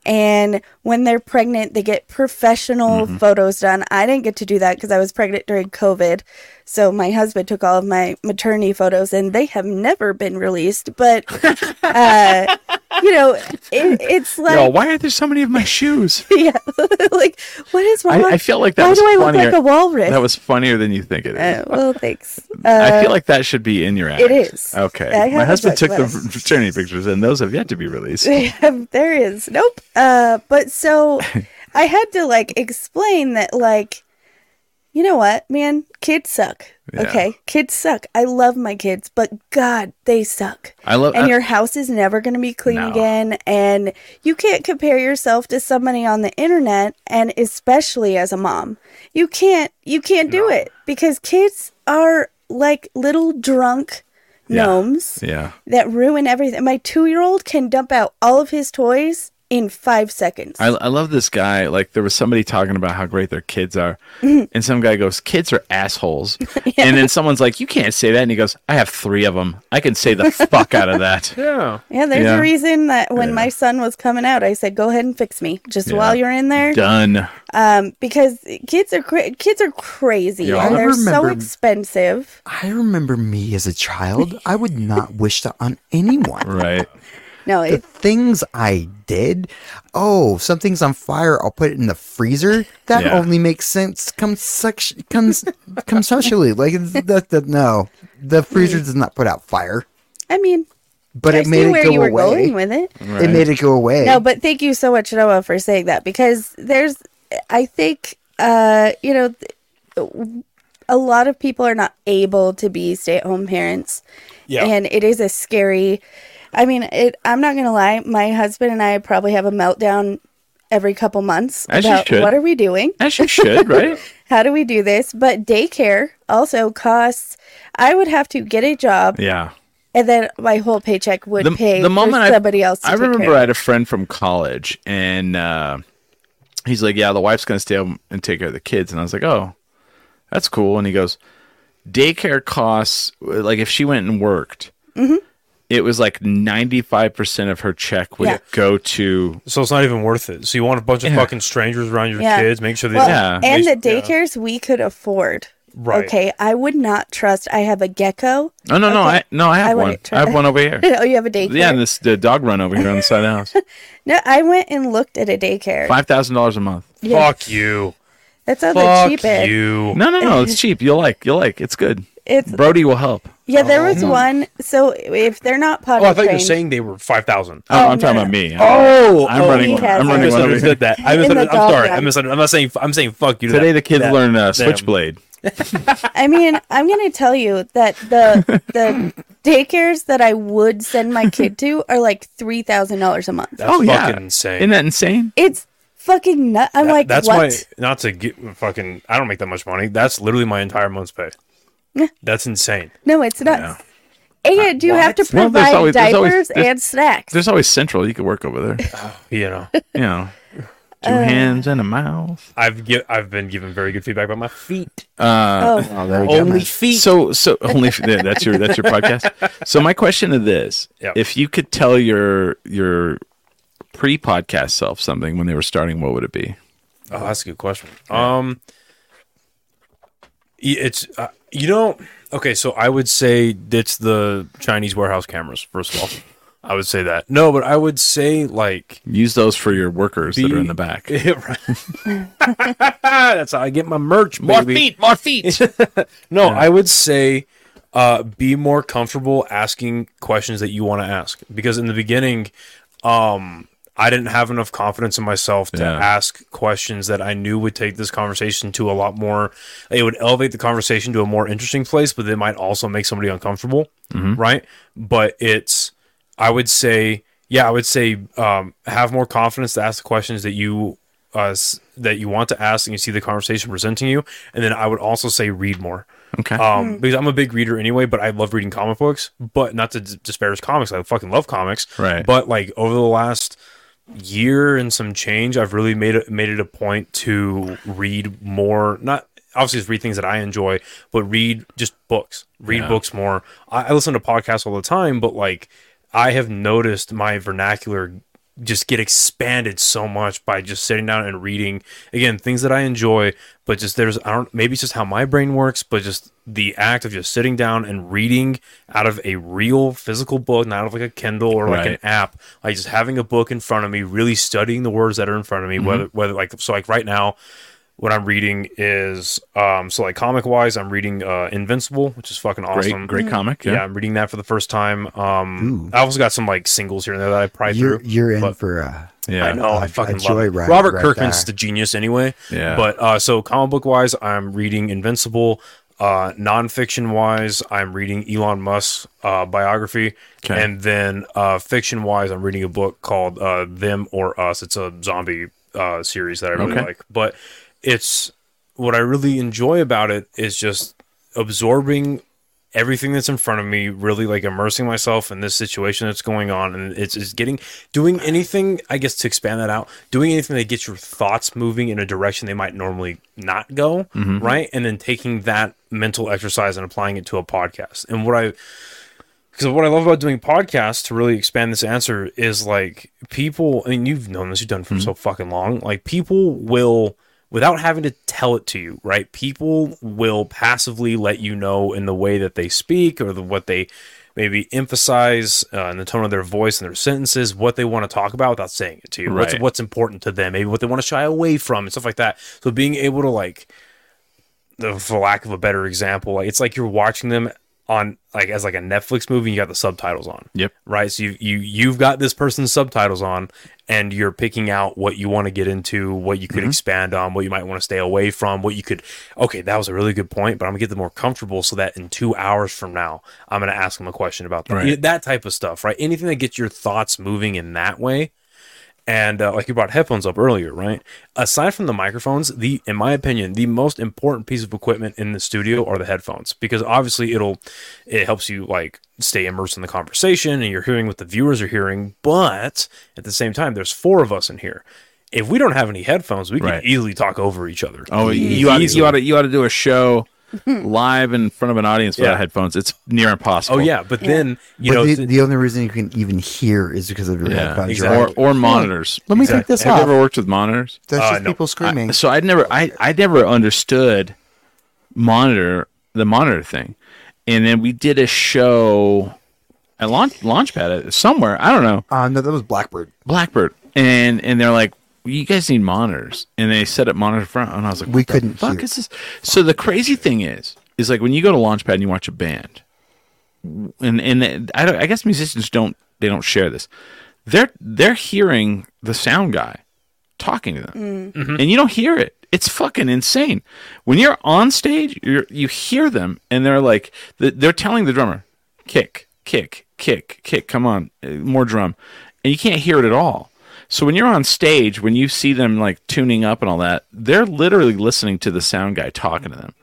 And when they're pregnant, they get professional Mm-hmm. photos done. I didn't get to do that because I was pregnant during COVID. So my husband took all of my maternity photos and they have never been released. But, uh, you know, it, it's like, Yo, why are there so many of my shoes? yeah, like, what is wrong? I, I feel like that Why was do I look funnier. like a walrus? that was funnier than you think it is. uh, well, thanks. Uh, I feel like that should be in your ad. it is. I Okay. My haven't husband talked took the about it. fraternity pictures, and those have yet to be released. They have- there is nope uh but so i had to like explain that like you know what man kids suck Yeah. okay kids suck i love my kids but god they suck I love. and I- your house is never going to be clean No. again and you can't compare yourself to somebody on the internet and especially as a mom you can't you can't do it because kids are like little drunk Yeah. gnomes yeah. that ruin everything. My two year old can dump out all of his toys in five seconds. I, I love this guy. Like there was somebody talking about how great their kids are, and some guy goes, "Kids are assholes," and then someone's like, "You can't say that," and he goes, "I have three of them. I can say the fuck out of that." yeah. yeah, there's yeah. a reason that when Yeah. my son was coming out, I said, "Go ahead and fix me, just Yeah. while you're in there," Done. um, because kids are cra- kids are crazy Yeah. and I they're so remember- expensive. I remember me as a child. I would not wish that on anyone. Right. No, The it, things I did. Oh, something's on fire. I'll put it in the freezer. That Yeah. only makes sense. Come section. Come, come socially. Like that. that- no, the freezer does not put out fire, I mean, but I it see made where it go you were away. going with it. It made it go away. No, but thank you so much, Noah, for saying that because there's, I think, uh, you know, th- a lot of people are not able to be stay at home parents. Yeah. And it is a scary, I mean, it, I'm not going to lie. My husband and I probably have a meltdown every couple months As you about should. what are we doing? As you should, right? How do we do this? But daycare also costs, I would have to get a job Yeah. and then my whole paycheck would The- pay the moment for I- somebody else. To I take care remember of. I had a friend from college, and uh, he's like, "Yeah, the wife's gonna stay home and take care of the kids," and I was like, "Oh, that's cool." And he goes, "Daycare costs like if she went and worked." Mm-hmm. It was like ninety five percent of her check would Yeah. go to So it's not even worth it. So you want a bunch of fucking strangers around your Yeah. kids, make sure they Well, Yeah. And the Yeah. daycares we could afford. Right. Okay. I would not trust. I have a gecko. no no no Okay. I no I have I wouldn't one try- I have one over here oh, you have a daycare. yeah and this the dog run over here on the side of the house no, I went and looked at a daycare. five thousand dollars a month Fuck you. That sounds Fuck like cheap. ad. you. No, no, no. It's cheap. You'll like. You'll like. It's good. It's Brody will help. yeah. There was one. So if they're not Oh, potty I thought you were trained- saying they were five thousand. Oh, Oh, I'm talking no, about no. me. Oh, I'm oh, running. he one- has I'm running one over here. misunderstood that. I In the misunderstood. I'm golf sorry. I round. misunderstood. I'm not saying. I'm saying fuck you. to Today that- the kids that- learn uh, them. switchblade. I mean, I'm gonna tell you that the the daycares that I would send my kid to are like three thousand dollars a month. That's oh yeah, fucking insane. Isn't that insane? It's fucking nut. I'm That- like, that's what? why not to get fucking. I don't make that much money. That's literally my entire month's pay. Yeah. That's insane. No, it's nuts. And you have to Well, provide there's always- there's diapers always- there's- and snacks. There's always central. You could work over there. You know, You know, two hands and a mouth. I've gi- I've been given very good feedback about my feet. oh, Oh, there you go. Only feet. So, so only if, yeah, that's your that's your podcast. So my question is this: Yep. If you could tell your your pre-podcast self something when they were starting, what would it be? Oh, that's a good question. Um, y- it's uh, you know, okay. So I would say that's the Chinese warehouse cameras. First of all, I would say that. No, but I would say like Use those for your workers that are in the back. that's how I get my merch. More feet, more feet. no, I would say uh, be more comfortable asking questions that you want to ask because in the beginning, um, I didn't have enough confidence in myself to Yeah. ask questions that I knew would take this conversation to a lot more. It would elevate the conversation to a more interesting place, but it might also make somebody uncomfortable, right? But it's, I would say, yeah, I would say um, have more confidence to ask the questions that you uh, s- that you want to ask and you see the conversation presenting you. And then I would also say read more. Okay. Um, because I'm a big reader anyway, but I love reading comic books. But not to d- disparage comics, I fucking love comics. Right. But like over the last year and some change, I've really made it made it a point to read more. Not obviously just read things that I enjoy, but read just books. Read books more. I, I listen to podcasts all the time, but like I have noticed my vernacular just get expanded so much by just sitting down and reading again things that I enjoy, but just there's I don't maybe it's just how my brain works, but just the act of just sitting down and reading out of a real physical book, not out of like a Kindle or like an Right. app, like just having a book in front of me, really studying the words that are in front Mm-hmm. of me, whether whether like so like right now what I'm reading is um so like comic wise I'm reading uh Invincible, which is fucking great, awesome. great comic. Yeah. Yeah. I'm reading that for the first time. Um, I also got some like singles here and there that I pried You're through. you're in but- for uh, a yeah. I know. I fucking love it. joyride Robert right Kirkman's there. the genius anyway. Yeah. But uh, so comic book wise, I'm reading Invincible. Uh, nonfiction wise, I'm reading Elon Musk's uh, biography, 'Kay. and then uh, fiction wise, I'm reading a book called uh, "Them or Us." It's a zombie uh, series that I really Okay. like, but it's what I really enjoy about it is just absorbing everything that's in front of me really like immersing myself in this situation that's going on and it's, it's getting doing anything i guess to expand that out doing anything that gets your thoughts moving in a direction they might normally not go right and then taking that mental exercise and applying it to a podcast and what i because what I love about doing podcasts to really expand this answer is like people, I mean, you've known this, you've done it for so fucking long. Like people will, without having to tell it to you, right? People will passively let you know in the way that they speak or the, what they maybe emphasize uh, in the tone of their voice and their sentences, what they want to talk about without saying it to you. What's, Right. what's important to them, maybe what they want to shy away from and stuff like that. So being able to like, the- for lack of a better example, like it's like you're watching them on like as like a Netflix movie, and you got the subtitles on. Yep. Right. So you you you've got this person's subtitles on, and you're picking out what you want to get into, what you could Mm-hmm. expand on, what you might want to stay away from, what you could. Okay, that was a really good point, but I'm gonna get them more comfortable so that in two hours from now, I'm gonna ask them a question about that. Right. That type of stuff, right? Anything that gets your thoughts moving in that way and uh, like you brought headphones up earlier, right? Aside from the microphones, the in my opinion, the most important piece of equipment in the studio are the headphones because obviously it'll it helps you like stay immersed in the conversation and you're hearing what the viewers are hearing, but at the same time there's four of us in here. If we don't have any headphones, we Right. could easily talk over each other. Oh, you ought, you ought to you ought to do a show live in front of an audience without Yeah. headphones. It's near impossible. Oh, yeah, but then you But know the, th- the only reason you can even hear is because of your Yeah. headphones. Exactly. Right? Or or monitors. Hmm. Let me take this Have off. you ever worked with monitors? That's Uh, just no. people screaming. So I'd never I I never understood monitor the monitor thing, and then we did a show at launch launchpad uh, somewhere I don't know uh, no, that was Blackbird. Blackbird and and they're like you guys need monitors, and they set up monitor front, and I was like, We what the couldn't fuck hear. is this? So the crazy thing is, is like when you go to Launchpad and you watch a band, and and I don't, I guess musicians don't they don't share this. They're they're hearing the sound guy talking to them, Mm-hmm. and you don't hear it. It's fucking insane. When you're on stage, you you hear them, and they're like th- they're telling the drummer, kick, kick, kick, kick. Come on, uh, more drum, and you can't hear it at all. So when you're on stage, when you see them like tuning up and all that, they're literally listening to the sound guy talking to them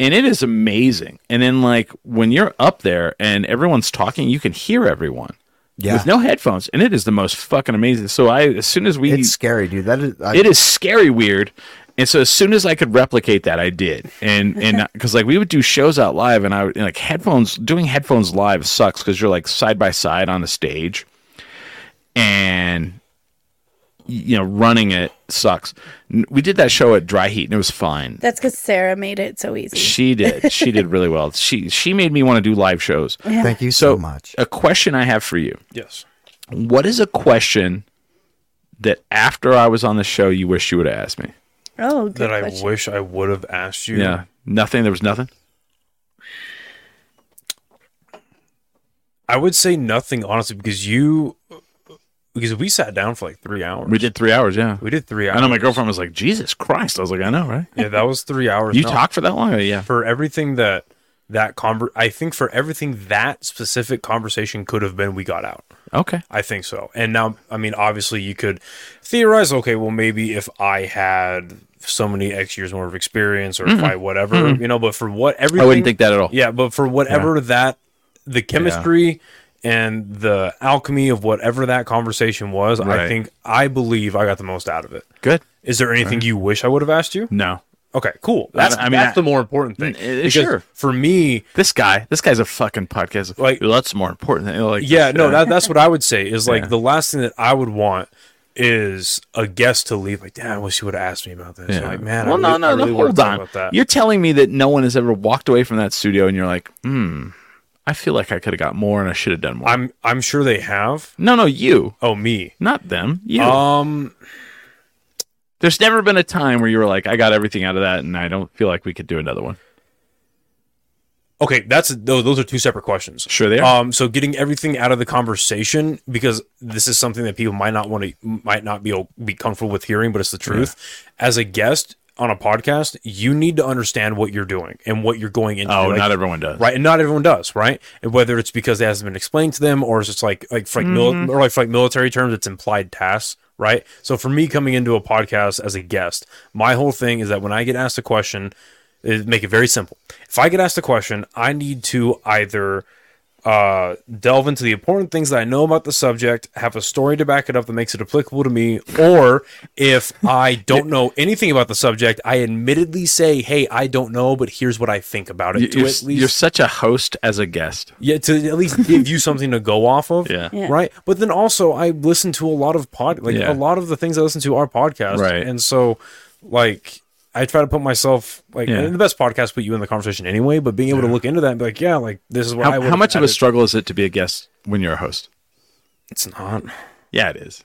and it is amazing. And then like when you're up there and everyone's talking, you can hear everyone. Yeah. With no headphones, and it is the most fucking amazing. So I, as soon as we, It's scary, dude. That is, I, it is scary weird. And so as soon as I could replicate that, I did. And and because like we would do shows out live, and I would and, like headphones. Doing headphones live sucks because you're like side by side on the stage, and you know running it sucks. N- We did that show at Dry Heat, and it was fine. That's because Sarah made it so easy. She did. She did really well. She she made me want to do live shows. thank you so, much. A question I have for you. Yes. What is a question that after I was on the show you wish you would have asked me? Oh, good That I question. wish I would have asked you. Yeah. Nothing. There was nothing. I would say nothing honestly because you because we sat down for like three hours. We did three hours, yeah. We did three hours. I know my girlfriend was like, Jesus Christ. I was like, I know, right? Yeah, that was three hours. You No, Oh, talked for that long? Yeah. for everything that that conver. I think for everything that specific conversation could have been, we got out. Okay. I think so. And now, I mean, obviously, you could theorize. Okay, well, maybe if I had so many X years more of experience, or if I whatever, you know. But for what everything, Mm-hmm. I wouldn't think that at all. Yeah, but for whatever that the chemistry and the alchemy of whatever that conversation was, Right. I think I believe I got the most out of it. Good. Is there anything you wish I would have asked you? No. Okay, cool. That's I I mean, mean that's I- the more important Mm, thing. uh, Because sure. For me, This guy, this guy's a fucking podcast. Like, Like- that's more important than like, yeah, no, shit. that, that's what I would say is like Yeah. the last thing that I would want is a guest to leave. Like, damn, I wish you would have asked me about this. Yeah. Like, man, well, I no, really, no, I really no. wanna Hold talk on. about that. You're telling me that no one has ever walked away from that studio, and you're like, hmm, I feel like I could have got more, and I should have done more. I'm I'm sure they have. no, no, you, Oh, me. not them. You. Um, There's never been a time where you were like, I got everything out of that, and I don't feel like we could do another one. Okay, that's those. Those are two separate questions. Sure they are. Um, so getting everything out of the conversation because this is something that people might not want to, might not be o- be comfortable with hearing, but it's the truth. As a guest on a podcast, you need to understand what you're doing and what you're going into. Oh, Like, not everyone does. right, and not everyone does, right? And whether it's because it hasn't been explained to them, or it's just like like for like, mili- or like for like military terms, it's implied tasks, right? So for me coming into a podcast as a guest, my whole thing is that when I get asked a question, is make it very simple. If I get asked a question, I need to either uh, delve into the important things that I know about the subject, have a story to back it up that makes it applicable to me, or if I don't know anything about the subject, I admittedly say, "Hey, I don't know, but here's what I think about it." You- to You're, at least you're such a host as a guest. yeah, to at least give you something to go off of. Yeah. Yeah. Right. But then also I listen to a lot of pod like Yeah. a lot of the things I listen to are podcasts. Right. And so like I try to put myself like Yeah. and the best podcasts put you in the conversation anyway, but being able to look into that and be like, yeah, like this is what I How, would how much of a added. struggle is it to be a guest when you're a host? it's not Yeah, it is.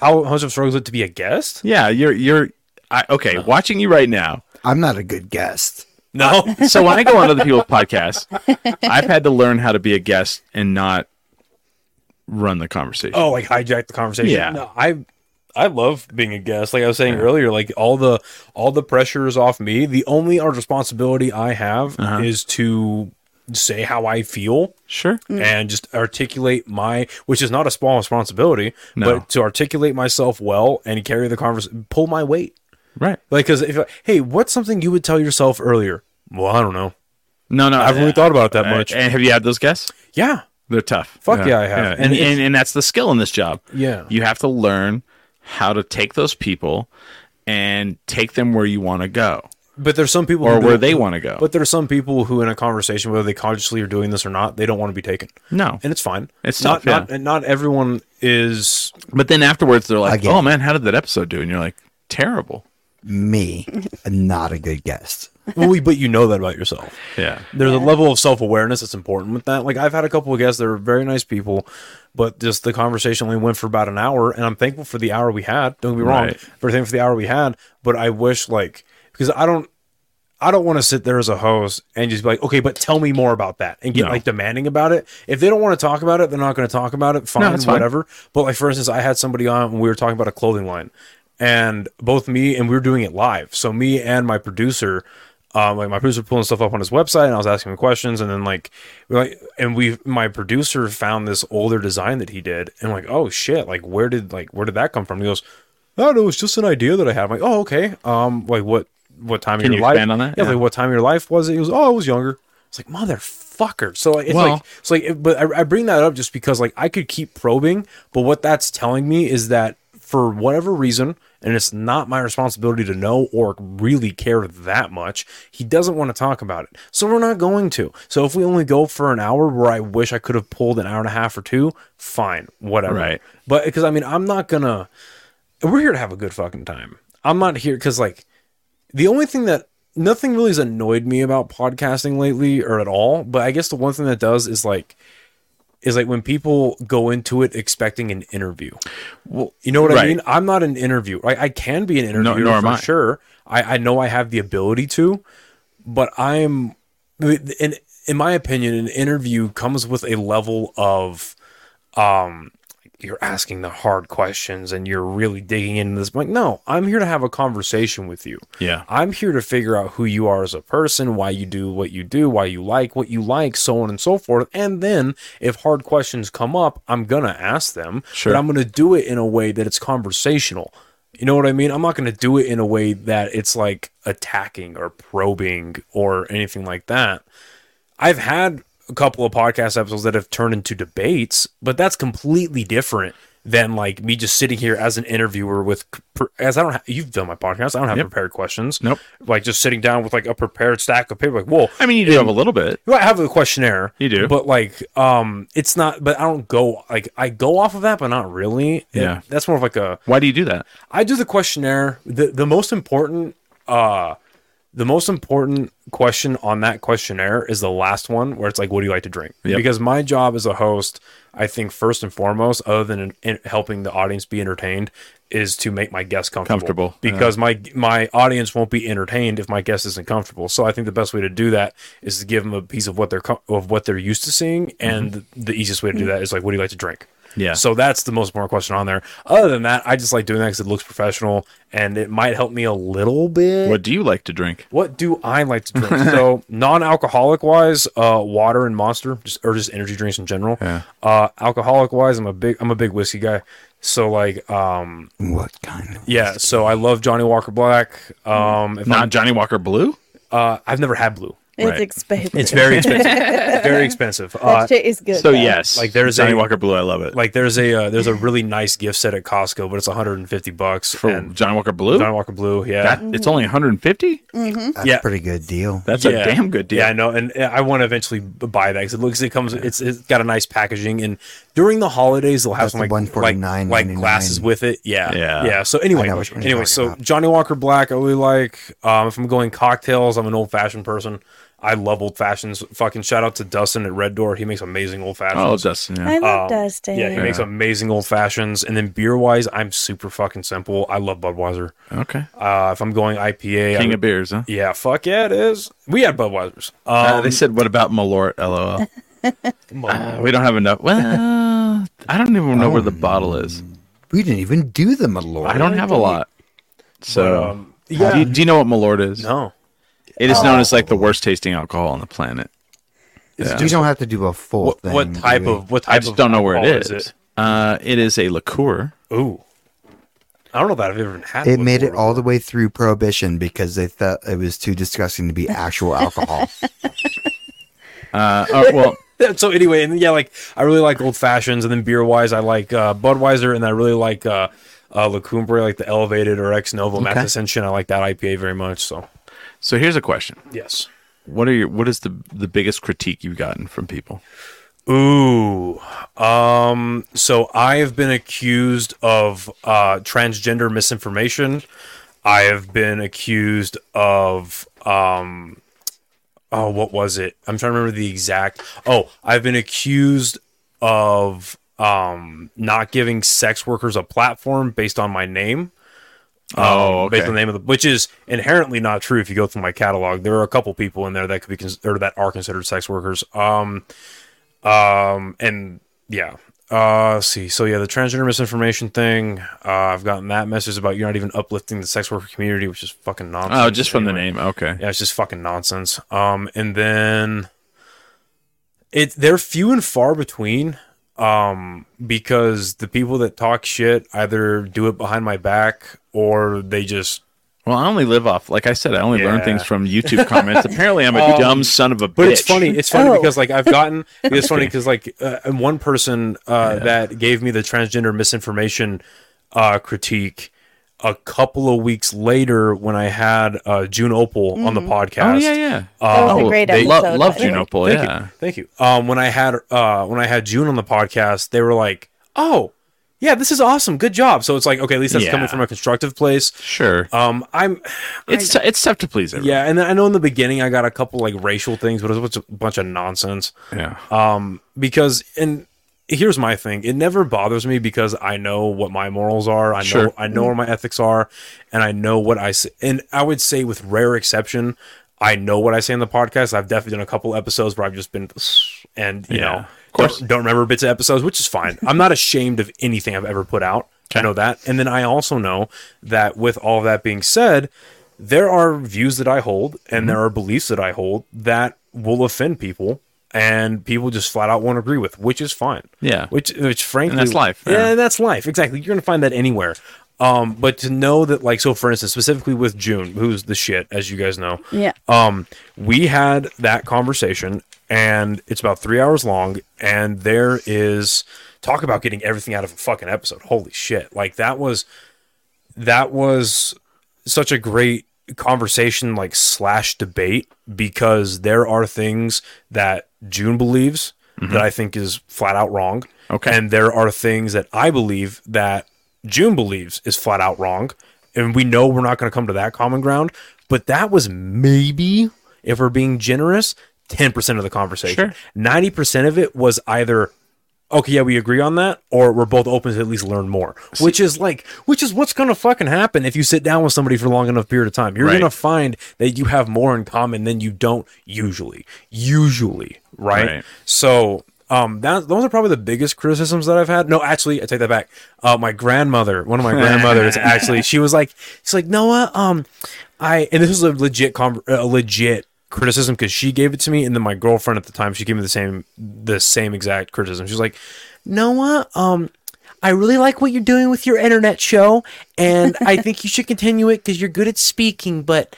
how how much of a struggle is it to be a guest? Yeah, you're you're. I, okay, watching you right now, I'm not a good guest. No. so when I go on other people's podcasts, I've had to learn how to be a guest and not run the conversation. oh, like hijack the conversation. Yeah. No, I I love being a guest. Like I was saying earlier, like all the all the pressure is off me. The only uh, responsibility I have Uh-huh. is to say how I feel sure. and just articulate my which is not a small responsibility, but to articulate myself well and carry the conversation pull my weight. Right. Like cuz if hey, what's something you would tell yourself earlier? Well, I don't know. No, no. I haven't really thought about it that much. And have you had those guests? yeah. They're tough. Fuck yeah, I have. And, And and and that's the skill in this job. Yeah. You have to learn how to take those people and take them where you want to go But there's some people or who where don't- they want to go. Oh. But there are some people who, in a conversation, whether they consciously are doing this or not, they don't want to be taken. no. and it's fine. It's not tough, yeah. not and not everyone is But then afterwards they're like, get "Oh man, how did that episode do?" And you're like, "Terrible." me, not a good guest. well, we, but you know that about yourself. Yeah. There's a level of self awareness that's important with that. Like I've had a couple of guests that are very nice people, but just the conversation only went for about an hour, and I'm thankful for the hour we had. Don't be wrong, Right. for thankful for the hour we had. But I wish like because I don't. I don't want to sit there as a host and just be like, okay, but tell me more about that and get No. like demanding about it. If they don't want to talk about it, they're not going to talk about it. Fine, that's fine. whatever. But like for instance, I had somebody on and we were talking about a clothing line, and both me and we were doing it live. So me and my producer, um, like my producer was pulling stuff up on his website, and I was asking him questions, and then like, we like, and we, my producer found this older design that he did, and like, oh shit, like where did like where did that come from? And he goes, I don't know, it was just an idea that I had. I'm like, oh okay, um, like what what time Can of your you life? expand on that? Yeah, Yeah. like what time of your life was it? He was, oh, I was younger. It's like motherfucker. So like, it's Well- like it's like, it- but I, I bring that up just because like I could keep probing, but what that's telling me is that for whatever reason, and it's not my responsibility to know or really care that much, he doesn't want to talk about it. So we're not going to. So if we only go for an hour where I wish I could have pulled an hour and a half or two, fine, whatever. Right. But because I mean, I'm not gonna. We're here to have a good fucking time. I'm not here because like the only thing that nothing really has annoyed me about podcasting lately or at all but i guess the one thing that does is like is like when people go into it expecting an interview well you know what i right. mean i'm not an interview like i can be an interviewer nor am for I. sure I, I know i have the ability to but i'm in in my opinion an interview comes with a level of um you're asking the hard questions and you're really digging into this. I'm like, no, I'm here to have a conversation with you. Yeah. I'm here to figure out who you are as a person, why you do what you do, why you like what you like, so on and so forth. And then if hard questions come up, I'm going to ask them, Sure. but I'm going to do it in a way that it's conversational. You know what I mean? I'm not going to do it in a way that it's like attacking or probing or anything like that. I've had a couple of podcast episodes that have turned into debates, but that's completely different than like me just sitting here as an interviewer with as I don't have you've done my podcast, I don't have Yep. prepared questions. Nope. Like just sitting down with like a prepared stack of paper like, "Whoa, I mean, you do have a little bit. well, I have a questionnaire. You do. but like, um, it's not. But I don't go like I go off of that, but not really. Yeah. that's more of like a Why do you do that? I do the questionnaire. The the most important uh the most important question on that questionnaire is the last one where it's like what do you like to drink? Yep. Because my job as a host, I think first and foremost other than in, in helping the audience be entertained is to make my guests comfortable. Comfortable, yeah. Because my my audience won't be entertained if my guest isn't comfortable. So I think the best way to do that is to give them a piece of what they're com- of what they're used to seeing and the easiest way to do that is like what do you like to drink? Mm-hmm. Yeah. So that's the most important question on there. Other than that, I just like doing that because it looks professional and it might help me a little bit. What What, do you like to drink? do I like to drink? so non-alcoholic wise, uh, water and Monster, just or just energy drinks in general. Yeah. Uh, alcoholic wise, I'm a big I'm a big whiskey guy. So like, um, What kind? Of, yeah. So I love Johnny Walker Black. Um, if Not Johnny Walker Blue? I'm, uh, I've never had blue. It's Right. expensive. It's very expensive. very expensive. Uh, that shit is good. So, though. yes. Like, there's Johnny a- Walker Blue. I love it. like there's a uh, there's a really nice gift set at Costco, but it's 150 bucks For and Johnny Walker Blue? Johnny Walker Blue. Yeah. that, it's only 150? Mm. that's Yeah. a pretty good deal. That's a damn good deal. Yeah, I know, and uh, I want to eventually b- buy that because it looks it comes. It's it's got a nice packaging, and during the holidays they'll have That's some the like like, $149.99. like glasses with it. Yeah, Yeah. yeah. So I anyway, know which one you're anyway, talking so about. Johnny Walker Black, I really like. Um, if I'm going cocktails, I'm an old fashioned person. I love old fashions. Fucking shout out to Dustin at Red Door. He makes amazing old Oh, fashions. Dustin. Yeah. I love Um, Dustin. yeah, he makes amazing old fashions. And then beer wise, I'm super fucking simple. I love Budweiser. Okay. Uh, if I'm going IPA, I King would- of beers, huh? yeah, fuck yeah, it is. We had Budweisers. Um, Uh, they said, "What about Malort?" LOL. Uh, we don't have enough. Well, I don't even know where the bottle is. We didn't even do the Malort. I don't have a lot. So, But, um, yeah. do, you, do you know what Malort is? No. It Oh. is known as like the worst tasting alcohol on the planet. We don't have to do a full What, thing. what do type we? of what type I just of don't know where alcohol it is. Uh, it is a liqueur. Ooh. I don't know that I've ever had It made it liqueur all the way through prohibition because they thought it was too disgusting to be actual alcohol. Uh, oh, well, before. so anyway, and yeah, like I really like old fashions and then beer wise I like uh, Budweiser and I really like uh uh La Cumbre, like the elevated or ex novo okay. Ascension. I like that IPA very much. So so here's a question: yes. What are your what is the the biggest critique you've gotten from people? Ooh. Um, so I have been accused of uh, transgender misinformation. I have been accused of um oh what was it? I'm trying to remember the exact. Oh, I've been accused of um not giving sex workers a platform based on my name. Oh, um, based okay. on the name of the which is inherently not true if you go through my catalog. There are a couple people in there that could be cons- or that are considered sex workers. Um um and yeah. Uh, let's see. So yeah, the transgender misinformation thing. Uh, I've gotten that message about you're not even uplifting the sex worker community, which is fucking nonsense. Oh, just from the Anyway. name. Okay. Yeah, it's just fucking nonsense. Um, and then it they're few and far between. Um, because the people that talk shit either do it behind my back or they just Well, I only live off, like I said, I only learn Yeah. things from YouTube comments. Apparently, I'm a Um, dumb son of a bitch. But it's funny. It's funny Oh. because like I've gotten. It's funny because like uh, and one person uh, that gave me the transgender misinformation uh, critique a couple of weeks later when I had uh, June Opal on the podcast. Oh yeah, yeah. That was a oh, great they episode, lo- love by the way. Junipo. Uh, Thank Oh, Yeah. you. Thank you. Um, when I had uh, when I had June on the podcast, they were like, "Oh, yeah, this is awesome. Good job." So it's like, okay, at least that's Yeah. coming from a constructive place. Sure. Um, I'm it's t- it's tough to please everyone. yeah, and then I know in the beginning I got a couple like racial things, but it was a bunch of nonsense. Yeah. um because and here's my thing it never bothers me because i know what my morals are i Sure. know i know where my ethics are and i know what i say and i would say with rare exception i know what i say in the podcast i've definitely done a couple episodes where i've just been and you Yeah, know of course. don't, don't remember bits of episodes which is fine i'm not ashamed of anything i've ever put out i Okay. know that and then i also know that with all that being said there are views that I hold and Mm-hmm. there are beliefs that I hold that will offend people and people just flat out won't agree with, which is fine. Yeah. Which which frankly that's life, Yeah, yeah. that's life. Exactly. You're gonna find that anywhere. Um, but to know that like so for instance, specifically with June, who's the shit, as you guys know. Yeah. Um, we had that conversation and it's about three hours long, and there is talk about getting everything out of a fucking episode. Holy shit. Like that was that was such a great conversation like slash debate because there are things that June believes that I think is flat out wrong. Okay. And there are things that I believe that June believes is flat out wrong. And we know we're not going to come to that common ground, but that was maybe, if we're being generous, 10% of the conversation. Sure. 90% of it was either okay, yeah, we agree on that, or we're both open to at least learn more. Which is like, which is what's gonna fucking happen if you sit down with somebody for a long enough period of time. You're Right. gonna find that you have more in common than you don't usually. Usually, right? Right. So um, that those are probably the biggest criticisms that I've had. No, actually, I take that back. Uh, my grandmother, one of my grandmothers, actually, she was like, she's like Noah, um, I, and this is a legit, con- a legit criticism because she gave it to me, and then my girlfriend at the time, she gave me the same, the same exact criticism. She's like, Noah, um, I really like what you're doing with your internet show, and I think you should continue it because you're good at speaking, but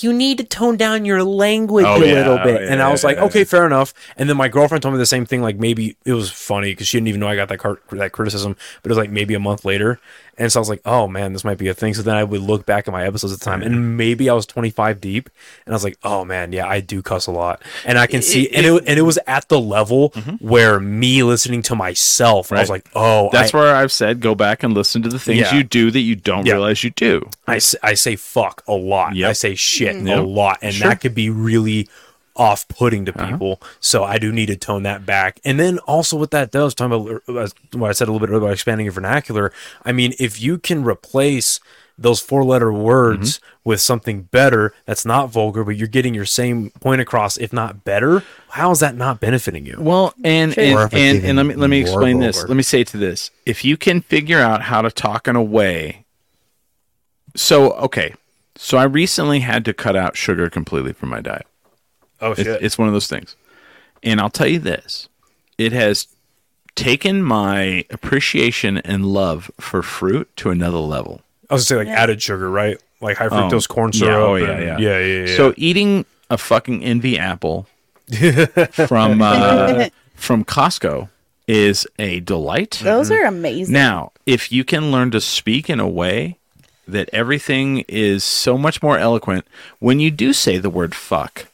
you need to tone down your language Oh, a yeah. little bit. Oh, and I was like, yeah. okay, fair enough. And then my girlfriend told me the same thing. Like maybe it was funny because she didn't even know I got that car- that criticism, but it was like maybe a month later. And so I was like, oh man, this might be a thing. So then I would look back at my episodes at the time, and maybe I was 25 deep, and I was like, oh man, yeah, I do cuss a lot, and I can see, and it and it was at the level where me listening to myself, I was Mm-hmm. Right. like, oh, That's I, where I've said go back and listen to the things Yeah. you do that you don't Yeah. realize you do. I, s- I say fuck a lot. Yep. I say shit a Yep. lot. And Sure. Uh-huh. that could be really off putting to people. So I do need to tone that back. And then also, what that does, talking about uh, what I said a little bit earlier about expanding your vernacular, I mean, if you can replace those four letter words Mm-hmm. with something better that's not vulgar, but you're getting your same point across, if not better, how is that not benefiting you? Well, and Sure. and, Or if it's and, even and let me let me more explain this. vulgar. Let me say to this: if you can figure out how to talk in a way, so okay, so I recently had to cut out sugar completely from my diet. Oh, It's, it's one of those things, and I'll tell you this: it has taken my appreciation and love for fruit to another level. I was going to say, like added sugar, right? Like high fructose corn syrup. Yeah, oh, yeah, and- yeah. yeah, yeah, yeah. So eating a fucking envy apple from uh, from Costco is a delight. Those are amazing. Now, if you can learn to speak in a way that everything is so much more eloquent, when you do say the word fuck,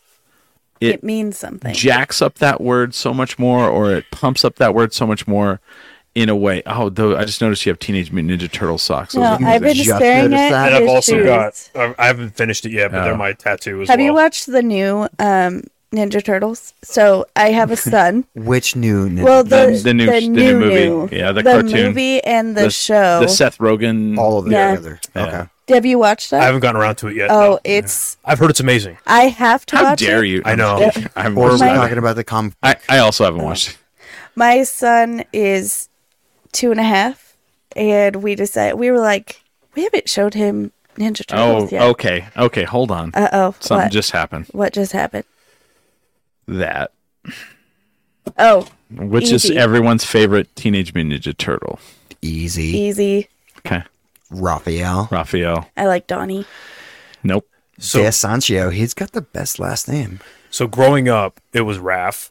it, it- means something. jacks up that word so much more, or it pumps up that word so much more. in a way. Oh, though I just noticed you have Teenage Mutant Ninja Turtle socks. Those No, are- I've been just staring noticed at that. And I've his also shoes. got. I I haven't finished it yet, but they're Oh. my tattoo as Have well. you watched the new um, Ninja Turtles? So I have a son. Which new? Ninja well, The- the, the new- the new movie. Yeah, the cartoon. movie and the, the- show. the Seth Rogen. all of them Yeah. together. Okay. have you watched I that? haven't gotten around to it yet. oh, no. it's. I've heard it's amazing. I have to How watch dare it. you? I know. I'm, Or we're my- talking about the comic. I, I also haven't watched. it. My son is two and a half, and we decided we were like, we haven't showed him Ninja Oh, Turtles yet. okay, okay. Hold on. Uh oh. Something What? just happened. what just happened? That, Oh, which is Easy. everyone's favorite Teenage Mutant Ninja Turtle. Easy. easy. Okay, Raphael. Raphael. I like Donnie. Nope. So De Sancio. He's got the best last name. So growing up, it was Raph,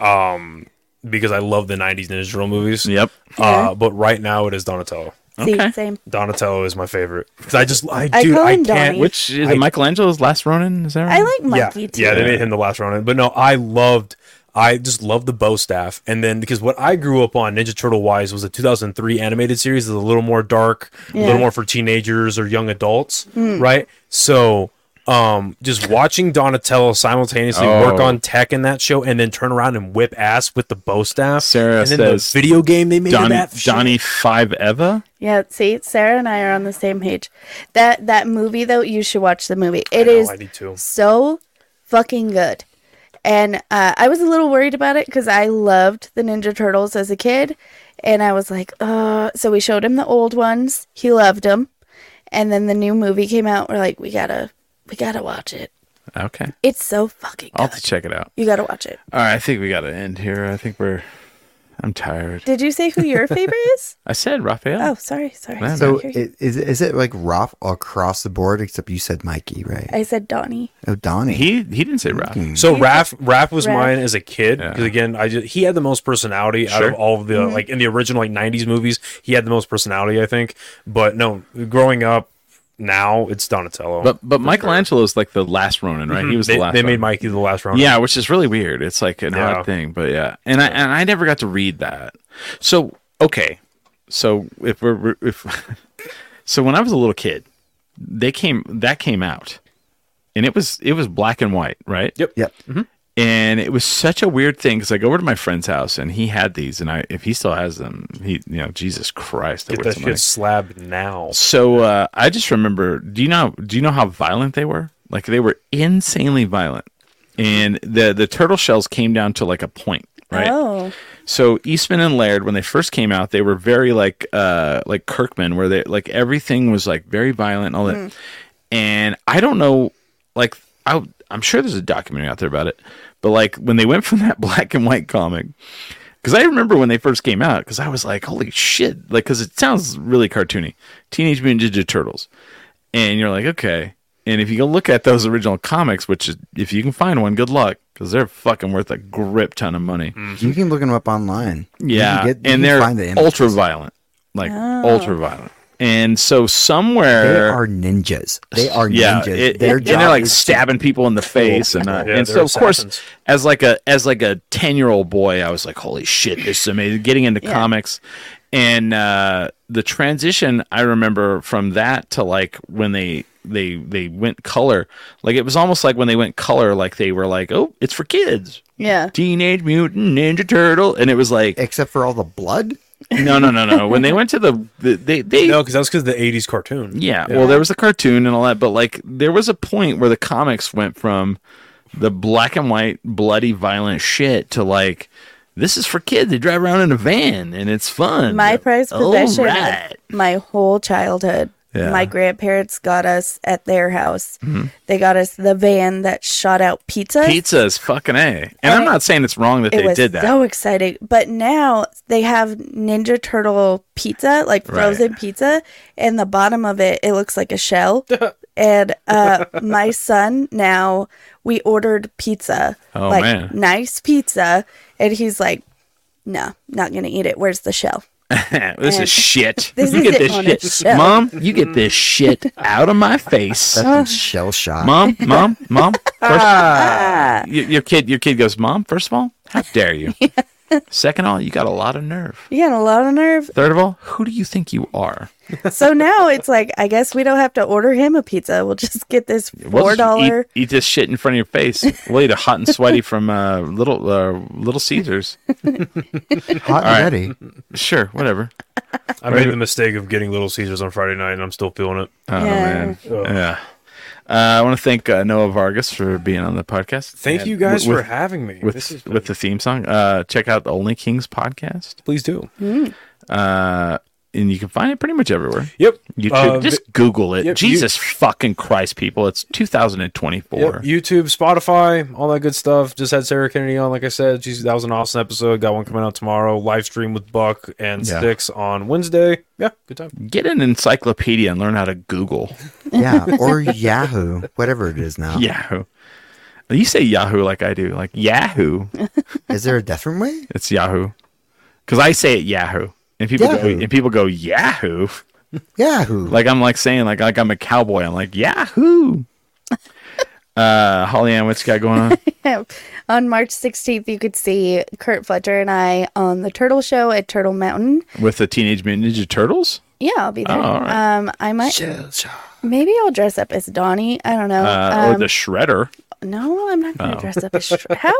um, because I love the '90s Ninja Turtle movies. Yep. Uh, but right now it is Donatello. See, Okay. same. Donatello is my favorite 'Cause I just I, I dude call I him can't. Donnie. Which is it Michelangelo's Last Ronin? Is that right? I like yeah, Monkey too. yeah, they made him the last Ronin. But no, I loved. I just loved the bow staff, and then because what I grew up on Ninja Turtle wise was the 2003 animated series, is a little more dark, a Yeah. little more for teenagers or young adults, Hmm. right? So, um, just watching Donatello simultaneously work Oh. on tech in that show, and then turn around and whip ass with the bow staff, Sarah and then says, the video game they made of Donnie, that shit. Donnie Five Eva. Yeah, see, Sarah and I are on the same page. That that movie though, you should watch the movie. It know, is I need to. so fucking good. And uh, I was a little worried about it because I loved the Ninja Turtles as a kid, and I was like, "Uh." So we showed him the old ones. He loved them, and then the new movie came out. We're like, "We gotta, we gotta watch it. Okay, It's so fucking I'll good. have to check it out. you gotta watch it." All right, I think we got to end here. I think we're. I'm tired. Did you say who your favorite is? I said Raphael. Oh, sorry, sorry. Man, sorry. So it, is is it like Raph across the board? Except you said Mikey, right? I said Donnie. Oh, Donnie. He he didn't say Raph. So Raph, Raph was Raph. mine as a kid because again, I just, he had the most personality out Sure. of all of the like in the original like '90s movies. He had the most personality, I think. But no, growing up now, it's Donatello. But but Michelangelo's like the last Ronin, right? He was they, the last. they made Ronin. Mikey the last round. Yeah, which is really weird. It's like an Yeah. odd thing, but yeah. And I and I never got to read that. So okay, so if we're we're- if so, when I was a little kid, they came that came out, and it was it was black and white, right? Yep. Yep. And it was such a weird thing because I go over to my friend's house and he had these, and I if he still has them, he you know Jesus Christ, they're get worth that some money. shit slab now. So uh, I just remember. Do you know? Do you know how violent they were? Like they were insanely violent, and the the turtle shells came down to like a point, right? Oh, So Eastman and Laird, when they first came out, they were very like uh like Kirkman, where they like everything was like very violent and all that. And I don't know, like I I'm sure there's a documentary out there about it, but like when they went from that black and white comic. Because I remember when they first came out, because I was like, "Holy shit!" Like, because it sounds really cartoony, Teenage Mutant Ninja Turtles, and you're like, "Okay." And if you go look at those original comics, which is, if you can find one, good luck, because they're fucking worth a grip ton of money. You can look him up online. You Mm-hmm. Yeah, can get- you and can they're find the images. ultra violent, like ultra violent. And so They somewhere, are ninjas. They are yeah, ninjas. it, Their and job they're like is stabbing people in the face, and uh, Yeah, and they're so of assassins. course, as like a as like a ten year old boy, I was like, holy shit, this is amazing. Getting into comics, and uh, the transition I remember from that to like when they they they went color, like it was almost like when they went color, like they were like, oh, it's for kids. yeah. Teenage Mutant Ninja Turtle, and it was like except for all the blood. no, no, no, no. When they went to the, the they they No, because that was because the '80s cartoon. yeah, Well, there was a cartoon and all that, but like there was a point where the comics went from the black and white bloody violent shit to like this is for kids. They drive around in a van and it's fun. My prized All possession of right. my whole childhood. Yeah. Mm-hmm. My grandparents got us at their house. They got us the van that shot out pizza. Pizza is fucking a. And I'm not saying it's wrong that It they was did that. so exciting. But now they have Ninja Turtle pizza, like frozen pizza, and the bottom of it it looks like a shell. and uh, my son now we ordered pizza, Oh, like man. nice pizza, and he's like, "No, not gonna eat it. Where's the shell?" this is shit. This you isn't get this on a shit, shelf. mom. You get this shit out of my face. Uh. Shell shot. Mom, mom, Ah. Ah. mom. First, Y- your kid, your kid goes, mom. First of all, how dare you? Second of all, you got a lot of nerve. You got a lot of nerve. Third of all, who do you think you are? So now it's like, I guess we don't have to order him a pizza. We'll just get this We'll four just eat- dollar. Eat, this shit in front of your face. Later, hot and sweaty from uh, little uh, Little Caesars. Hot and ready. Sure, whatever. I made the mistake of getting Little Caesars on Friday night, and I'm still feeling it. Yeah. Oh man, Ugh. yeah. Uh, I want to thank uh, Noah Vargas for being on the podcast. Thank And you guys with, for having me. with this is with the theme song. Uh, check out the Only Kings podcast, please do. uh, and you can find it pretty much everywhere. Yep. YouTube, Uh, vi- just Google it. yep, Jesus fucking Christ, people! It's 2024. Yep, YouTube, Spotify, all that good stuff. Just had Sarah Kennedy on, like I said. She's, that was an awesome episode. Got one coming out tomorrow. Live stream with Buck and Yeah. Mm. Sticks on Wednesday. Yeah, good time. Get an encyclopedia and learn how to Google Yeah, or Yahoo, whatever it is now. Yahoo. You say Yahoo like I do, like Yahoo. Is there a different way? It's Yahoo, because I say it Yahoo, and people go, Yahoo. and people go Yahoo. Yahoo. Like I'm like saying like like I'm a cowboy. I'm like Yahoo. uh, Holly Ann, what's you got going on? on March 16th, you could see Kurt Fletcher and I on the Turtle Show at Turtle Mountain. With the Teenage Mutant Ninja Turtles? Yeah, I'll be there. Oh, all right. Um, I might. Maybe I'll dress up as Donnie. I don't know. Uh, um, or the Shredder? no, I'm not going to dress up as. Sh- How?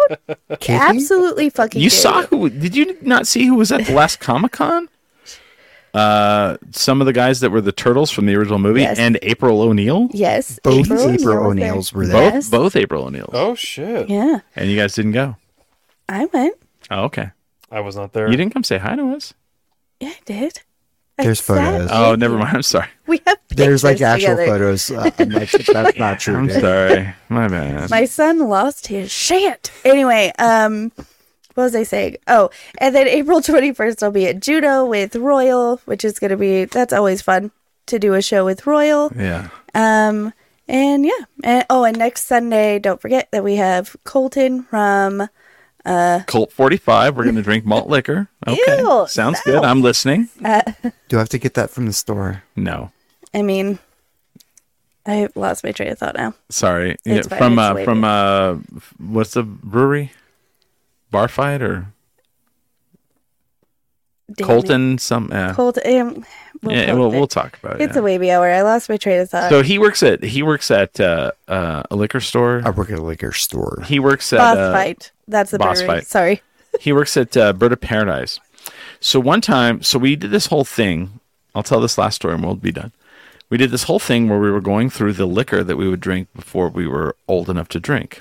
Absolutely fucking. You dare saw who? Did you not see who was at the last Comic Con? Uh, some of the guys that were the turtles from the original movie Yes. and April O'Neil. Yes. Both O'Neil was April there. O'Neils were there. Both Yes. both April O'Neils. Oh shit! Yeah, And you guys didn't go. I went. Oh, okay. I was not there. You didn't come say hi to us. Yeah, I did. I There's sat photos. with Oh, you. never mind. I'm sorry. We have There's like pictures actual together. photos. Uh, I'm like, that's not true. I'm dude. sorry. My bad. My son lost his shit. Anyway, um, what was I saying? Oh, and then April 21st, I'll be at Judo with Royal, which is going to be, that's always fun to do a show with Royal. yeah. Um, and yeah. And, oh, and next Sunday, don't forget that we have Colton from, Colt 45. We're going to drink malt liquor. Okay. Ew, Sounds no. good. I'm listening. Do I have to get that from the store? No. I mean, I lost my train of thought now. Sorry. Yeah, fine, from it's uh, way from uh, f- what's the brewery? Bar fight or Damn it. Colton? Some. Uh, Colton. Um, we'll yeah, talk we'll, about it. we'll talk about it. It's yeah. a baby hour. I lost my train of thought. So he works at he works at uh, uh, a liquor store. I work at a liquor store. He works at boss uh, fight. That's the boss brewery. fight. Sorry. he works at uh, Bird of Paradise. So one time, so we did this whole thing. I'll tell this last story and we'll be done. We did this whole thing where we were going through the liquor that we would drink before we were old enough to drink.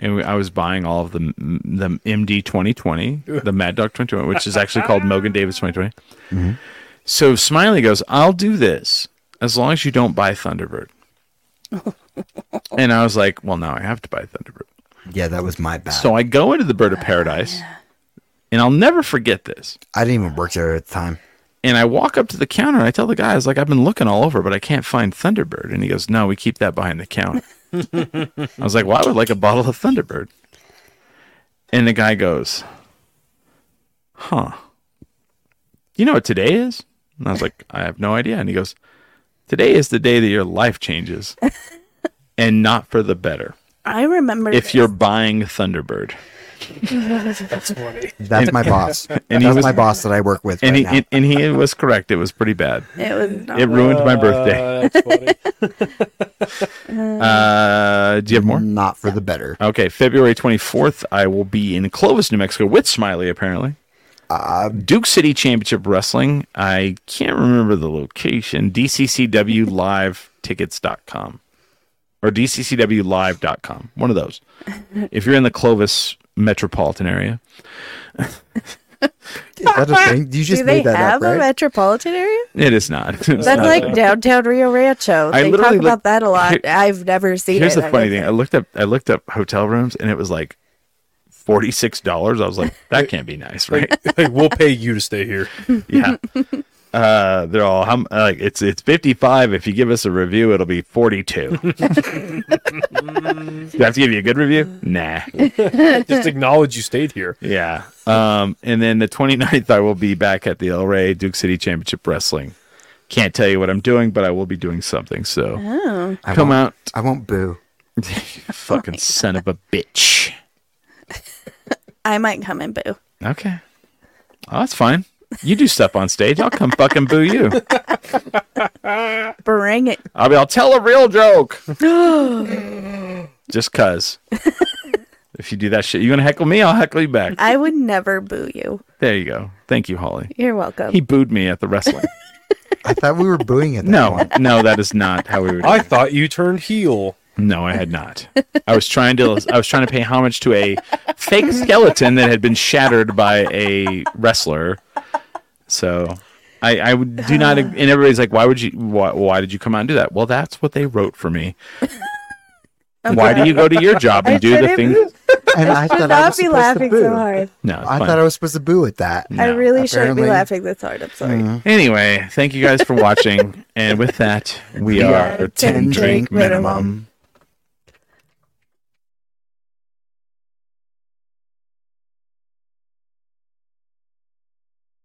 And we, I was buying all of the the MD 2020, the Mad Dog 2020, which is actually called Mogan Davis 2020. So Smiley goes, "I'll do this as long as you don't buy Thunderbird." and I was like, "Well, now I have to buy Thunderbird." Yeah, that was my bad. So I go into the Bird of Paradise, and I'll never forget this. I didn't even work there at the time. And I walk up to the counter and I tell the guy, I was like, I've been looking all over, but I can't find Thunderbird. And he goes, No, we keep that behind the counter. I was like, Well, I would like a bottle of Thunderbird. And the guy goes, Huh. You know what today is? And I was like, I have no idea. And he goes, Today is the day that your life changes and not for the better I remember. if you're buying Thunderbird. That's my boss. And he That's was- my boss that I work with And right he, now. and he was correct. It was pretty bad. it was not It ruined my birthday. Uh, do you have more? Not for the better. Okay, February 24th, I will be in Clovis, New Mexico with Smiley, apparently. Um, Duke City Championship Wrestling. I can't remember the location. DCCWLiveTickets.com or DCCWLive.com. One of those. If you're in the Clovis metropolitan area, Is that a thing? You just Do they made that have up, a right? metropolitan area? it is not. It's That's not. like downtown Rio Rancho. I they talk literally about looked- that a lot. Here- I've never seen Here's it. the I funny guess. thing. I looked up I looked up hotel rooms and it was like $46. I was like, that can't be nice, right? Hey, we'll pay you to stay here. yeah. Uh, they're all how m- like it's it's 55. If you give us a review, it'll be 42. Do I have to give you a good review? Nah. Just acknowledge you stayed here. Yeah. Um, and then the 29th, I will be back at the El Rey Duke City Championship Wrestling. Can't tell you what I'm doing, but I will be doing something. So come out, I won't boo. fucking son of a bitch. I might come and boo. Okay. Oh, that's fine. You do stuff on stage. I'll come fucking boo you. Bring it. I'll be, I'll tell a real joke. Just cuz. if you do that shit, you gonna heckle me, I'll heckle you back. I would never boo you. There you go. Thank you, Holly. You're welcome. He booed me at the wrestling. I thought we were booing it. No, no, that is not how we were. Doing. I it. thought you turned heel. No, I had not. I was trying to I was trying to pay homage to a fake skeleton that had been shattered by a wrestler. So I, I would do not and everybody's like, why would you why, why did you come out and do that? Well, that's what they wrote for me. Why do you go to your job and do the thing? and I Should thought I not was supposed be to laughing boo. so hard. No, it's I fine. thought I was supposed to boo at that. Mm. I No, really shouldn't apparently. be Mm-hmm. laughing this hard. I'm sorry. Anyway, thank you guys for watching. and with that, we are 10 drink minimum.